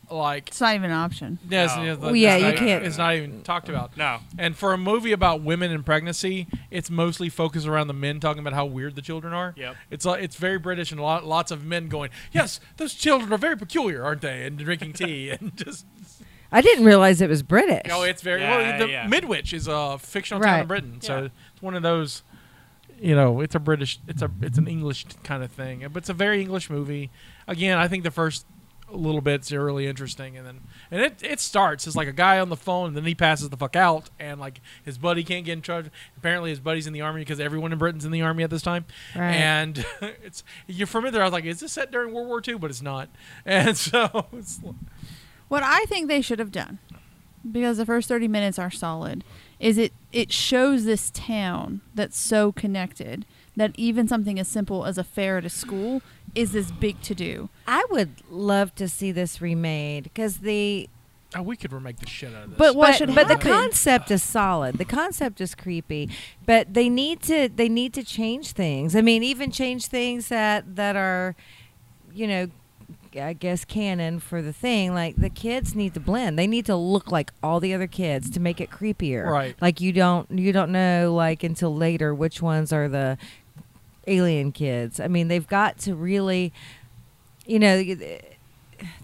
[SPEAKER 2] Like.
[SPEAKER 7] It's not even an option.
[SPEAKER 2] No, it's-
[SPEAKER 5] No.
[SPEAKER 2] it's-
[SPEAKER 4] Well, yeah,
[SPEAKER 2] it's
[SPEAKER 4] you
[SPEAKER 2] not-
[SPEAKER 4] can't-
[SPEAKER 2] It's not even talked about.
[SPEAKER 5] no.
[SPEAKER 2] And for a movie about women and pregnancy, it's mostly focused around the men talking about how weird the children are.
[SPEAKER 5] Yep.
[SPEAKER 2] It's like it's very British and lot, lots of men going, "Yes, those children are very peculiar, aren't they?" and drinking tea and just
[SPEAKER 4] I didn't realize it was British.
[SPEAKER 2] you know, Oh, it's very
[SPEAKER 5] Yeah,
[SPEAKER 2] well, the
[SPEAKER 5] yeah.
[SPEAKER 2] Midwich is a fictional town
[SPEAKER 4] Right.
[SPEAKER 2] in Britain. So
[SPEAKER 5] Yeah.
[SPEAKER 2] it's one of those you know, it's a British it's a it's an English kind of thing. But it's a very English movie. Again, I think the first little bits are really interesting and then and it, it starts it's like a guy on the phone and then he passes the fuck out and like his buddy can't get in charge apparently his buddy's in the army because everyone in britain's in the army at this time
[SPEAKER 4] Right.
[SPEAKER 2] and it's you're familiar i was like is this set during world war ii but it's not and so it's
[SPEAKER 7] What I think they should have done, because the first 30 minutes are solid, is it it shows this town that's so connected that even something as simple as a fair at a school is this big to do.
[SPEAKER 4] I would love to see this remade because the
[SPEAKER 2] oh, we could remake the shit out of this
[SPEAKER 7] But what
[SPEAKER 4] but,
[SPEAKER 7] should
[SPEAKER 4] but the
[SPEAKER 7] happen?
[SPEAKER 4] concept is solid. The concept is creepy, but they need to they need to change things. I mean, even change things that that are, you know, I guess canon for the thing. Like the kids need to blend. They need to look like all the other kids to make it creepier.
[SPEAKER 2] Right.
[SPEAKER 4] Like you don't you don't know like until later which ones are the alien kids. I mean, they've got to really, you know.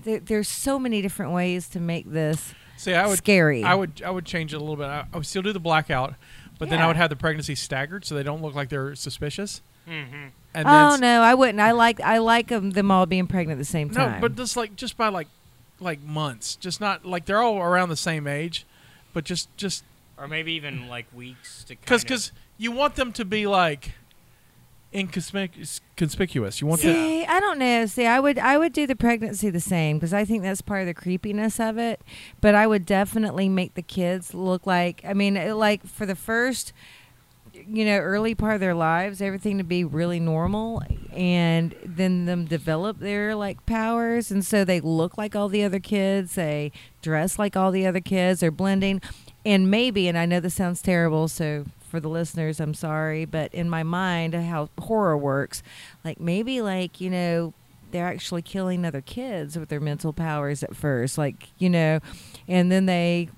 [SPEAKER 4] There, there's so many different ways to make this
[SPEAKER 2] See, I would
[SPEAKER 4] scary.
[SPEAKER 2] I would I would change it a little bit. I, I would still do the blackout, but then
[SPEAKER 4] Yeah.
[SPEAKER 2] I would have the pregnancy staggered so they don't look like they're suspicious.
[SPEAKER 5] Mm-hmm.
[SPEAKER 2] And then
[SPEAKER 4] Oh
[SPEAKER 2] s-
[SPEAKER 4] no, I wouldn't. I like I like 'em- them, all being pregnant at the same
[SPEAKER 2] no,
[SPEAKER 4] time.
[SPEAKER 2] but just like just by like like months, just not like they're all around the same age, but just just
[SPEAKER 5] Or maybe even like weeks to.
[SPEAKER 2] because
[SPEAKER 5] kind of-
[SPEAKER 2] because you want them to be like inconspicuous. Conspicuous. You want them.
[SPEAKER 4] see, I don't know. See, I would I would do the pregnancy the same because I think that's part of the creepiness of it. But I would definitely make the kids look like. I mean, it- like for the first, you know, early part of their lives, everything to be really normal, and then them develop their like powers, and so they look like all the other kids. They dress like all the other kids. They're blending. and maybe and i know this sounds terrible so for the listeners i'm sorry but in my mind how horror works like maybe like you know they're actually killing other kids with their mental powers at first like you know and then they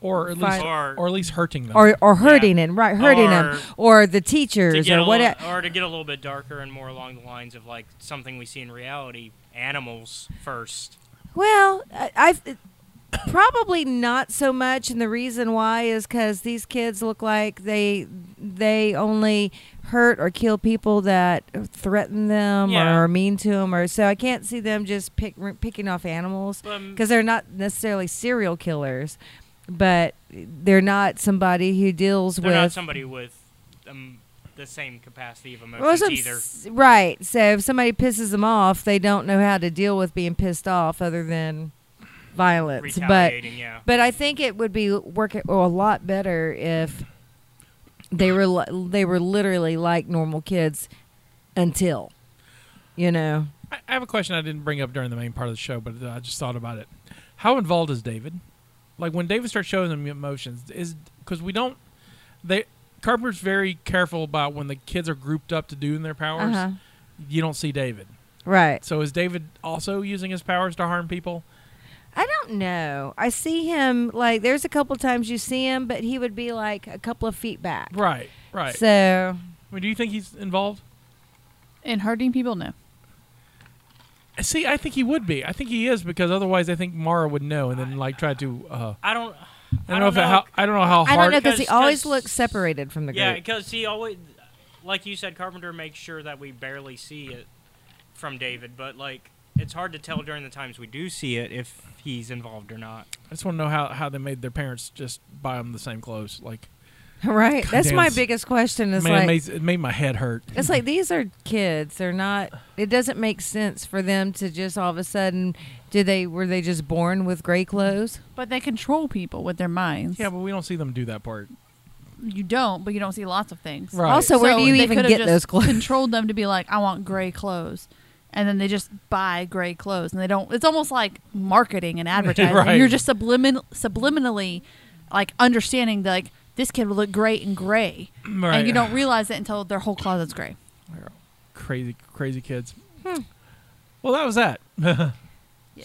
[SPEAKER 2] or at
[SPEAKER 4] Fine.
[SPEAKER 2] least
[SPEAKER 5] Or-
[SPEAKER 2] or at least hurting them.
[SPEAKER 4] or or hurting and right hurting
[SPEAKER 5] Or-
[SPEAKER 4] them or the
[SPEAKER 5] to
[SPEAKER 4] teachers
[SPEAKER 5] get
[SPEAKER 4] or e-,
[SPEAKER 5] a little,
[SPEAKER 4] whatever
[SPEAKER 5] or to get a little bit darker and more along the lines of like something we see in reality, animals first.
[SPEAKER 4] Well, I- I've probably not so much, and the reason why is because these kids look like they they only hurt or kill people that threaten them
[SPEAKER 5] Yeah.
[SPEAKER 4] or are mean to them, or so I can't see them just pick, picking off animals
[SPEAKER 5] Um,
[SPEAKER 4] because they're not necessarily serial killers, but they're not somebody who deals
[SPEAKER 5] They're
[SPEAKER 4] with
[SPEAKER 5] not somebody with um, the same capacity of
[SPEAKER 4] Well,
[SPEAKER 5] emotions
[SPEAKER 4] some-
[SPEAKER 5] either.
[SPEAKER 4] s- right. So if somebody pisses them off, they don't know how to deal with being pissed off other than violence. But
[SPEAKER 5] Retaliating, yeah.
[SPEAKER 4] but I think it would be work it, well, a lot better if they were li- they were literally like normal kids until you know.
[SPEAKER 2] I I have a question I didn't bring up during the main part of the show, but uh, I just thought about it. How involved is David? Like when David starts showing them emotions, is because we don't. They Carpenter's very careful about when the kids are grouped up to do their powers.
[SPEAKER 4] Uh-huh.
[SPEAKER 2] You don't see David.
[SPEAKER 4] Right.
[SPEAKER 2] So is David also using his powers to harm people?
[SPEAKER 4] don't know. I see him like there's a couple times you see him, but he would be like a couple of feet back.
[SPEAKER 2] Right, right.
[SPEAKER 4] So
[SPEAKER 2] I mean, do you think he's involved?
[SPEAKER 3] And hurting people, no.
[SPEAKER 2] See, I think he would be. I think he is because otherwise, I think Mara would know and then like try to. Uh,
[SPEAKER 5] I don't.
[SPEAKER 2] I don't know if it- how I don't know how
[SPEAKER 4] I don't
[SPEAKER 2] hard.
[SPEAKER 4] know because he
[SPEAKER 5] 'cause- 'cause-
[SPEAKER 4] always looks separated from the
[SPEAKER 5] Yeah,
[SPEAKER 4] group.
[SPEAKER 5] because he always, like you said, Carpenter makes sure that we barely see it from David, but like it's hard to tell during the times we do see it if he's involved or not.
[SPEAKER 2] I just want to know how, how they made their parents just buy them the same clothes. Like,
[SPEAKER 4] right. That's
[SPEAKER 2] Goddamn.
[SPEAKER 4] my biggest question. Is
[SPEAKER 2] man, it,
[SPEAKER 4] like
[SPEAKER 2] made, it made my head hurt.
[SPEAKER 4] It's like these are kids. They're not. It doesn't make sense for them to just all of a sudden. Do they were they just born with gray clothes?
[SPEAKER 3] But they control people with their minds.
[SPEAKER 2] yeah, but we don't see them do that part.
[SPEAKER 3] you don't, but you don't see lots of things.
[SPEAKER 2] Right.
[SPEAKER 4] Also, where do you
[SPEAKER 3] they
[SPEAKER 4] even
[SPEAKER 3] could've
[SPEAKER 4] get
[SPEAKER 3] just
[SPEAKER 4] those clothes?
[SPEAKER 3] Controlled them to be like, I want gray clothes, and then they just buy gray clothes, and they don't. It's almost like marketing and advertising.
[SPEAKER 2] Right.
[SPEAKER 3] You're just sublimin- subliminally, like understanding that, like this kid will look great in gray,
[SPEAKER 2] Right.
[SPEAKER 3] and you don't realize it until their whole closet's gray.
[SPEAKER 2] Crazy, crazy kids.
[SPEAKER 3] Hmm.
[SPEAKER 2] Well, that was that.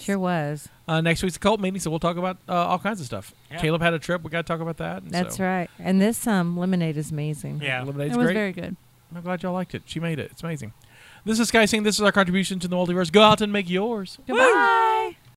[SPEAKER 4] Sure was.
[SPEAKER 2] Uh, next week's a cult meeting, so we'll talk about uh, all kinds of stuff.
[SPEAKER 5] Yeah.
[SPEAKER 2] Caleb had a trip. We got to talk about that. and
[SPEAKER 4] That's
[SPEAKER 2] so-
[SPEAKER 4] right. And this um lemonade is amazing.
[SPEAKER 5] Yeah.
[SPEAKER 2] Lemonade's
[SPEAKER 3] it was
[SPEAKER 2] great.
[SPEAKER 3] very good.
[SPEAKER 2] I'm glad y'all liked it. She made it. It's amazing. This is Sky Singh. This is our contribution to the multiverse. Go out and make yours.
[SPEAKER 4] Goodbye.